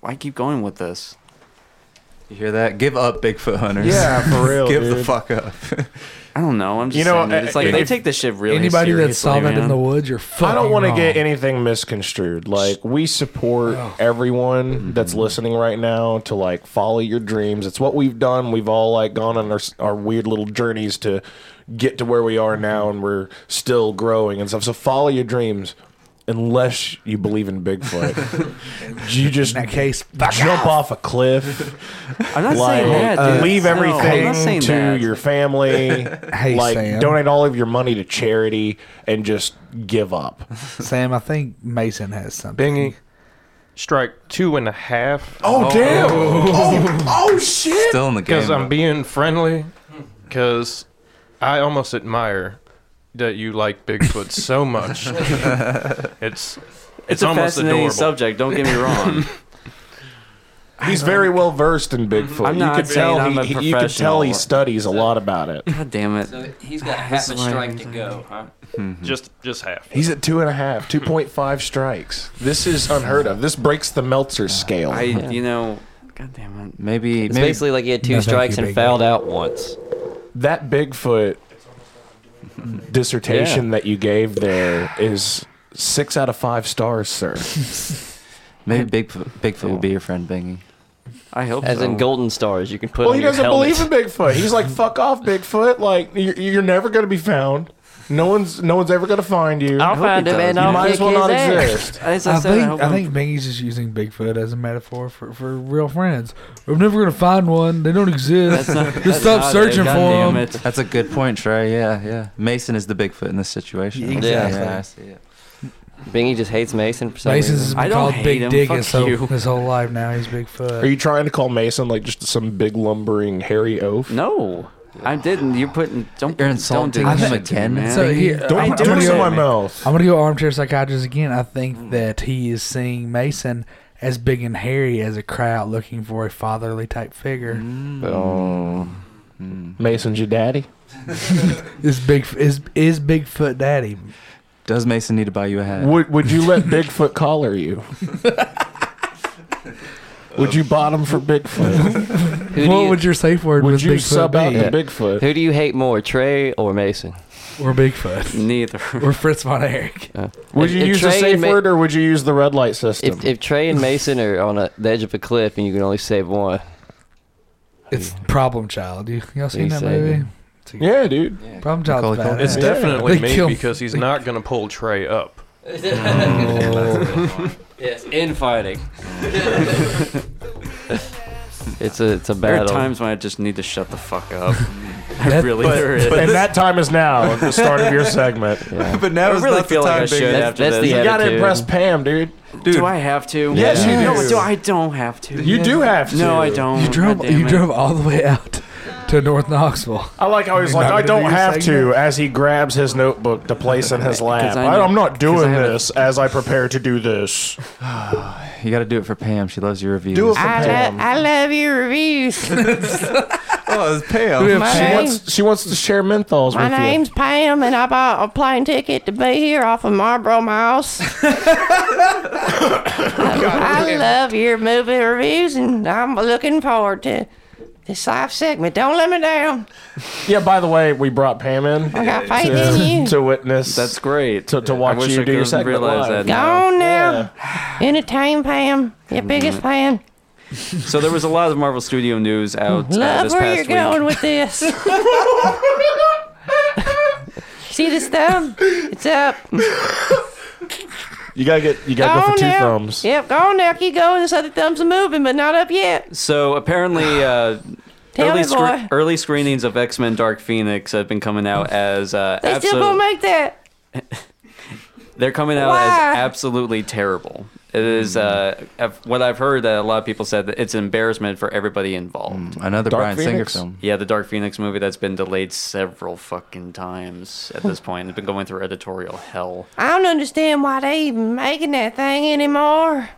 [SPEAKER 8] why keep going with this?
[SPEAKER 4] You hear that? Give up, Bigfoot hunters.
[SPEAKER 8] Yeah, for real,
[SPEAKER 4] Give the
[SPEAKER 8] dude.
[SPEAKER 4] fuck up.
[SPEAKER 8] I don't know. I'm just
[SPEAKER 5] You know,
[SPEAKER 8] saying, dude, it's like
[SPEAKER 5] if-
[SPEAKER 8] they take this shit really
[SPEAKER 2] Anybody that saw
[SPEAKER 8] seriously,
[SPEAKER 2] that in
[SPEAKER 8] man.
[SPEAKER 2] the woods, you're fucking
[SPEAKER 5] I don't want to
[SPEAKER 2] wrong.
[SPEAKER 5] get anything misconstrued. Like we support everyone
[SPEAKER 8] Mm-hmm.
[SPEAKER 5] that's listening right now to like follow your dreams. It's what we've done. We've all like gone on our, our weird little journeys to get to where we are now, and we're still growing and stuff. So follow your dreams, unless you believe in Bigfoot. you just
[SPEAKER 2] In that case,
[SPEAKER 5] jump off. a cliff.
[SPEAKER 8] I'm not
[SPEAKER 5] like,
[SPEAKER 8] saying that. Dude.
[SPEAKER 5] leave
[SPEAKER 8] No,
[SPEAKER 5] everything
[SPEAKER 8] I'm not saying
[SPEAKER 5] to
[SPEAKER 8] that.
[SPEAKER 5] your family.
[SPEAKER 2] Hey,
[SPEAKER 5] like,
[SPEAKER 2] Sam.
[SPEAKER 5] donate all of your money to charity and just give up.
[SPEAKER 2] Sam, I think Mason has something.
[SPEAKER 9] Bingy. Strike two and a half.
[SPEAKER 5] Oh, damn! Oh, oh shit!
[SPEAKER 4] Still in the
[SPEAKER 9] Because
[SPEAKER 4] game.
[SPEAKER 9] I'm being friendly. Because I almost admire that you like Bigfoot so much. it's it's,
[SPEAKER 8] It's, a
[SPEAKER 9] almost
[SPEAKER 8] fascinating
[SPEAKER 9] adorable.
[SPEAKER 8] subject. Don't get me wrong.
[SPEAKER 5] He's very well versed in Bigfoot.
[SPEAKER 8] I'm
[SPEAKER 5] you
[SPEAKER 8] not
[SPEAKER 5] could
[SPEAKER 8] saying
[SPEAKER 5] tell
[SPEAKER 8] I'm a
[SPEAKER 5] he, you could tell he
[SPEAKER 8] professional.
[SPEAKER 5] studies a lot about it.
[SPEAKER 8] God damn it!
[SPEAKER 10] So he's got
[SPEAKER 8] This
[SPEAKER 10] half a
[SPEAKER 8] is why
[SPEAKER 10] strike
[SPEAKER 8] I'm
[SPEAKER 10] to go, huh?
[SPEAKER 4] Mm-hmm.
[SPEAKER 9] Just just half.
[SPEAKER 5] He's at two and a half, 2.5 strikes. This is unheard of. This breaks the Meltzer scale.
[SPEAKER 8] I you know, god damn it.
[SPEAKER 4] Maybe
[SPEAKER 1] It's
[SPEAKER 4] maybe
[SPEAKER 1] basically like he had two
[SPEAKER 5] No, thank
[SPEAKER 1] strikes
[SPEAKER 5] you,
[SPEAKER 1] and
[SPEAKER 5] Biggie.
[SPEAKER 1] fouled out once.
[SPEAKER 5] that Bigfoot dissertation that you gave there is six out of five stars, sir.
[SPEAKER 4] maybe Bigfoot Bigfoot will be your friend, Bingy.
[SPEAKER 8] I hope
[SPEAKER 1] As
[SPEAKER 8] so.
[SPEAKER 1] in golden stars, you can put
[SPEAKER 5] well,
[SPEAKER 1] on
[SPEAKER 5] he
[SPEAKER 1] your
[SPEAKER 5] doesn't
[SPEAKER 1] helmet.
[SPEAKER 5] believe in Bigfoot. He's like, "Fuck off, Bigfoot! Like, you're, you're never gonna be found. No one's, no one's ever gonna find you.
[SPEAKER 15] I'll find him and
[SPEAKER 5] You
[SPEAKER 15] I'll
[SPEAKER 5] might as
[SPEAKER 15] kick
[SPEAKER 5] well not
[SPEAKER 15] his ass.
[SPEAKER 5] exist."
[SPEAKER 8] As I
[SPEAKER 2] I
[SPEAKER 8] said, I
[SPEAKER 2] think
[SPEAKER 8] hope
[SPEAKER 2] I
[SPEAKER 8] I'm-
[SPEAKER 2] think Maggie's just using Bigfoot as a metaphor for, for real friends. We're never gonna find one. They don't exist. just stop searching for them.
[SPEAKER 4] That's a good point, Trey. Yeah, yeah. Mason is the Bigfoot in this situation.
[SPEAKER 1] exactly.
[SPEAKER 4] Yeah, I see it.
[SPEAKER 1] Bingy just hates Mason for some
[SPEAKER 2] Mason's
[SPEAKER 1] reason.
[SPEAKER 2] been called Big Dick his
[SPEAKER 1] so
[SPEAKER 2] whole, his whole life. Now he's Bigfoot.
[SPEAKER 5] Are you trying to call Mason like just some big lumbering hairy oaf?
[SPEAKER 8] No. I didn't. You're putting. Don't you're
[SPEAKER 4] insulting
[SPEAKER 8] don't do
[SPEAKER 4] him
[SPEAKER 8] that shit to me,
[SPEAKER 4] again?
[SPEAKER 8] man.
[SPEAKER 4] So
[SPEAKER 2] here-
[SPEAKER 4] Don't
[SPEAKER 2] I
[SPEAKER 4] put words
[SPEAKER 2] go-
[SPEAKER 4] in my mouth.
[SPEAKER 2] I'm gonna go armchair psychiatrist again. I think that he is seeing Mason as big and hairy as a crowd looking for a fatherly type figure.
[SPEAKER 5] Oh. Mason's your daddy.
[SPEAKER 2] Is big is is Bigfoot daddy?
[SPEAKER 4] Does Mason need to buy you a hat?
[SPEAKER 5] Would Would you let Bigfoot collar you? would you bottom for Bigfoot?
[SPEAKER 1] Who do What you- would
[SPEAKER 2] your safe word
[SPEAKER 5] Would
[SPEAKER 2] with
[SPEAKER 5] you
[SPEAKER 2] Bigfoot
[SPEAKER 5] sub out
[SPEAKER 2] be?
[SPEAKER 5] to Bigfoot?
[SPEAKER 1] Who do you hate more, Trey or Mason?
[SPEAKER 2] Or Bigfoot?
[SPEAKER 8] Neither.
[SPEAKER 2] Or Fritz von Erich.
[SPEAKER 1] Uh,
[SPEAKER 5] Would you use the safe word or would you use the red light system?
[SPEAKER 1] If, if Trey and Mason are on a, the edge of a cliff and you can only save one,
[SPEAKER 2] It's Problem Child. You y'all seen
[SPEAKER 1] He's
[SPEAKER 2] that
[SPEAKER 1] saying-
[SPEAKER 2] movie?
[SPEAKER 5] Yeah, dude.
[SPEAKER 2] Problem Child's bad.
[SPEAKER 9] It's definitely me because he's not going to pull Trey up.
[SPEAKER 4] Oh.
[SPEAKER 1] yes, infighting. it's a it's a
[SPEAKER 8] There are
[SPEAKER 1] battle.
[SPEAKER 8] times when I just need to shut the fuck up. I
[SPEAKER 1] That-
[SPEAKER 8] really
[SPEAKER 5] But-
[SPEAKER 8] there is.
[SPEAKER 5] and that time is now at the start of your segment.
[SPEAKER 8] But now I is really not the feel like time, I baby. should
[SPEAKER 5] That's-
[SPEAKER 8] after
[SPEAKER 5] that's
[SPEAKER 8] this.
[SPEAKER 5] the you gotta
[SPEAKER 8] attitude.
[SPEAKER 5] impress Pam, dude.
[SPEAKER 8] Do I have to?
[SPEAKER 5] Yes, you
[SPEAKER 8] No,
[SPEAKER 5] do.
[SPEAKER 8] do I don't have to.
[SPEAKER 5] You do have to.
[SPEAKER 8] No, I don't.
[SPEAKER 2] You drove
[SPEAKER 8] God damn
[SPEAKER 2] you
[SPEAKER 8] it.
[SPEAKER 2] drove all the way out to North Knoxville.
[SPEAKER 5] I like how he's
[SPEAKER 2] You're
[SPEAKER 5] like,
[SPEAKER 2] not
[SPEAKER 5] I
[SPEAKER 2] gonna
[SPEAKER 5] don't
[SPEAKER 2] do your
[SPEAKER 5] have
[SPEAKER 2] segment?
[SPEAKER 5] to, as he grabs his notebook to place in his lap.
[SPEAKER 4] 'Cause I
[SPEAKER 5] I
[SPEAKER 4] know-
[SPEAKER 5] am not
[SPEAKER 4] 'cause I
[SPEAKER 5] doing
[SPEAKER 4] have a-
[SPEAKER 5] this as I prepare to do this.
[SPEAKER 4] You got to do it for Pam. She loves your reviews.
[SPEAKER 5] Do it for I Pam.
[SPEAKER 15] I love your reviews.
[SPEAKER 4] oh, it's Pam.
[SPEAKER 5] She
[SPEAKER 15] My name-
[SPEAKER 5] wants, she wants to share menthols
[SPEAKER 15] My
[SPEAKER 5] with
[SPEAKER 15] name's Pam, and I bought a plane ticket to be here off of Marlboro Miles. I love your movie reviews, and I'm looking forward to this live segment. Don't let me down.
[SPEAKER 5] you. Yeah, by the way, we brought Pam in
[SPEAKER 15] I got faith in
[SPEAKER 5] to,
[SPEAKER 15] you.
[SPEAKER 5] to witness.
[SPEAKER 8] That's great.
[SPEAKER 5] To, to watch
[SPEAKER 8] wish
[SPEAKER 5] you
[SPEAKER 8] I
[SPEAKER 5] do your
[SPEAKER 8] could
[SPEAKER 5] segment
[SPEAKER 8] realize
[SPEAKER 5] live.
[SPEAKER 8] that now.
[SPEAKER 15] Go on now. Entertain Pam, your biggest fan.
[SPEAKER 8] So there was a lot of Marvel Studio news out uh,
[SPEAKER 15] Love
[SPEAKER 8] this
[SPEAKER 15] where you're
[SPEAKER 8] past week.
[SPEAKER 15] going with this. See this thumb? It's up.
[SPEAKER 5] You gotta get you gotta go for two
[SPEAKER 15] now.
[SPEAKER 5] thumbs.
[SPEAKER 15] Yep, go on now. Keep going. This other thumb's moving, but not up yet.
[SPEAKER 8] So apparently, uh,
[SPEAKER 15] Tell
[SPEAKER 8] early,
[SPEAKER 15] me, boy.
[SPEAKER 8] scre- early screenings of X Men Dark Phoenix have been coming out as uh,
[SPEAKER 15] They still
[SPEAKER 8] absolute-
[SPEAKER 15] gonna make that.
[SPEAKER 8] They're coming out
[SPEAKER 15] Why?
[SPEAKER 8] as absolutely terrible. It is
[SPEAKER 4] Hmm.
[SPEAKER 8] uh, of- what I've heard that a lot of people said that it's an embarrassment for everybody involved.
[SPEAKER 4] Hmm. Another Dark Bryan Singer Phoenix? film.
[SPEAKER 8] Yeah, the Dark Phoenix movie that's been delayed several fucking times at this point. It's been going through editorial hell.
[SPEAKER 15] I don't understand why they even making that thing anymore.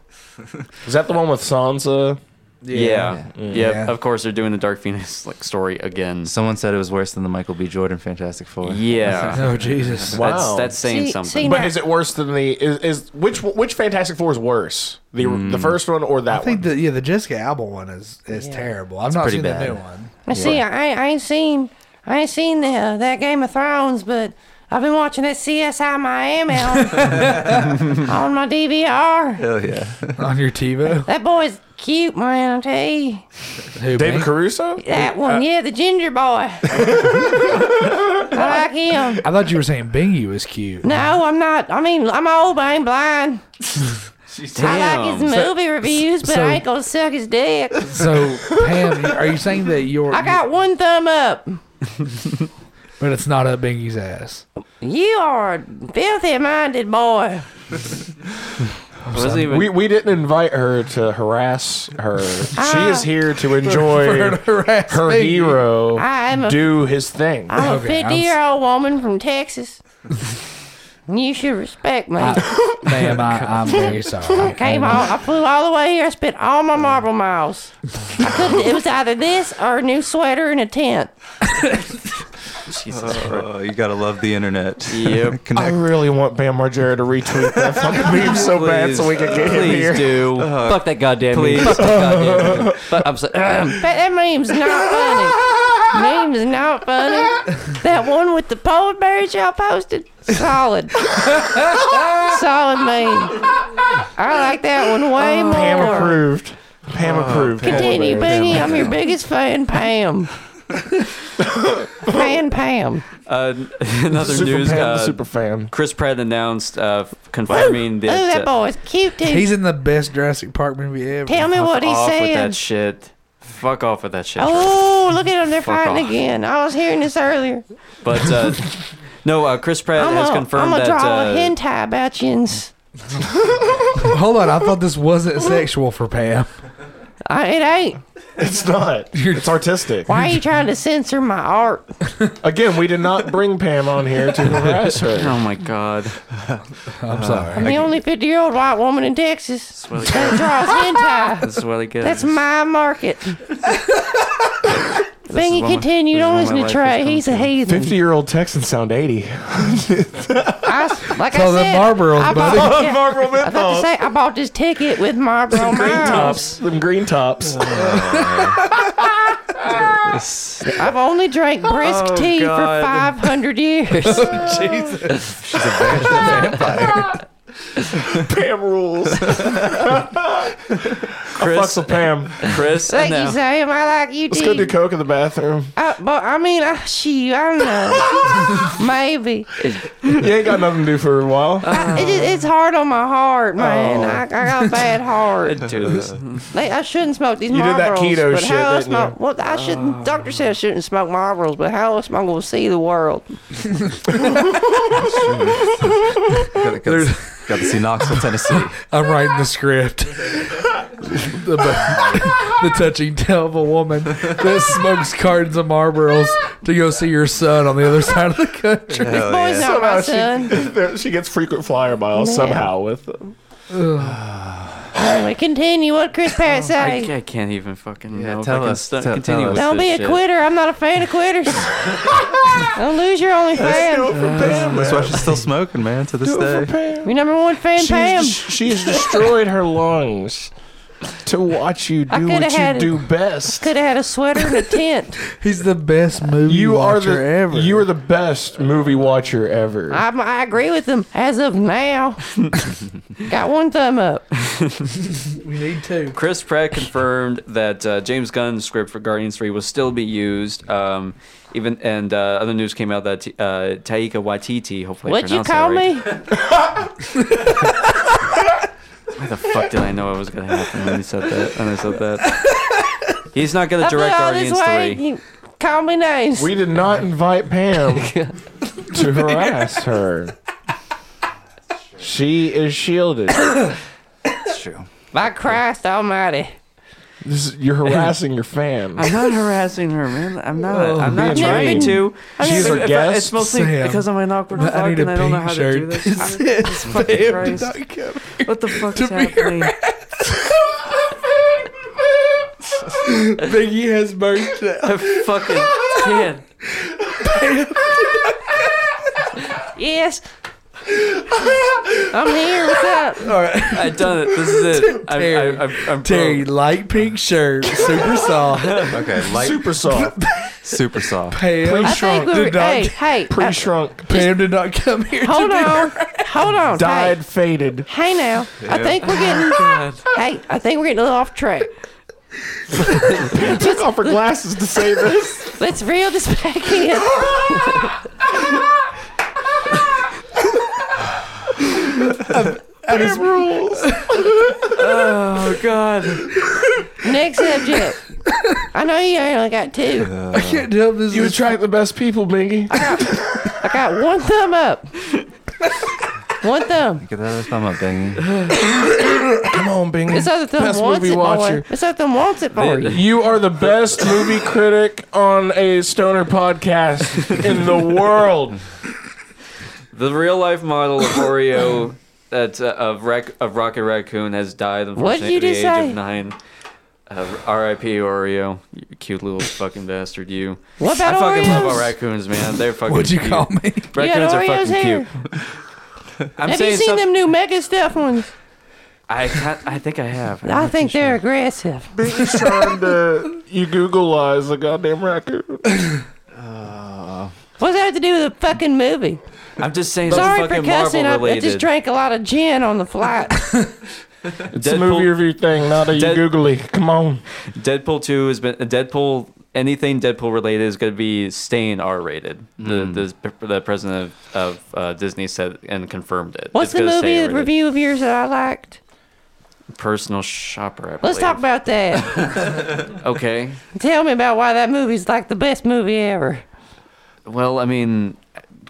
[SPEAKER 5] Is that the one with Sansa?
[SPEAKER 8] Yeah. Yeah.
[SPEAKER 5] Yeah.
[SPEAKER 8] Of course, they're doing the Dark Phoenix like story again.
[SPEAKER 4] Someone said it was worse than the Michael B. Jordan Fantastic Four.
[SPEAKER 8] Yeah.
[SPEAKER 2] Oh, Jesus.
[SPEAKER 8] That's- that's saying See- something. see
[SPEAKER 5] but
[SPEAKER 8] now-
[SPEAKER 5] is it worse than the is, is which which Fantastic Four is worse? The
[SPEAKER 8] Hmm.
[SPEAKER 5] the first one or
[SPEAKER 2] I
[SPEAKER 5] that one?
[SPEAKER 2] think the yeah the Jessica Alba one is is terrible. I've not
[SPEAKER 5] pretty
[SPEAKER 2] seen
[SPEAKER 5] bad.
[SPEAKER 2] the new one.
[SPEAKER 15] I see. I, ain't- I ain't seen. I ain't seen the, uh, that Game of Thrones, but I've been watching that CSI Miami on, on my DVR.
[SPEAKER 4] Hell yeah.
[SPEAKER 2] on your TiVo.
[SPEAKER 15] That boy's cute, man. I tell you.
[SPEAKER 5] David Caruso?
[SPEAKER 15] That one, yeah, the ginger boy. I like him.
[SPEAKER 2] I thought you were saying Bingy was cute.
[SPEAKER 15] No, I'm not. I mean, I'm old, but I ain't blind. I like his
[SPEAKER 2] So-
[SPEAKER 15] movie reviews, but
[SPEAKER 2] so-
[SPEAKER 15] I ain't gonna suck his dick.
[SPEAKER 2] So Pam, are you saying that you're?
[SPEAKER 15] I got one thumb up.
[SPEAKER 2] but it's not up Bingy's ass.
[SPEAKER 15] You are a filthy-minded boy.
[SPEAKER 8] Was it even-
[SPEAKER 5] we, we didn't invite her to harass her.
[SPEAKER 15] Ah.
[SPEAKER 5] she is here to enjoy her,
[SPEAKER 2] for her to harass me.
[SPEAKER 5] hero
[SPEAKER 15] I am a-
[SPEAKER 5] do his thing.
[SPEAKER 15] I'm a fifty-year-old woman from Texas. you should respect me. I,
[SPEAKER 2] Ma'am, I, I'm very sorry.
[SPEAKER 15] came all, I flew all the way here. I spent all my marble miles. I couldn't. It was either this or a new sweater and a tent.
[SPEAKER 1] Oh,
[SPEAKER 8] Jesus
[SPEAKER 4] Christ. You got to love the internet.
[SPEAKER 8] Yep.
[SPEAKER 5] I really want Bam Margera to retweet that fucking meme so bad so we can get him here. Uh-huh.
[SPEAKER 1] Please do. Uh-huh. Fuck that goddamn
[SPEAKER 5] please.
[SPEAKER 1] meme. Fuck that goddamn meme. Fuck- I'm so,
[SPEAKER 15] But that meme's not funny. meme's not funny. That one with the polar bears y'all posted, solid. solid meme. I like that one way
[SPEAKER 2] Oh,
[SPEAKER 15] more.
[SPEAKER 5] Pam approved. Pam
[SPEAKER 15] Uh-huh.
[SPEAKER 5] approved.
[SPEAKER 15] Continue, Boogie. I'm your biggest fan, Pam. fan, Pam.
[SPEAKER 8] Uh, another
[SPEAKER 5] Super
[SPEAKER 8] news.
[SPEAKER 5] fan, the
[SPEAKER 8] uh,
[SPEAKER 5] super fan.
[SPEAKER 8] Chris Pratt announced, uh, confirming
[SPEAKER 15] Oh,
[SPEAKER 8] that.
[SPEAKER 15] that
[SPEAKER 8] uh,
[SPEAKER 15] boy's cute too.
[SPEAKER 2] He's in the best Jurassic Park movie ever.
[SPEAKER 15] Tell me
[SPEAKER 8] fuck
[SPEAKER 15] what he's
[SPEAKER 8] off with
[SPEAKER 15] saying.
[SPEAKER 8] that shit. Fuck off with that shit.
[SPEAKER 15] Oh, look at him. They're
[SPEAKER 8] Fuck
[SPEAKER 15] fighting
[SPEAKER 8] off.
[SPEAKER 15] again. I was hearing this earlier.
[SPEAKER 8] But uh, no, uh, Chris Pratt
[SPEAKER 15] I'm
[SPEAKER 8] has
[SPEAKER 15] gonna
[SPEAKER 8] confirmed that.
[SPEAKER 15] draw
[SPEAKER 8] uh,
[SPEAKER 15] a hentai about yins.
[SPEAKER 2] Hold on, I thought this wasn't sexual for Pam.
[SPEAKER 15] I, it ain't.
[SPEAKER 5] It's not. It's artistic.
[SPEAKER 15] Why are you trying to censor my art?
[SPEAKER 5] Again, we did not bring Pam on here to harass her.
[SPEAKER 8] Oh my god.
[SPEAKER 5] I'm sorry.
[SPEAKER 15] I'm the only 50 year old white woman in Texas
[SPEAKER 8] what it
[SPEAKER 15] that
[SPEAKER 8] is.
[SPEAKER 15] draws hentai.
[SPEAKER 8] That's what I get.
[SPEAKER 15] That's my market. Bingy
[SPEAKER 5] where my-
[SPEAKER 15] continue.
[SPEAKER 5] this is
[SPEAKER 15] Don't
[SPEAKER 5] where
[SPEAKER 15] listen
[SPEAKER 5] my
[SPEAKER 15] to
[SPEAKER 5] life
[SPEAKER 15] Trey. He's a heathen.
[SPEAKER 5] Fifty-year-old Texans sound eighty.
[SPEAKER 15] I s like
[SPEAKER 5] Tell
[SPEAKER 15] I
[SPEAKER 5] them
[SPEAKER 15] said,
[SPEAKER 5] Marlboros,
[SPEAKER 15] I bought,
[SPEAKER 5] buddy.
[SPEAKER 15] yeah,
[SPEAKER 5] Marlboro
[SPEAKER 15] I was about to
[SPEAKER 5] Menthols.
[SPEAKER 15] say I bought this ticket with Marlboro Miles.
[SPEAKER 5] Them green tops.
[SPEAKER 15] I've only drank brisk
[SPEAKER 5] Oh,
[SPEAKER 15] tea
[SPEAKER 5] God.
[SPEAKER 15] for 500 years.
[SPEAKER 5] Jesus. She's a vampire. Pam rules. Chris, I fucks with Pam.
[SPEAKER 8] Chris,
[SPEAKER 15] Like you say, am I like you?
[SPEAKER 5] Let's go do
[SPEAKER 15] did?
[SPEAKER 5] coke in the bathroom.
[SPEAKER 15] I, but I mean, I, she, I don't know. Maybe.
[SPEAKER 5] you ain't got nothing to do for a while.
[SPEAKER 15] Uh, It, it, it's hard on my heart, man.
[SPEAKER 5] Oh.
[SPEAKER 15] I, I got a bad heart. Like, I shouldn't smoke these
[SPEAKER 5] You did that
[SPEAKER 15] Marlboros.
[SPEAKER 5] keto
[SPEAKER 15] but
[SPEAKER 5] shit,
[SPEAKER 15] how else
[SPEAKER 5] didn't
[SPEAKER 15] am I-
[SPEAKER 5] you?
[SPEAKER 15] Well, I shouldn't. Doctor said I shouldn't smoke Marlboros, but how else am I going to see the world?
[SPEAKER 8] Hmm.
[SPEAKER 4] Got, got, got to see Knoxville, Tennessee.
[SPEAKER 2] I'm writing the script. the, the touching tale of a woman that smokes cartons of Marlboros to go see your son on the other side of the country.
[SPEAKER 15] boy's not my
[SPEAKER 5] she, she gets frequent flyer miles
[SPEAKER 15] Man.
[SPEAKER 5] somehow with.
[SPEAKER 15] anyway, continue what Chris Pat say.
[SPEAKER 8] I, I can't even fucking
[SPEAKER 4] Yeah,
[SPEAKER 8] know.
[SPEAKER 4] tell
[SPEAKER 8] I can
[SPEAKER 4] us,
[SPEAKER 8] stu-
[SPEAKER 4] tell-
[SPEAKER 8] continue
[SPEAKER 4] tell
[SPEAKER 8] with
[SPEAKER 4] us.
[SPEAKER 15] Don't
[SPEAKER 8] this
[SPEAKER 15] be a
[SPEAKER 8] shit.
[SPEAKER 15] quitter. I'm not a fan of quitters. Don't lose your only fan.
[SPEAKER 4] That's why she's still smoking, man, to this day.
[SPEAKER 15] Your number one fan, Pam.
[SPEAKER 5] She's, she has destroyed her lungs to watch you
[SPEAKER 15] I
[SPEAKER 5] do
[SPEAKER 15] coulda
[SPEAKER 5] what
[SPEAKER 15] had-
[SPEAKER 5] you do best.
[SPEAKER 15] Could have had a sweater and a tent.
[SPEAKER 2] He's the best movie
[SPEAKER 5] You are
[SPEAKER 2] watcher
[SPEAKER 5] the
[SPEAKER 2] ever.
[SPEAKER 5] you are the best movie watcher ever.
[SPEAKER 15] I, I agree with them as of now. Got one thumb up.
[SPEAKER 2] we need two.
[SPEAKER 8] Chris Pratt confirmed that uh, James Gunn's script for Guardians 3 will still be used. Um, even and uh, other news came out that uh, Taika Waititi, hopefully, I
[SPEAKER 15] What'd you
[SPEAKER 8] pronounced that
[SPEAKER 15] call
[SPEAKER 8] right.
[SPEAKER 15] me?
[SPEAKER 8] Why the fuck did I know it was gonna happen when he said that? When I said that, he's not gonna
[SPEAKER 15] I flew
[SPEAKER 8] direct
[SPEAKER 15] all this
[SPEAKER 8] Guardians
[SPEAKER 15] way.
[SPEAKER 8] Three.
[SPEAKER 15] You call me names.
[SPEAKER 5] We did not invite Pam to harass her. She is shielded.
[SPEAKER 4] That's true.
[SPEAKER 15] By Christ Almighty.
[SPEAKER 5] This is, you're harassing your fan.
[SPEAKER 8] I'm not harassing her, man. I'm not.
[SPEAKER 5] Oh,
[SPEAKER 8] I'm not
[SPEAKER 5] being
[SPEAKER 8] trying
[SPEAKER 5] mean.
[SPEAKER 8] to.
[SPEAKER 5] She's
[SPEAKER 8] If-
[SPEAKER 5] our
[SPEAKER 8] if I-
[SPEAKER 5] guest.
[SPEAKER 8] It's mostly
[SPEAKER 5] Sam.
[SPEAKER 8] because I'm an awkward
[SPEAKER 5] I
[SPEAKER 8] fuck
[SPEAKER 5] need a
[SPEAKER 8] and I don't know
[SPEAKER 5] pink
[SPEAKER 8] how to do
[SPEAKER 5] shirt.
[SPEAKER 8] this. I'm- Jesus fucking Christ. What the fuck is happening?
[SPEAKER 2] Biggie has merged
[SPEAKER 8] I fucking can't.
[SPEAKER 15] Yes. I'm here. What's up?
[SPEAKER 2] All right.
[SPEAKER 8] I've done it. This is it. I'm,
[SPEAKER 2] Terry,
[SPEAKER 8] I'm, I'm, I'm
[SPEAKER 2] Terry, light pink shirt, super soft.
[SPEAKER 4] Okay, light-
[SPEAKER 5] Super soft.
[SPEAKER 4] Super soft.
[SPEAKER 2] Pam
[SPEAKER 15] I think we were,
[SPEAKER 2] did not.
[SPEAKER 15] hey, hey. uh,
[SPEAKER 5] Pre-shrunk,
[SPEAKER 2] Pam did not come here.
[SPEAKER 15] hold on. Hold on.
[SPEAKER 5] died, faded.
[SPEAKER 15] Hey, hey now. I
[SPEAKER 5] Yeah. Oh,
[SPEAKER 15] think we're getting. hey, I think we're getting a little off track.
[SPEAKER 5] Pam took off her glasses to say this.
[SPEAKER 15] Let's reel this back in.
[SPEAKER 5] Pam rules.
[SPEAKER 8] Oh god.
[SPEAKER 15] Next subject. I know you only got two.
[SPEAKER 5] I can't help this. You attract the best people, Bingy.
[SPEAKER 15] I got one thumb up. One thumb.
[SPEAKER 4] Get that other thumb up, Bingy.
[SPEAKER 5] Come on, Bingy.
[SPEAKER 15] This other thumb
[SPEAKER 5] best
[SPEAKER 15] wants
[SPEAKER 5] movie
[SPEAKER 15] it, boy.
[SPEAKER 5] watcher.
[SPEAKER 15] This other thumb wants it, boy.
[SPEAKER 5] You are the best movie critic on a stoner podcast in the world.
[SPEAKER 8] The real life model of Oreo that uh, of Rac- of Rocket Raccoon has died
[SPEAKER 15] What did
[SPEAKER 8] unfortunately
[SPEAKER 15] you
[SPEAKER 8] at the age
[SPEAKER 15] just say?
[SPEAKER 8] of nine. Uh, R.I.P. Oreo, you cute little fucking bastard, you.
[SPEAKER 15] What about
[SPEAKER 8] I fucking love
[SPEAKER 15] Oreos?
[SPEAKER 8] our raccoons, man. They're fucking.
[SPEAKER 2] What'd you
[SPEAKER 8] cute.
[SPEAKER 2] call me?
[SPEAKER 15] You had
[SPEAKER 8] Raccoons are
[SPEAKER 15] Oreos
[SPEAKER 8] fucking
[SPEAKER 15] hair.
[SPEAKER 8] cute. I'm
[SPEAKER 15] Have you
[SPEAKER 8] saying
[SPEAKER 15] seen
[SPEAKER 8] something.
[SPEAKER 15] them new mega stuff ones?
[SPEAKER 8] I can't, I think I have.
[SPEAKER 15] I think they're aggressive.
[SPEAKER 5] Bingy's trying to uh, you Googleize the goddamn record.
[SPEAKER 15] Uh, What's that have to do with the fucking movie?
[SPEAKER 8] I'm just saying
[SPEAKER 15] Sorry
[SPEAKER 8] something
[SPEAKER 15] for
[SPEAKER 8] fucking
[SPEAKER 15] cussing. I,
[SPEAKER 8] Marvel
[SPEAKER 15] I
[SPEAKER 8] related.
[SPEAKER 15] just drank a lot of gin on the flight.
[SPEAKER 5] It's a movie review thing, not a you
[SPEAKER 8] Dead-
[SPEAKER 5] googly. Come on.
[SPEAKER 8] Deadpool 2 has been uh, Deadpool anything Deadpool related is going to be staying R rated.
[SPEAKER 15] Hmm.
[SPEAKER 8] The, the the president of, of uh, Disney said and confirmed it.
[SPEAKER 15] What's
[SPEAKER 8] It's
[SPEAKER 15] the
[SPEAKER 8] gonna stay
[SPEAKER 15] movie
[SPEAKER 8] R-rated.
[SPEAKER 15] review of yours that I liked?
[SPEAKER 8] Personal shopper. I
[SPEAKER 15] Let's talk
[SPEAKER 8] believe.
[SPEAKER 15] about that.
[SPEAKER 8] Okay.
[SPEAKER 15] Tell me about why that movie's like the best movie ever.
[SPEAKER 8] Well, I mean,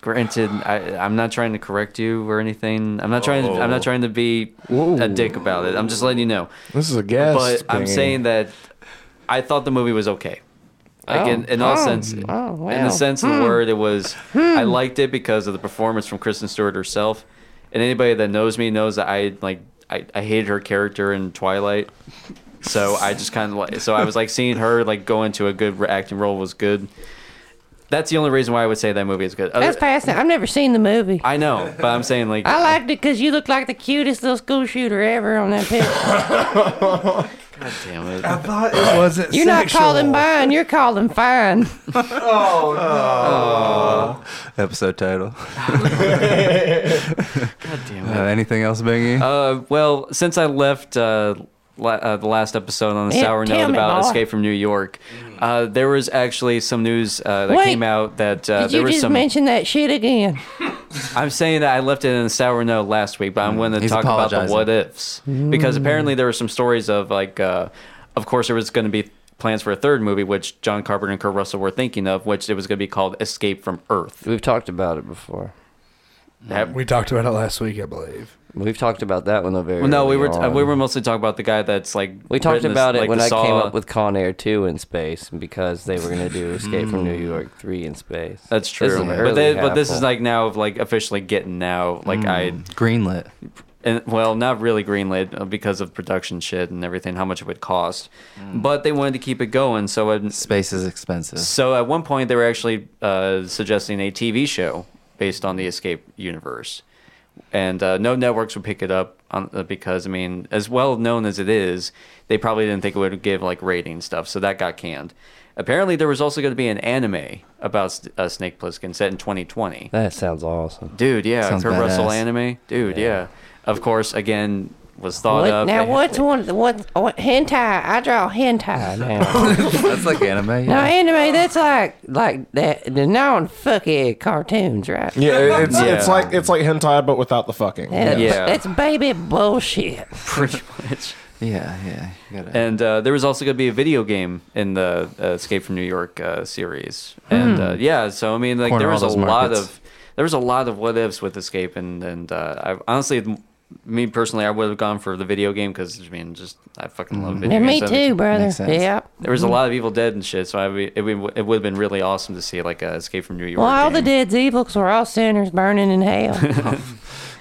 [SPEAKER 8] granted, I, I'm not trying to correct you or anything. I'm not trying. To, I'm
[SPEAKER 15] Oh.
[SPEAKER 5] Whoa.
[SPEAKER 8] not trying to be a dick about it. I'm just letting you know.
[SPEAKER 5] This is a guest
[SPEAKER 8] But I'm
[SPEAKER 5] being-
[SPEAKER 8] saying that I thought the movie was okay. Like in, in all
[SPEAKER 15] Oh,
[SPEAKER 8] sense,
[SPEAKER 15] oh,
[SPEAKER 8] in
[SPEAKER 15] wow.
[SPEAKER 8] the sense of the
[SPEAKER 15] Hmm.
[SPEAKER 8] word, it was. I liked it because of the performance from Kristen Stewart herself, and anybody that knows me knows that I like. I, I hated her character in Twilight, so I just kind of like. So I was like seeing her like go into a good acting role was good. That's the only reason why I would say that movie is good. Other-
[SPEAKER 15] That's passing. I've never seen the movie.
[SPEAKER 8] I know, but I'm saying like
[SPEAKER 15] I liked it because you look like the cutest little school shooter ever on that picture.
[SPEAKER 8] Damn it.
[SPEAKER 2] I thought it wasn't.
[SPEAKER 15] you're not calling mine. You're calling fine.
[SPEAKER 2] Oh
[SPEAKER 8] Uh,
[SPEAKER 4] Episode title.
[SPEAKER 8] God damn
[SPEAKER 4] Uh, anything else, Bingy?
[SPEAKER 8] Uh, well, since I left uh, la- uh, the last episode on a
[SPEAKER 4] Yeah,
[SPEAKER 8] sour
[SPEAKER 4] damn
[SPEAKER 8] note
[SPEAKER 4] it,
[SPEAKER 8] about
[SPEAKER 4] boy.
[SPEAKER 8] Escape from New York, uh, there was actually some news uh, that
[SPEAKER 15] Wait.
[SPEAKER 8] came out that uh,
[SPEAKER 15] Did
[SPEAKER 8] there
[SPEAKER 15] you
[SPEAKER 8] was
[SPEAKER 15] just
[SPEAKER 8] some.
[SPEAKER 15] mention that shit again?
[SPEAKER 8] I'm saying that I left it in a sour note last week, but I'm
[SPEAKER 1] Mm,
[SPEAKER 8] going to
[SPEAKER 4] he's
[SPEAKER 8] talk about the
[SPEAKER 4] apologizing.
[SPEAKER 8] what ifs because
[SPEAKER 4] Mm.
[SPEAKER 8] apparently there were some stories of like, uh, of course, there was going to be plans for a third movie, which John Carpenter and Kurt Russell were thinking of, which it was going to be called Escape from Earth.
[SPEAKER 1] We've talked about it before.
[SPEAKER 2] We talked about it last week, I believe.
[SPEAKER 1] We've talked about that one though. Very
[SPEAKER 8] Well, no, we were
[SPEAKER 1] early
[SPEAKER 8] uh,
[SPEAKER 1] on.
[SPEAKER 8] we were mostly talking about the guy that's like
[SPEAKER 1] We talked
[SPEAKER 8] written this-
[SPEAKER 1] about it
[SPEAKER 8] like
[SPEAKER 1] when
[SPEAKER 8] the
[SPEAKER 1] I came
[SPEAKER 8] Saw-
[SPEAKER 1] up with Con Air 2 in space because they were going to do Escape from New York 3 in space.
[SPEAKER 8] Hmm. That's
[SPEAKER 1] This is
[SPEAKER 8] true.
[SPEAKER 1] early Hmm.
[SPEAKER 8] But, they, but this is
[SPEAKER 1] Apple.
[SPEAKER 8] like now like officially getting now like I
[SPEAKER 4] greenlit.
[SPEAKER 8] And, well, not really greenlit uh, because of production shit and everything, how much it would cost. But they wanted to keep it going, so it,
[SPEAKER 4] Mm. space is expensive.
[SPEAKER 8] So at one point, they were actually uh, suggesting a TV show based on the Escape universe, and uh, no networks would pick it up on, uh, because I mean, as well known as it is, they probably didn't think it would give like rating stuff, so that got canned. Apparently, there was also going to be an anime about S- uh, Snake Plissken set in 2020.
[SPEAKER 1] That sounds awesome.
[SPEAKER 8] Dude, yeah,
[SPEAKER 1] Sounds
[SPEAKER 8] Kurt Russell
[SPEAKER 1] badass.
[SPEAKER 8] anime. Dude, yeah. Of course, again was thought
[SPEAKER 15] What,
[SPEAKER 8] up.
[SPEAKER 15] now
[SPEAKER 8] They-
[SPEAKER 15] what's one of the what, what hentai? I draw hentai now.
[SPEAKER 4] That's like anime.
[SPEAKER 15] now anime, that's like like that the non fucky cartoons, right?
[SPEAKER 5] Yeah, it- it's it's like it's like hentai but without the fucking.
[SPEAKER 15] That's- that's baby bullshit.
[SPEAKER 8] pretty much.
[SPEAKER 4] Yeah, yeah. You gotta-
[SPEAKER 8] And uh, there was also going to be a video game in the uh, Escape from New York uh, series, and
[SPEAKER 4] Hmm.
[SPEAKER 8] uh, yeah, so I mean, like
[SPEAKER 4] Corner
[SPEAKER 8] there
[SPEAKER 4] all
[SPEAKER 8] was a
[SPEAKER 4] those
[SPEAKER 8] lot
[SPEAKER 4] markets.
[SPEAKER 8] of there was a lot of what ifs with Escape, and and uh, I honestly, me personally, I would have gone for the video game because I mean, just I fucking love
[SPEAKER 15] Mhm.
[SPEAKER 8] video
[SPEAKER 15] Yeah, me
[SPEAKER 8] games. I mean,
[SPEAKER 15] too, brother. Makes sense. Yep. Hmm.
[SPEAKER 8] there was a lot of Evil Dead and shit, so I would- it would it would have been really awesome to see like a Escape from New York.
[SPEAKER 15] Well, all
[SPEAKER 8] game.
[SPEAKER 15] the dead's evil 'cause we're all sinners burning in hell.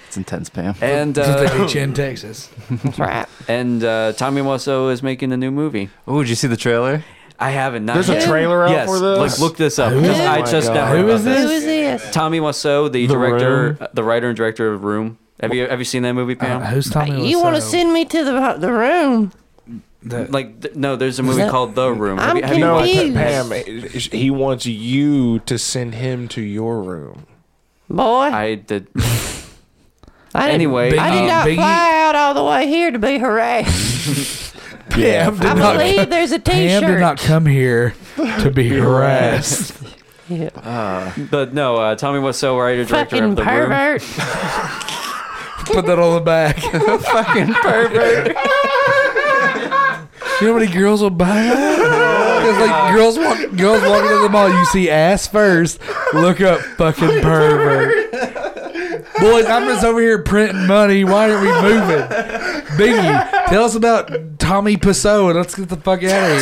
[SPEAKER 4] It's intense, Pam.
[SPEAKER 8] And
[SPEAKER 2] That's
[SPEAKER 8] uh,
[SPEAKER 2] what they teach you in Texas.
[SPEAKER 15] That's right.
[SPEAKER 8] And uh, Tommy Wiseau is making a new movie.
[SPEAKER 4] Oh, did you see the trailer?
[SPEAKER 8] I haven't. Not
[SPEAKER 5] There's a
[SPEAKER 8] yet.
[SPEAKER 5] trailer out
[SPEAKER 8] yes,
[SPEAKER 5] for this?
[SPEAKER 8] Look, look this up.
[SPEAKER 5] Who?
[SPEAKER 8] because
[SPEAKER 5] Oh
[SPEAKER 8] I
[SPEAKER 5] my
[SPEAKER 8] just
[SPEAKER 5] God.
[SPEAKER 8] never heard
[SPEAKER 5] Who is
[SPEAKER 8] about
[SPEAKER 15] Who is this?
[SPEAKER 8] Tommy Wiseau, the,
[SPEAKER 5] The
[SPEAKER 8] director,
[SPEAKER 5] Room? Uh,
[SPEAKER 8] uh, the writer and director of Room. Have you have you seen that movie, Pam?
[SPEAKER 2] who's Tommy?
[SPEAKER 15] You want to send me to the the room?
[SPEAKER 8] Like, th- no, there's a movie
[SPEAKER 15] That-
[SPEAKER 8] called The Room.
[SPEAKER 15] I'm
[SPEAKER 8] Have you, have you
[SPEAKER 5] No,
[SPEAKER 8] watched
[SPEAKER 5] Pa-
[SPEAKER 8] that?
[SPEAKER 5] Pam. He wants you to send him to your room.
[SPEAKER 15] Boy,
[SPEAKER 8] I did.
[SPEAKER 15] I didn't-
[SPEAKER 8] anyway,
[SPEAKER 15] I did
[SPEAKER 8] um,
[SPEAKER 15] not fly out all the way here to be harassed.
[SPEAKER 2] Pam did
[SPEAKER 15] I
[SPEAKER 2] not-
[SPEAKER 15] believe there's a
[SPEAKER 2] Pam did
[SPEAKER 15] T-shirt.
[SPEAKER 2] not come here to be harassed.
[SPEAKER 15] Yeah.
[SPEAKER 8] but no, uh, Tommy Wiseau, writer director
[SPEAKER 15] Fucking
[SPEAKER 8] of The Room.
[SPEAKER 15] pervert.
[SPEAKER 2] Put that on the back.
[SPEAKER 4] Fucking pervert.
[SPEAKER 2] You know how many girls will buy that? Because like girls walk, girls walking to the mall, you see ass first. Look up, fucking pervert. Boys, I'm just over here printing money. Why aren't we moving? Biggie, tell us about Tommy Passoe and let's get the fuck out of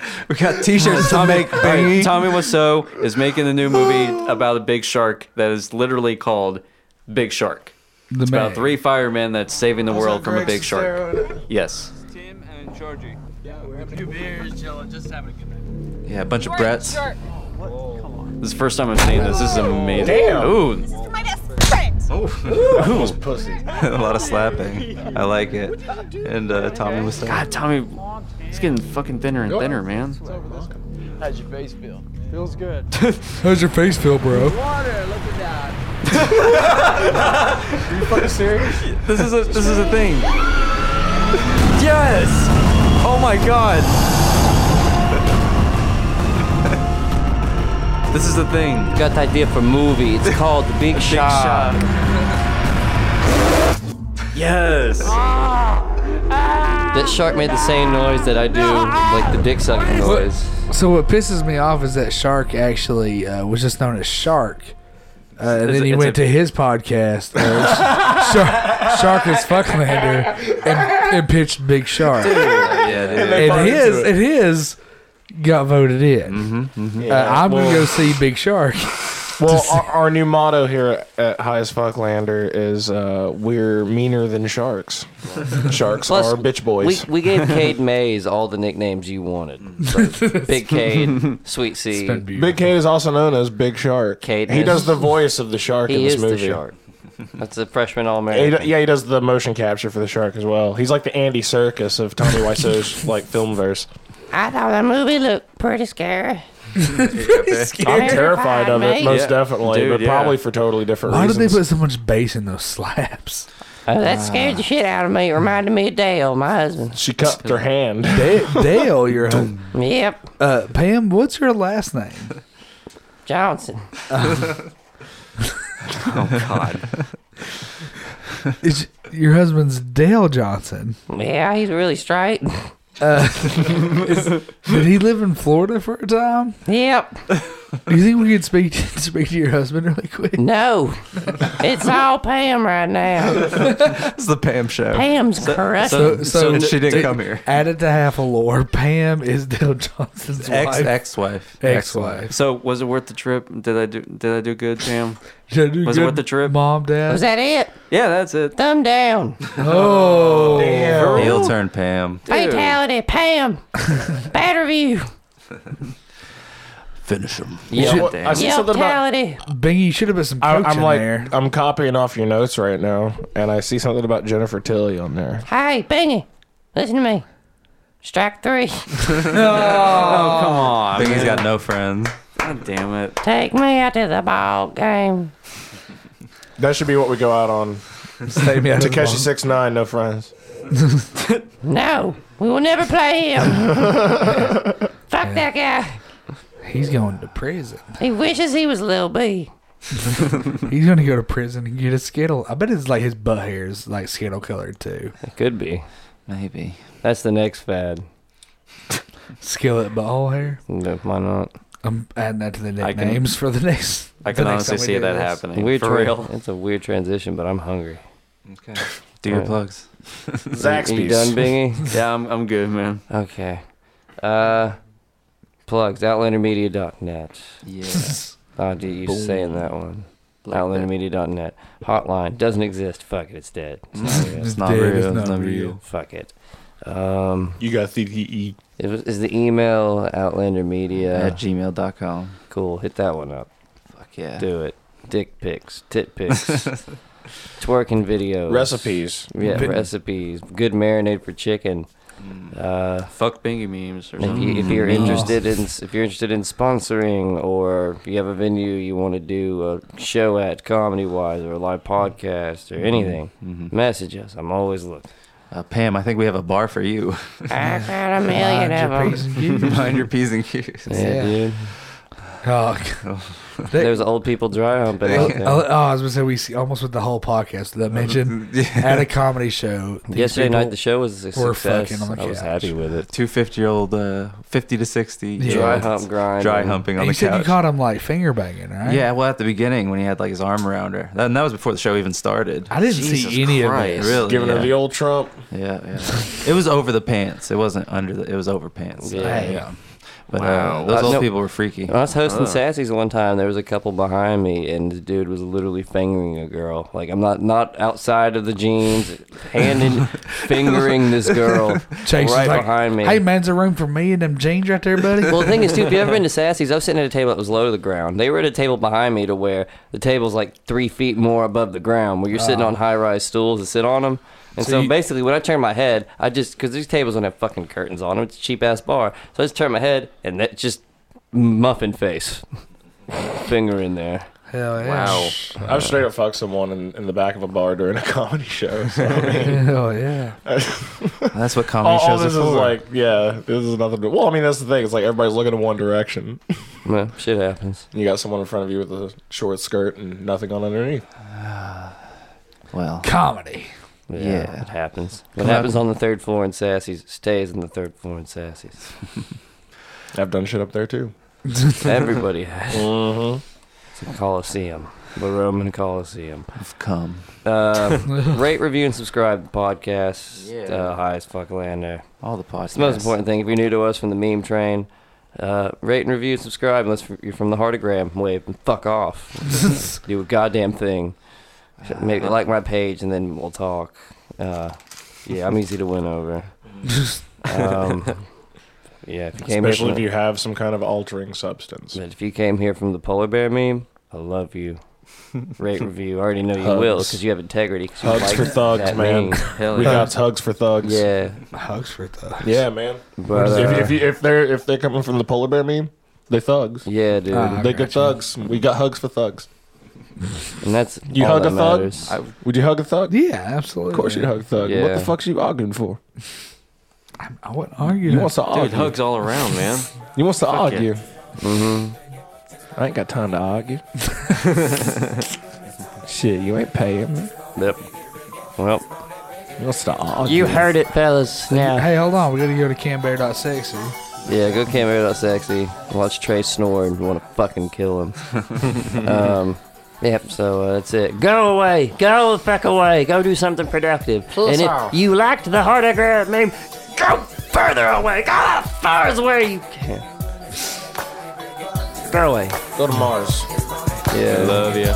[SPEAKER 2] here.
[SPEAKER 4] we got T-shirts to make.
[SPEAKER 8] Right, Tommy Wiseau is making a new movie about a big shark that is literally called Big Shark.
[SPEAKER 2] The
[SPEAKER 8] it's
[SPEAKER 2] man.
[SPEAKER 8] about three firemen that's saving the world from a big shark. Yes.
[SPEAKER 10] Tim and Georgie. Yeah, we're having a few beers, chilling, just having a good night.
[SPEAKER 4] Yeah, a bunch of Bretts.
[SPEAKER 8] This is the first time I've seen this. This is amazing.
[SPEAKER 4] Damn.
[SPEAKER 8] Ooh.
[SPEAKER 4] Ooh, pussy. a lot of slapping. I like it. And uh, Tommy was saying,
[SPEAKER 8] God, Tommy, it's getting fucking thinner and thinner, man.
[SPEAKER 12] How's your face feel? Feels good.
[SPEAKER 2] How's your face feel, bro?
[SPEAKER 12] Water, look at that.
[SPEAKER 4] "Are you fucking serious?"
[SPEAKER 8] This is a this is a thing. Yes. Oh my God. This is the thing.
[SPEAKER 1] Got the idea for a movie. It's called The Big, Shot.
[SPEAKER 8] Yes.
[SPEAKER 1] Ah.
[SPEAKER 10] Ah.
[SPEAKER 1] That shark made the same noise that I do, like the dick sucking noise.
[SPEAKER 2] So what pisses me off is that Shark actually uh, was just known as Shark. Uh, and
[SPEAKER 16] It's
[SPEAKER 2] then
[SPEAKER 16] a-
[SPEAKER 2] he
[SPEAKER 16] it's
[SPEAKER 2] went
[SPEAKER 16] a-
[SPEAKER 2] to his podcast, uh, Shark, Shark is Fucklander, and, and pitched Big Shark.
[SPEAKER 16] Yeah, dude.
[SPEAKER 2] and,
[SPEAKER 16] they bought into
[SPEAKER 2] his
[SPEAKER 16] it.
[SPEAKER 2] and his got voted in.
[SPEAKER 16] Mm-hmm,
[SPEAKER 2] Uh,
[SPEAKER 5] Yeah,
[SPEAKER 2] I'm gonna
[SPEAKER 5] well-
[SPEAKER 2] go see Big Shark.
[SPEAKER 5] Well, our, our new motto here at High as Fuck Lander is uh, we're meaner than sharks. Sharks
[SPEAKER 1] Plus,
[SPEAKER 5] are bitch boys.
[SPEAKER 1] We, we gave Cade Mays all the nicknames you wanted. So, Big Cade, Sweet C.
[SPEAKER 5] Big Cade is also known as Big Shark.
[SPEAKER 1] Cade
[SPEAKER 5] he
[SPEAKER 1] is-
[SPEAKER 5] does the voice of the shark in
[SPEAKER 1] He
[SPEAKER 5] this
[SPEAKER 1] is the
[SPEAKER 5] movie.
[SPEAKER 1] shark. That's a freshman All
[SPEAKER 5] He
[SPEAKER 1] American.
[SPEAKER 5] d- yeah, he does the motion capture for the shark as well. He's like the Andy Circus of Tommy Wiseau's like film verse.
[SPEAKER 15] I thought that movie looked pretty scary.
[SPEAKER 5] I'm terrified of it,
[SPEAKER 15] Terrified,
[SPEAKER 5] most
[SPEAKER 15] mate.
[SPEAKER 5] definitely,
[SPEAKER 1] Dude,
[SPEAKER 5] but
[SPEAKER 1] yeah.
[SPEAKER 5] probably for totally different
[SPEAKER 2] Why did
[SPEAKER 5] reasons.
[SPEAKER 2] they put so much bass in those slaps? Uh.
[SPEAKER 15] that scared the shit out of me. It reminded me of Dale, my husband.
[SPEAKER 5] She cupped her hand.
[SPEAKER 2] Da- Dale, your home.
[SPEAKER 15] Yep,
[SPEAKER 2] Uh, Pam, what's your last name?
[SPEAKER 15] Johnson.
[SPEAKER 2] oh God. Is your husband's Dale Johnson?
[SPEAKER 15] yeah, he's really straight.
[SPEAKER 2] Uh, is- did he live in Florida for a time?
[SPEAKER 15] Yep.
[SPEAKER 2] Do you think we could speak to, speak to your husband really quick?
[SPEAKER 15] No, it's all Pam right now.
[SPEAKER 7] It's the Pam show.
[SPEAKER 15] Pam's
[SPEAKER 7] So-
[SPEAKER 15] correct.
[SPEAKER 7] So, so, she didn't come here.
[SPEAKER 2] Add it to half a lore. Pam is Dale Johnson's
[SPEAKER 7] Ex-
[SPEAKER 2] wife.
[SPEAKER 7] ex-wife.
[SPEAKER 2] Ex-wife.
[SPEAKER 8] So was it worth the trip? Did I do? Did I do good, Pam?
[SPEAKER 2] Did I do
[SPEAKER 8] was it
[SPEAKER 2] good,
[SPEAKER 8] worth the trip?
[SPEAKER 2] Mom, Dad.
[SPEAKER 15] Was that it?
[SPEAKER 8] Yeah, that's it.
[SPEAKER 15] Thumb down.
[SPEAKER 2] Oh,
[SPEAKER 7] Damn. He'll turn Pam.
[SPEAKER 15] Fatality, Pam. Bad review.
[SPEAKER 7] Finish him.
[SPEAKER 5] Yeah.
[SPEAKER 15] Yep.
[SPEAKER 5] Well, I see
[SPEAKER 15] Yep,
[SPEAKER 5] something about-
[SPEAKER 15] fatality.
[SPEAKER 2] Bingy, you should have put some
[SPEAKER 5] I,
[SPEAKER 2] coach
[SPEAKER 5] I'm
[SPEAKER 2] in
[SPEAKER 5] like
[SPEAKER 2] there.
[SPEAKER 5] I'm copying off your notes right now, and I see something about Jennifer Tilly on there.
[SPEAKER 15] Hey, Bingy, listen to me. Strike three.
[SPEAKER 8] Oh, come on.
[SPEAKER 7] Bingy's
[SPEAKER 8] man.
[SPEAKER 7] got no friends.
[SPEAKER 8] God damn it.
[SPEAKER 15] Take me out to the ball game.
[SPEAKER 5] That should be what we go out on.
[SPEAKER 2] Stay me out of the
[SPEAKER 5] Takeshi
[SPEAKER 2] bunk.
[SPEAKER 5] six nine, no friends.
[SPEAKER 15] No, we will never play him. Fuck that guy.
[SPEAKER 2] He's going to prison.
[SPEAKER 15] He wishes he was Lil B.
[SPEAKER 2] He's gonna go to prison and get a skittle. I bet it's like his butt hair is like skittle colored too.
[SPEAKER 1] Could be.
[SPEAKER 7] Maybe.
[SPEAKER 1] That's the next fad.
[SPEAKER 2] Skillet butthole hair.
[SPEAKER 1] No, why not?
[SPEAKER 2] I'm adding that to the
[SPEAKER 1] I can-
[SPEAKER 2] nicknames for the next.
[SPEAKER 8] I can
[SPEAKER 2] the next
[SPEAKER 8] honestly
[SPEAKER 2] time we
[SPEAKER 8] see
[SPEAKER 2] do
[SPEAKER 8] that
[SPEAKER 2] this.
[SPEAKER 8] happening.
[SPEAKER 1] Weird
[SPEAKER 8] For
[SPEAKER 1] tra-
[SPEAKER 8] real.
[SPEAKER 1] It's a weird transition, but I'm hungry.
[SPEAKER 7] Okay. Do your
[SPEAKER 1] Alright.
[SPEAKER 7] plugs.
[SPEAKER 1] You, you done, Bingy?
[SPEAKER 8] Yeah, I'm, I'm good, man.
[SPEAKER 1] Okay. Uh, plugs. Outlandermedia.net.
[SPEAKER 7] Yes.
[SPEAKER 1] I'll get you Oh, saying that one. Outlandermedia.net. Hotline doesn't exist. Fuck it. It's dead.
[SPEAKER 7] It's not real. It's not real.
[SPEAKER 1] Fuck it. Um,
[SPEAKER 5] you got CTE.
[SPEAKER 1] It was, is the email outlandermedia
[SPEAKER 7] At gmail.com.
[SPEAKER 1] Cool. Hit that one up. Fuck
[SPEAKER 7] yeah.
[SPEAKER 1] Do it. Dick pics, tit pics, twerking videos,
[SPEAKER 5] Recipes.
[SPEAKER 1] Yeah,
[SPEAKER 5] Vin-
[SPEAKER 1] recipes. Good marinade for chicken. Uh,
[SPEAKER 8] Mm. Fuck Bingy memes or
[SPEAKER 1] if
[SPEAKER 8] something.
[SPEAKER 1] you if you're
[SPEAKER 8] Mm.
[SPEAKER 1] interested in if you're interested in sponsoring or if you have a venue you want to do a show at comedy wise or a live podcast
[SPEAKER 8] Mm-hmm.
[SPEAKER 1] or anything, message us. I'm always looking.
[SPEAKER 7] Uh, Pam, I think we have a bar for you.
[SPEAKER 15] I got a million of them.
[SPEAKER 7] Mind your P's and Q's.
[SPEAKER 1] Yeah, dude.
[SPEAKER 2] Oh,
[SPEAKER 1] There's old people dry humping
[SPEAKER 2] Oh,
[SPEAKER 1] out there.
[SPEAKER 2] oh, I was gonna say we see, almost with the whole podcast that mentioned at a comedy show. these
[SPEAKER 1] Yesterday
[SPEAKER 2] people
[SPEAKER 1] night the show was a
[SPEAKER 2] were
[SPEAKER 1] success.
[SPEAKER 2] fucking on the
[SPEAKER 1] I was
[SPEAKER 2] couch.
[SPEAKER 1] happy with it.
[SPEAKER 7] Two fifty-year-old, uh, fifty to sixty,
[SPEAKER 2] Yeah.
[SPEAKER 1] Dry hump grind.
[SPEAKER 7] dry humping on
[SPEAKER 2] And you
[SPEAKER 7] the
[SPEAKER 2] said you
[SPEAKER 7] couch.
[SPEAKER 2] caught him like finger banging, right?
[SPEAKER 7] Yeah, well, at the beginning when he had like his arm around her, that, and that was before the show even started.
[SPEAKER 2] I didn't see any of this.
[SPEAKER 7] Really?
[SPEAKER 5] Giving
[SPEAKER 7] yeah.
[SPEAKER 5] her the old Trump.
[SPEAKER 7] Yeah, yeah. it was over the pants. It wasn't under the. It was over pants. So,
[SPEAKER 1] Yeah.
[SPEAKER 7] yeah. But
[SPEAKER 1] Wow.
[SPEAKER 7] uh, those
[SPEAKER 1] Uh,
[SPEAKER 7] old
[SPEAKER 1] no.
[SPEAKER 7] people were freaky.
[SPEAKER 1] When I was hosting
[SPEAKER 7] Uh.
[SPEAKER 1] Sassy's one time, there was a couple behind me, and the dude was literally fingering a girl. Like I'm not not outside of the jeans, handing fingering this girl
[SPEAKER 2] Chase is
[SPEAKER 1] right
[SPEAKER 2] like,
[SPEAKER 1] behind me.
[SPEAKER 2] Hey, man's a room for me and them jeans right there, buddy.
[SPEAKER 1] well, the thing is, too, if you ever been to Sassy's, I was sitting at a table that was low to the ground. They were at a table behind me to where the table's like three feet more above the ground, where you're sitting
[SPEAKER 2] Oh.
[SPEAKER 1] on high rise stools to sit on them. And
[SPEAKER 2] So
[SPEAKER 1] so,
[SPEAKER 2] you-
[SPEAKER 1] basically, when I turn my head, I just, because these tables don't have fucking curtains on them, it's a cheap ass bar. So I just turn my head, and that just muffin face. Finger in there.
[SPEAKER 2] Hell yeah.
[SPEAKER 5] I've straight up fucked someone in, in the back of a bar during a comedy show. So, I mean,
[SPEAKER 2] Hell Oh, yeah.
[SPEAKER 7] That's what comedy
[SPEAKER 5] all, all
[SPEAKER 7] shows
[SPEAKER 5] this
[SPEAKER 7] are
[SPEAKER 5] is
[SPEAKER 7] for.
[SPEAKER 5] like, yeah, this is nothing to Well, I mean, that's the thing. It's like everybody's looking in one direction.
[SPEAKER 1] Well, shit happens.
[SPEAKER 5] You got someone in front of you with a short skirt and nothing on underneath.
[SPEAKER 7] well,
[SPEAKER 2] Comedy.
[SPEAKER 1] Yeah,
[SPEAKER 7] Yeah.
[SPEAKER 1] it happens. What
[SPEAKER 7] Come out-
[SPEAKER 1] happens on the third floor in Sassy's stays on the third floor in Sassy's.
[SPEAKER 5] I've done shit up there too.
[SPEAKER 1] Everybody has.
[SPEAKER 5] Mm-hmm.
[SPEAKER 1] It's a coliseum, the Roman Coliseum. I've
[SPEAKER 4] come.
[SPEAKER 1] Uh, rate, review, and subscribe to the podcast.
[SPEAKER 4] Yeah.
[SPEAKER 1] Uh, high as fuck lander.
[SPEAKER 4] All the podcasts.
[SPEAKER 1] It's the most important thing. If you're new to us from the meme train, uh, rate and review, subscribe. Unless you're from the heartogram wave, and fuck off. Do a goddamn thing. Make
[SPEAKER 4] Uh-huh.
[SPEAKER 1] like my page, and then we'll talk. Uh, yeah, I'm easy to win over. Um, yeah, if you came here
[SPEAKER 5] Especially
[SPEAKER 1] from
[SPEAKER 5] if
[SPEAKER 1] the-
[SPEAKER 5] you have some kind of altering substance.
[SPEAKER 1] but if you came here from the polar bear meme, I love you. Rate review. I already know you will 'cause will
[SPEAKER 5] Hugs.
[SPEAKER 1] because you have integrity. 'cause you
[SPEAKER 5] Hugs
[SPEAKER 1] like
[SPEAKER 5] for thugs,
[SPEAKER 1] that
[SPEAKER 5] man.
[SPEAKER 1] meme. Hell
[SPEAKER 5] we
[SPEAKER 1] yeah.
[SPEAKER 5] got hugs for thugs.
[SPEAKER 1] Yeah.
[SPEAKER 2] Hugs for thugs.
[SPEAKER 5] Yeah, man.
[SPEAKER 1] But,
[SPEAKER 5] if,
[SPEAKER 1] uh,
[SPEAKER 5] if, you, if they're if they're coming from the polar bear meme, they thugs.
[SPEAKER 1] Yeah, dude. Ah, I
[SPEAKER 5] they good thugs. We got hugs for thugs.
[SPEAKER 1] And that's
[SPEAKER 5] You
[SPEAKER 1] all
[SPEAKER 5] hug
[SPEAKER 1] that
[SPEAKER 5] a thug?
[SPEAKER 1] matters.
[SPEAKER 5] I- Would you hug a thug?
[SPEAKER 2] Yeah, absolutely.
[SPEAKER 5] Of course you'd hug a thug. What
[SPEAKER 1] Yeah.
[SPEAKER 5] the fuck's you arguing for?
[SPEAKER 2] I wouldn't argue.
[SPEAKER 5] You
[SPEAKER 2] that.
[SPEAKER 5] wants to argue?
[SPEAKER 2] hugs
[SPEAKER 8] all around, man.
[SPEAKER 5] You wants to
[SPEAKER 2] Fuck yeah.
[SPEAKER 5] argue? Mm-hmm. I ain't got time to argue. Shit, you ain't paying me.
[SPEAKER 1] Yep. Well,
[SPEAKER 5] you wants to argue?
[SPEAKER 1] You heard it, fellas. Now.
[SPEAKER 2] Hey, hold on. We gotta go to cambear.sexy.
[SPEAKER 1] Yeah, go camera that sexy. Watch Trey snore and want to fucking kill him. um, yep. So uh, that's it. Go away. Go the fuck away. Go do something productive. And if you liked the hardograph name, go further away. Go as far as where you can. Go away.
[SPEAKER 5] Go to Mars.
[SPEAKER 1] Yeah.
[SPEAKER 5] I love
[SPEAKER 1] you.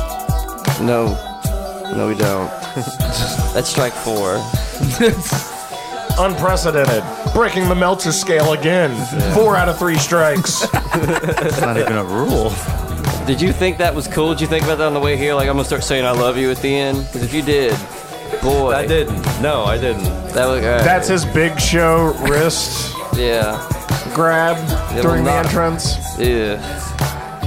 [SPEAKER 1] No. No, we don't. that's strike four.
[SPEAKER 5] Unprecedented. Breaking the Meltzer scale again. Four out of three strikes.
[SPEAKER 1] That's not even a rule. Did you think that was cool? Did you think about that on the way here? Like, I'm gonna start saying I love you at the end? Because if you did, boy. I didn't. No, I didn't. That was, uh,
[SPEAKER 5] That's his big show wrist
[SPEAKER 1] Yeah.
[SPEAKER 5] grab
[SPEAKER 1] It
[SPEAKER 5] during
[SPEAKER 1] will
[SPEAKER 5] the
[SPEAKER 1] not-
[SPEAKER 5] entrance.
[SPEAKER 1] Yeah.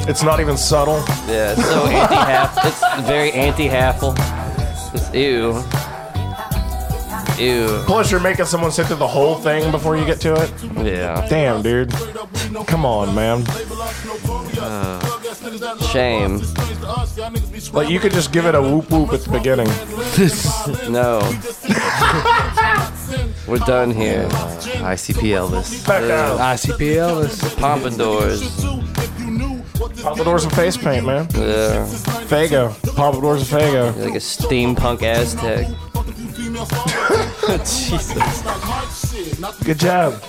[SPEAKER 5] It's not even subtle.
[SPEAKER 1] Yeah, it's so anti half. It's very anti halfle. Ew. Ew.
[SPEAKER 5] Plus, you're making someone sit through the whole thing before you get to it.
[SPEAKER 1] Yeah.
[SPEAKER 5] Damn, dude. Come on, man.
[SPEAKER 1] Uh, Shame.
[SPEAKER 5] Like, you could just give it a whoop whoop at the beginning.
[SPEAKER 1] no. We're done here.
[SPEAKER 4] ICP Elvis.
[SPEAKER 5] Back down.
[SPEAKER 2] ICP Elvis.
[SPEAKER 1] Pompadours.
[SPEAKER 5] Pompadours and face paint, man.
[SPEAKER 1] Yeah.
[SPEAKER 5] Fago. Pompadours and Fago.
[SPEAKER 1] You're like a steampunk Aztec.
[SPEAKER 5] Good job.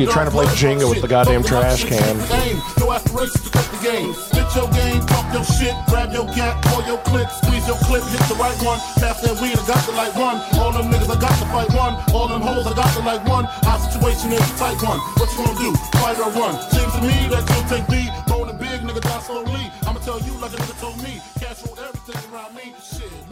[SPEAKER 5] You're trying to play Jenga with the goddamn trash can.
[SPEAKER 16] Aim, no aspirations to cut the game. Spit your game, talk your shit, grab your gap, pull your clip, squeeze your clip, hit the right one. Pass that weed, I got the light one. All them niggas, I got the fight one. All them hoes, I got the light one. Our situation is a tight one. What you gonna do? Fight or run? Seems to me that you'll take B. Rolling big, nigga, die slowly. I'ma tell you like a nigga told me. Cash roll everything around me. Shit.